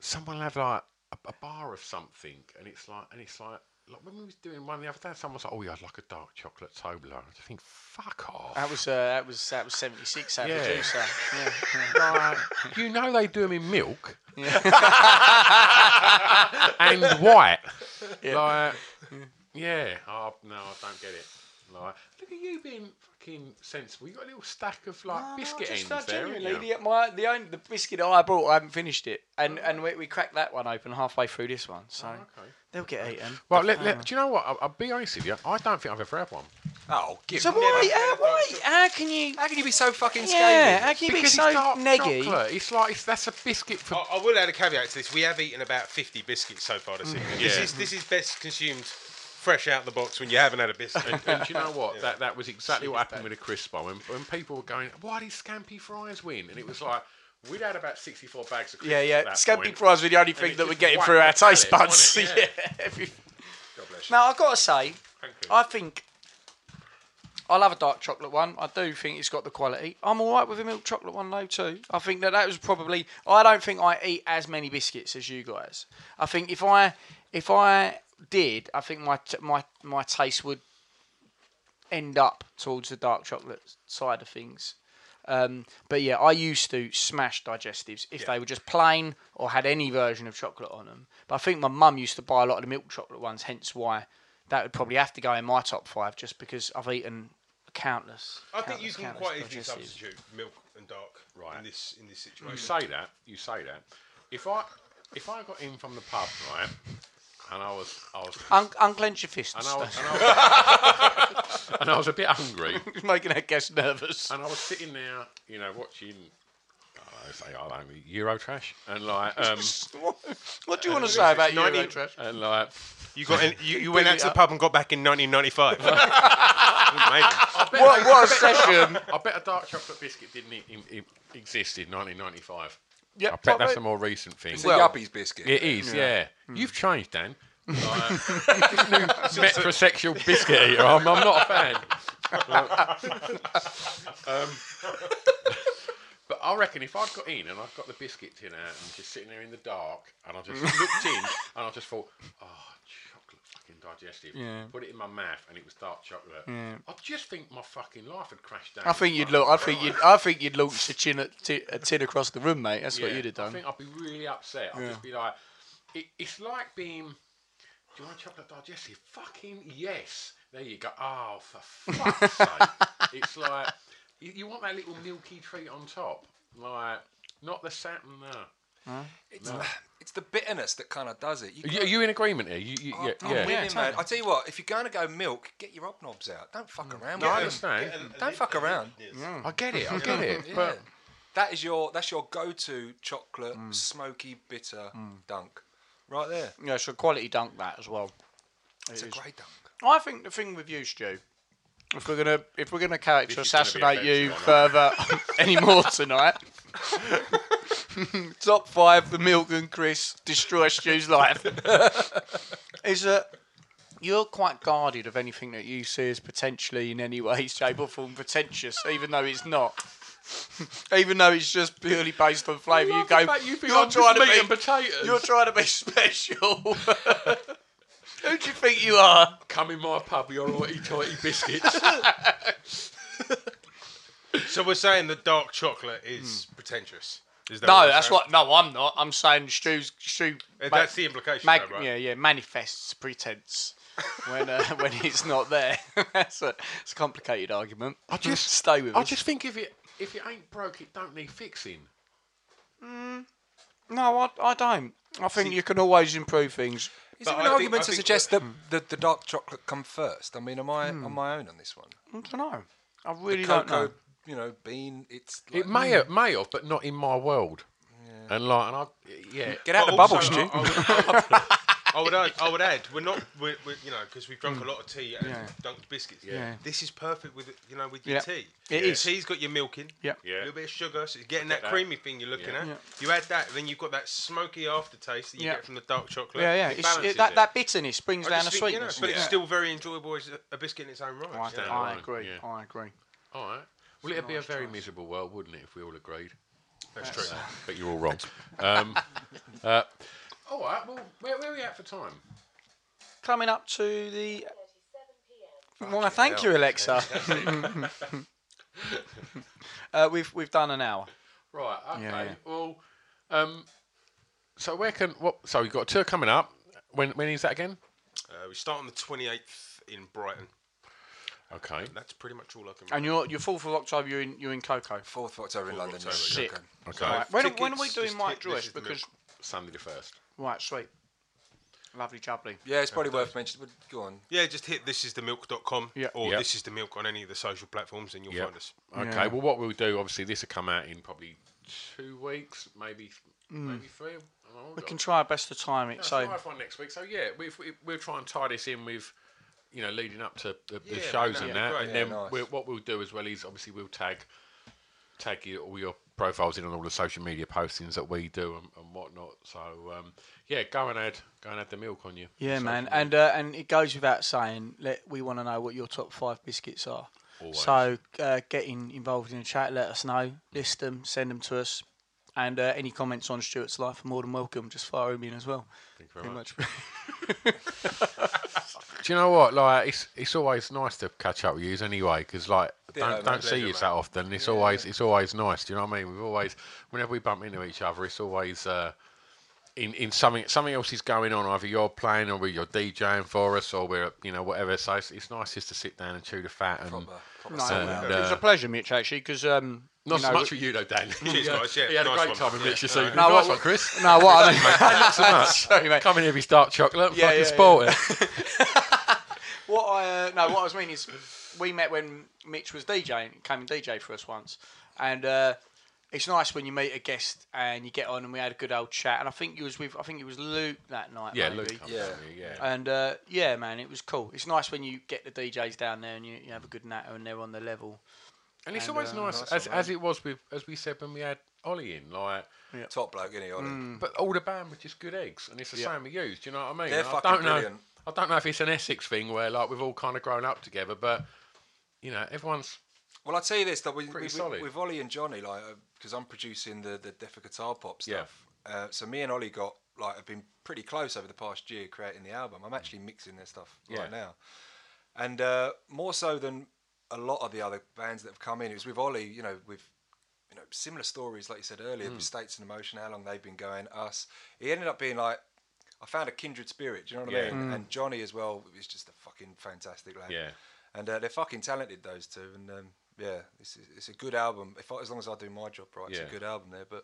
S1: someone will have like a, a bar of something, and it's like and it's like like when we was doing one the other day, someone was like, "Oh, yeah, I'd like a dark chocolate Toblerone." I just think, "Fuck off."
S2: That was uh, that was that was seventy six out of
S1: Yeah.
S2: the juicer. Yeah, yeah.
S1: Like, you know they do them in milk and white. Like, yeah. Oh, no, I don't get it. Like, look at you being fucking sensible. You got a little stack of like biscuit ends
S2: just, uh,
S1: there. haven't
S2: genuinely,
S1: you?
S2: the, my, the, only, the biscuit I bought, I haven't finished it, and and we, we cracked that one open halfway through this one, so
S1: Oh,
S2: they'll get eaten.
S1: Well, let, let, do you know what? I'll, I'll be honest with you. I don't think I've ever had one.
S5: oh, give
S2: So
S5: me-
S2: why, how, why, how can you?
S5: How can you be so fucking
S2: Yeah,
S5: scathing?
S2: how can you be
S1: because
S2: so
S1: it's dark
S2: neggy?
S1: chocolate. It's like it's, that's a biscuit for.
S4: I, I will add a caveat to this. We have eaten about fifty biscuits so far this evening. This
S1: Yeah.
S4: is this is best consumed fresh out the box when you haven't had a biscuit.
S1: And do you know what? That that was exactly what happened with a crisp bar. When, when people were going, why did Scampy Fries win? And it was like we'd had about sixty-four bags of crisps.
S2: Yeah, yeah.
S1: At that
S2: Scampy
S1: point.
S2: fries were the only
S1: it
S2: thing that
S1: just
S2: we're getting
S1: whacked
S2: through our
S1: the palate,
S2: taste buds.
S1: wasn't
S2: yeah.
S1: it?
S2: every-
S4: God bless you.
S2: Now I've got to say,
S4: Thank you.
S2: I think I love a dark chocolate one. I do think it's got the quality. I'm all right with a milk chocolate one though too. I think that that was probably. I don't think I eat as many biscuits as you guys. I think if I if I did, I think my t- my my taste would end up towards the dark chocolate side of things. Um, but yeah, I used to smash digestives if they were just plain or had any version of chocolate on them. But I think my mum used to buy a lot of the milk chocolate ones, hence why that would probably have to go in my top five, just because I've eaten countless.
S4: I think you
S2: countless,
S4: can
S2: countless
S4: quite easily
S2: digestives.
S4: substitute milk and dark
S1: Right.
S4: in this in this
S1: You
S4: situation.
S1: say that. You say that. If I if I got in from the pub, right, and I was I was
S2: Un- unclench your fists.
S1: and I was, and I was, and I was a bit hungry.
S2: It's making our guest nervous.
S1: and I was sitting there, you know, watching. I say I don't know, Eurotrash, and like, um,
S2: What do you want to say about
S4: 90
S2: Eurotrash?
S1: and like,
S4: You got in, you, you went
S2: Big
S4: out
S2: it
S4: to the
S2: up.
S4: pub and got back in 1995. Amazing.
S2: What, what a session!
S1: I bet a dark chocolate biscuit didn't e- em- em- exist in 1995.
S2: Yeah,
S1: I bet that's
S2: probably.
S1: a more recent thing.
S5: It's a yuppies biscuit.
S1: It is, yeah.
S2: Hmm.
S1: You've changed, Dan. Like, metrosexual biscuit eater. I'm, I'm not a fan. Um, but I reckon if I'd got in and I've got the biscuit tin out and just sitting there in the dark and I just looked in and I just thought, oh, chocolate fucking digestive.
S2: Yeah.
S1: Put it in my mouth and it was dark chocolate. I just think my fucking life had crashed down.
S2: I think you'd look. I think you'd. I think you'd launch a, chin at t- a tin across the room, mate. That's what
S1: Yeah,
S2: you'd have
S1: I
S2: done.
S1: think I'd be really upset. I'd just be like, it, it's like being, do you want a chocolate digestive? Fucking yes. There you go. Oh, for fuck's sake. It's like, you, you want that little milky treat on top. Like, not the satin, uh, no.
S5: It's, it's the bitterness that kind of does it. You
S1: Are you in agreement here? You, you, yeah,
S5: I'm
S1: yeah.
S5: with him, man. I tell you what, if you're going to go milk, get your knobs out. Don't fuck around.
S1: Mm. No, I
S5: with them.
S1: understand.
S5: Don't fuck around.
S1: I get it. I get it. But
S5: That is your that's your go-to chocolate
S1: Mm.
S5: smoky bitter dunk, right there.
S2: Yeah, so quality dunk that as well.
S5: It's a great dunk.
S2: I think the thing with you, Stu, if we're gonna if we're gonna character
S1: is gonna be
S2: assassinate you
S1: offensive,
S2: further any more tonight, top five the milk and Chris destroy Stu's life is that you're quite guarded of anything that you see as potentially in any way, shape or form pretentious, even though it's not. Even though it's just purely based on flavour, you go.
S1: fact you think
S2: you're
S1: I'm just
S2: trying to
S1: meat
S2: be
S1: and potatoes."
S2: You're trying to be special. Who do you think you are?
S1: come in my pub, you're all eaty biscuits.
S4: So we're saying that dark chocolate is pretentious. Is that
S2: No,
S4: what we're
S2: that's
S4: saying?
S2: what. No, I'm not. I'm saying Stu's Stu.
S4: Uh,
S2: ma-
S4: that's the implication,
S2: mag-
S4: though, right?
S2: Yeah, yeah. Manifests pretense when uh, when it's not there. that's a it's a complicated argument.
S1: I just
S2: stay with
S1: I
S2: us.
S1: just think if it if it ain't broke, it don't need fixing.
S2: No, I, I don't. I think you can always improve things.
S5: Is there an argument to suggest that the, the dark chocolate come first? I mean, am I on
S1: Mm.
S5: my own on this one?
S2: I don't know. I
S5: The
S2: really don't
S5: cocoa,
S2: know.
S5: you know, bean. It's
S1: It
S5: like-
S1: may have, may have, but not in my world. And like, and I, yeah,
S5: Get out
S4: But
S5: the bubble,
S4: also,
S5: Stu.
S4: I, I would, I would add, I would add, we're not, we're, we're, you know, because we've drunk a lot of tea and
S2: Mm. Yeah.
S4: dunked biscuits.
S2: Yeah.
S4: This is perfect with, you know, with your
S2: Yeah.
S4: tea.
S2: It
S4: Your
S2: is.
S4: Tea's got your milk in.
S2: Yeah.
S4: A little bit of sugar, so it's getting that,
S1: that.
S4: creamy thing you're looking at. You add that, then you've got that smoky aftertaste that you
S2: Yeah.
S4: get from the dark chocolate.
S2: Yeah, yeah.
S4: It
S2: It's,
S4: balances
S2: it, that,
S4: it.
S2: that bitterness brings
S4: I
S2: down the
S4: just think, you know,
S2: sweetness.
S4: but
S2: Yeah.
S4: it's still very enjoyable as a, a biscuit in its own right.
S2: I,
S4: you know.
S2: I
S1: alone,
S2: agree.
S1: yeah.
S2: I agree.
S1: all right. Well, it'd be a very miserable world, wouldn't it, if we all agreed?
S4: That's true.
S1: But you're all wrong. um, uh, all right. Well, where, where are we at for time?
S2: Coming up to the. Well, thank you, Alexa. uh, we've we've done an hour.
S1: Right. Okay.
S2: Yeah, yeah.
S1: Well, um, so where can what? So you've got a tour coming up. When when is that again?
S4: Uh, we start on the 28th in Brighton.
S1: Okay.
S4: That's pretty much all I can.
S2: And you're you're fourth of October. You're in you're in Coco.
S5: Fourth of October in London. yeah,
S2: Shit.
S5: okay.
S4: So
S2: Right, When, when are we
S4: tickets,
S2: doing
S4: just
S2: Mike
S4: tick- this
S2: Joyce?
S4: is the
S2: Because
S1: Sunday the first.
S2: right, sweet, lovely jubbly.
S5: Yeah, it's probably worth mentioning. but Go on.
S4: Yeah, just hit thisisthemilk.com
S2: Yeah.
S4: or
S1: Yep.
S4: this is the milk on any of the social platforms and you'll
S1: Yep.
S4: find us.
S1: Okay.
S2: Yeah.
S1: Well, what we'll do, obviously, this will come out in probably two weeks, maybe maybe three. I don't know,
S2: Mm. We
S1: I've
S2: can
S1: got-
S2: try our best to time
S1: No,
S2: it.
S1: it's
S2: So
S1: live one next week. So yeah, we we- we'll try and tie this in with. You know, leading up to the, the
S4: Yeah,
S1: shows
S4: that'd
S1: and
S4: be
S1: that,
S4: great.
S1: and
S4: Yeah,
S1: then
S5: nice.
S1: we'll, what we'll do as well is obviously we'll tag, tag you, all your profiles in on all the social media postings that we do and, and whatnot. So um, yeah, go and add, go and add the milk on you.
S2: yeah,
S1: So-
S2: man, and uh, and it goes without saying. Let, we want to know what your top five biscuits are.
S1: Always.
S2: So uh, getting involved in the chat, let us know, list them, send them to us, and uh, any comments on Stuart's life are more than welcome. Just fire them in as well. Thank you very much.
S1: Do you know what? Like, it's it's always nice to catch up with you anyway, because like
S5: Yeah,
S1: don't
S5: mate,
S1: don't see
S5: pleasure,
S1: you so often. It's always it's always nice. Do you know what I mean? We've always whenever we bump into each other, it's always. Uh, in, in something something else is going on. Either you're playing, or we're- you're DJing for us, or we're you know whatever. So it's, it's nice just to sit down and chew the fat and
S2: No,
S1: And,
S2: it
S1: uh,
S2: was a pleasure, Mitch. Actually, because um,
S1: not
S2: you
S1: so
S2: know,
S1: much for you though, Dan.
S4: Cheers, guys. Yeah,
S1: he had
S4: nice
S1: a great
S4: one.
S1: time in
S4: Yeah.
S1: Mitch this evening.
S2: No,
S1: nice
S2: what-
S1: one, Chris.
S2: No, what I mean,
S1: Thanks so much.
S2: Sorry, mate.
S1: Coming here with his dark chocolate,
S2: Yeah,
S1: fucking
S2: yeah,
S1: sport it.
S2: What I uh, no, what I was meaning is, we met when Mitch was DJing, came and DJ for us once, and uh, it's nice when you meet a guest and you get on and we had a good old chat. And I think you was with, I think it was Luke that night.
S1: Yeah,
S2: maybe.
S1: Luke. comes
S5: Yeah.
S1: with you, yeah.
S2: And uh, yeah, man, it was cool. It's nice when you get the DJs down there and you, you have a good natter and they're on the level.
S1: And it's
S2: And,
S1: always
S2: uh,
S1: nice, as, as it was with as we said when we had Ollie in, like.
S5: Top bloke, isn't he? Ollie?
S2: Hmm.
S1: But all the band were just good eggs, and it's the same with you. Do you know what I mean?
S5: They're
S1: And I
S5: fucking
S1: don't know.
S5: brilliant.
S1: I don't know if it's an Essex thing where like we've all kind of grown up together, but you know everyone's
S5: Well, I'll tell you this: that we,
S1: Pretty
S5: we,
S1: solid.
S5: with Ollie and Johnny, like, because I'm producing the the Defa guitar pop stuff. Uh, so me and Ollie got like have been pretty close over the past year creating the album. I'm actually mixing their stuff
S1: Yeah.
S5: right now, and uh, more so than a lot of the other bands that have come in. It was with Ollie, you know, with you know similar stories like you said
S1: Hmm.
S5: earlier, with States in Emotion, how long they've been going, us. He ended up being like. I found a kindred spirit, do you know what
S1: Yeah.
S5: I mean? And Johnny as well is just a fucking fantastic lad.
S1: Yeah.
S5: And uh, they're fucking talented, those two. And um, yeah, it's, it's a good album. If I, as long as I do my job right, it's
S1: Yeah.
S5: a good album there. But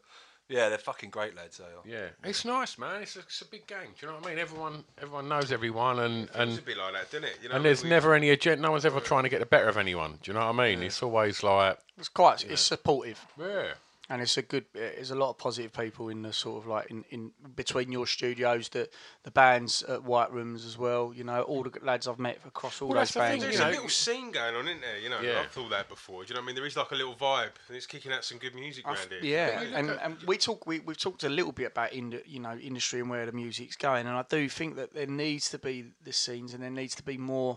S5: yeah, they're fucking great lads. They are.
S1: yeah. It's nice, man. It's a, it's a big game. Do you know what I mean? Everyone everyone knows everyone, and
S4: It's
S1: and
S4: a bit like that, didn't it? You know,
S1: and there's
S4: we-
S1: never any agenda. No one's ever trying to get the better of anyone. Do you know what I mean? It's always like
S2: It's quite, it's supportive.
S1: yeah.
S2: and it's a good uh, there's a lot of positive people in the sort of like in, in between your studios that the bands at white rooms as well you know all the g- lads i've met across all
S1: Well,
S2: those
S1: that's the thing,
S2: bands
S1: you
S4: There's
S2: you
S4: a
S2: know.
S1: know.
S4: little scene going on, isn't there? You know,
S1: Yeah.
S4: I've thought that before. Do you know what I mean? There is like a little vibe, and it's kicking out some good music around here.
S2: yeah and, and we talk we, we've talked a little bit about in you know industry and where the music's going and i do think that there needs to be the scenes and there needs to be more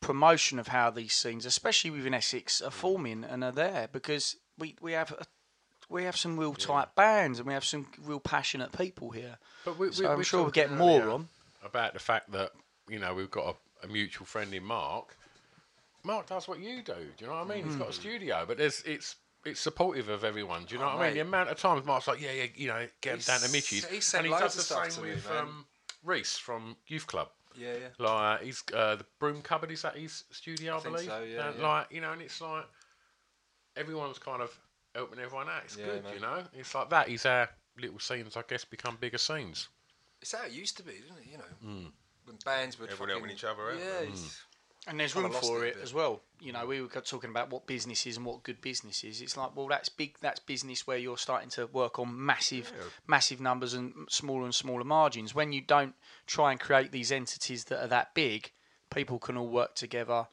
S2: promotion of how these scenes especially within essex
S1: Mm.
S2: are forming and are there because we we have a, we have some real tight bands and we have some real passionate people here
S1: But we, we,
S2: So I'm
S1: we
S2: sure we'll
S1: talked um,
S2: get more
S1: earlier
S2: on.
S1: about the fact that you know we've got a, a mutual friend in Mark. Mark does what you do. Do you know what I mean? He's
S5: Hmm.
S1: got a studio, but there's it's it's supportive of everyone. Do you know what I mean? The amount of times Mark's like, yeah, yeah, you know, get him down to
S5: He's-
S1: Mitchie's,
S5: he sent
S1: and he does
S5: loads of
S1: the
S5: stuff
S1: same
S5: to me,
S1: with
S5: man.
S1: um, Reese from Youth Club.
S5: Yeah, yeah.
S1: Like he's uh, the broom cupboard is at his studio, I,
S5: think
S1: believe.
S5: so, yeah,
S1: and
S5: yeah.
S1: Like you know, and it's like everyone's kind of helping everyone out. It's
S5: Yeah,
S1: good,
S5: man.
S1: you know. It's like that is our little scenes, I guess, become bigger scenes.
S5: It's how it used to be, didn't it? You know,
S1: Mm.
S5: when bands would
S4: Hmm. Everyone
S5: fucking,
S4: helping each other out.
S5: Yeah,
S4: Mm.
S5: it's-
S2: And there's
S5: Kinda
S2: room
S5: lost
S2: for
S5: it a
S2: it
S5: bit.
S2: as well. You know, we were talking about what business is and what good business is. It's like, well, that's big. That's business where you're starting to work on massive, massive numbers and smaller and smaller margins. When you don't try and create these entities that are that big, people can all work together.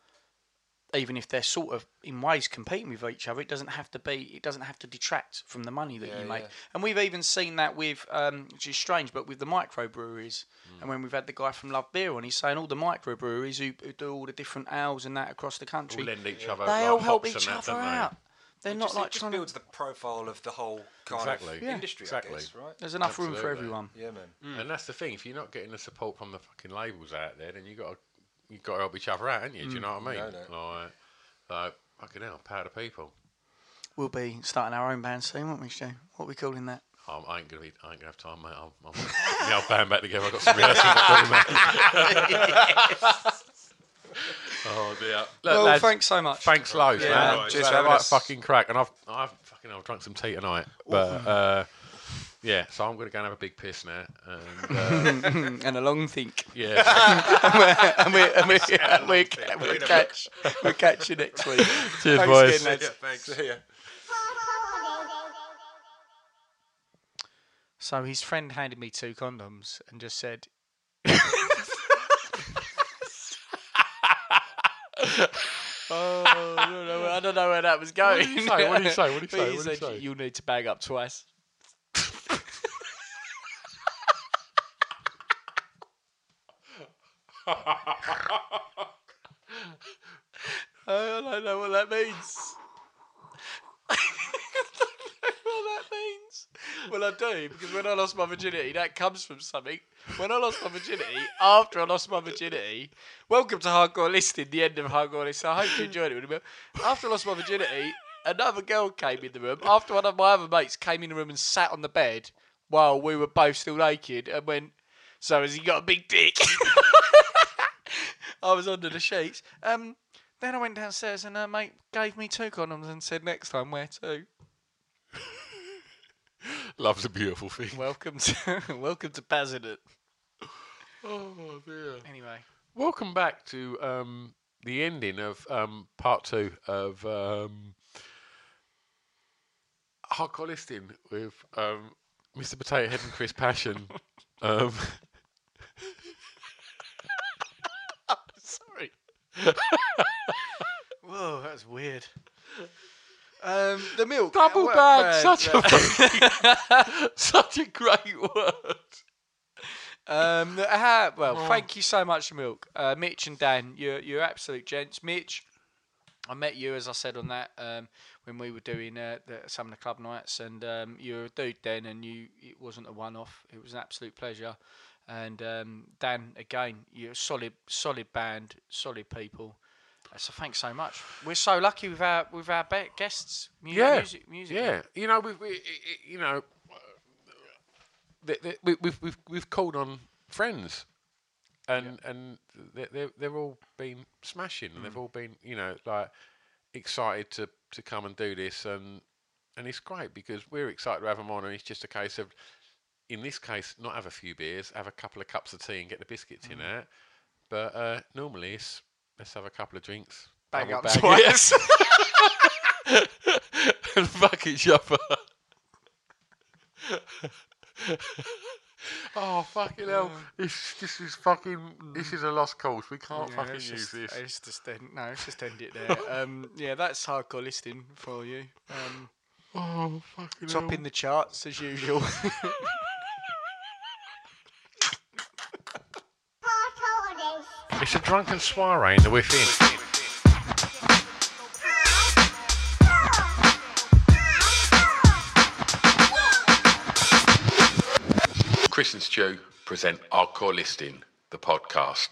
S2: Even if they're sort of in ways competing with each other, it doesn't have to be. It doesn't have to detract from the money that
S5: Yeah,
S2: you make.
S5: yeah.
S2: And we've even seen that with, um, which is strange, but with the microbreweries. And when we've had the guy from Love Beer on, he's saying all the microbreweries who, who do all the different ales and that across the country,
S1: All lend each other,
S2: they
S1: like,
S2: all help
S1: hops
S2: each
S1: and that,
S2: other
S1: don't they?
S2: out. They're
S5: it
S2: not
S5: just,
S2: like
S5: it just
S2: trying
S5: builds
S2: to.
S5: the profile of the whole kind
S1: Exactly.
S5: of
S1: Yeah.
S5: industry,
S1: Exactly.
S5: I guess, right?
S2: There's enough room for
S1: Absolutely.
S2: everyone.
S5: Yeah, man.
S1: And that's the thing. If you're not getting the support from the fucking labels out there, then you got to you got to help each other out, haven't you? Do you know what I mean?
S5: No,
S1: Like, like fucking hell, power to people.
S2: We'll be starting our own band soon, won't we, Stu? What are we calling that?
S1: I'm, I ain't gonna be. I ain't gonna have time, mate. I'm, I'm getting the old band back together. I got some rehearsals to do, mate. oh dear. Look,
S2: well,
S1: lads,
S2: thanks so much.
S1: Thanks loads,
S5: Yeah,
S1: man.
S5: right.
S1: It's
S5: Cheers
S1: had
S5: for
S1: a
S5: having
S1: right
S5: us.
S1: fucking crack, and I've I've fucking I've drunk some tea tonight, but uh, yeah. So I'm gonna go and have a big piss now. And, uh,
S2: and a long think.
S1: yeah.
S2: and we're, and we're, and we're, we'll, catch, we'll catch you next week.
S1: Cheers,
S2: Thanks
S1: boys.
S2: again, lads.
S4: Yeah, thanks.
S2: So his friend handed me two condoms and just said, "Oh, I don't, know, I don't know where that was going."
S1: did he say? What did he say? What did he
S2: But
S1: say? What did he
S2: said,
S1: say?
S2: "You need to bag up twice." I don't know what that means. what that means. Well, I do because when I lost my virginity, that comes from something. When I lost my virginity, after I lost my virginity, welcome to Hardcore Listing, the end of Hardcore Listing. I hope you enjoyed it. remember? After I lost my virginity, another girl came in the room. After one of my other mates came in the room and sat on the bed while we were both still naked and went, So has he got a big dick? I was under the sheets. Um, then I went downstairs and a mate gave me two condoms and said, Next time, wear two.
S1: Love's a beautiful thing.
S2: Welcome to welcome to Bazinet.
S1: Oh dear.
S2: Anyway,
S1: Welcome back to um, the ending of um, part two of um, Hardcore Listing with um, Mr. Potato Head and Chris Passion. um,
S2: sorry. Whoa, that's weird. Um, the milk
S1: double
S2: Well,
S1: bag,
S2: man,
S1: such
S2: yeah.
S1: a fucking- such a great word.
S2: Um, the- ah, well,
S1: Oh.
S2: thank you so much, Milk. Uh, Mitch and Dan, you're, you're absolute gents. Mitch, I met you, as I said on that, um, when we were doing uh, the, some of the club nights, and um, you were a dude then, and you it wasn't a one off. It was an absolute pleasure. And um, Dan, again, you're a solid, solid band, solid people. Uh, So thanks so much. We're so lucky with our with our be- guests. Mu-
S1: yeah,
S2: music, music.
S1: yeah. You know, we've, we, i- i- you know, uh, th- th- we- we've we've we've called on friends, and and they they they've all been smashing,
S2: Mm.
S1: and they've all been you know like excited to to come and do this, and and it's great because we're excited to have them on, and it's just a case of. In this case, not have a few beers, have a couple of cups of tea and get the biscuits in
S2: Mm.
S1: out. But uh, normally, it's let's have a couple of drinks.
S2: Bang
S1: double
S2: up
S1: it
S2: twice.
S1: and fuck each other. oh fucking hell! This this is fucking this is a lost cause. We can't
S2: Yeah,
S1: fucking
S2: let's
S1: use
S2: just,
S1: this.
S2: let's just end, no, let's just end it there. um, yeah, that's hardcore listing for you. Um,
S1: Oh fucking hell!
S2: topping the charts as usual.
S1: It's a drunken soiree in the within. Chris and Stu present our core listing, the podcast.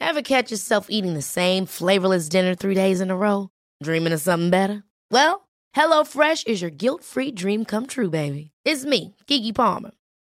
S9: Ever catch yourself eating the same flavorless dinner three days in a row? Dreaming of something better? Well, HelloFresh is your guilt free dream come true, baby. It's me, Kiki Palmer.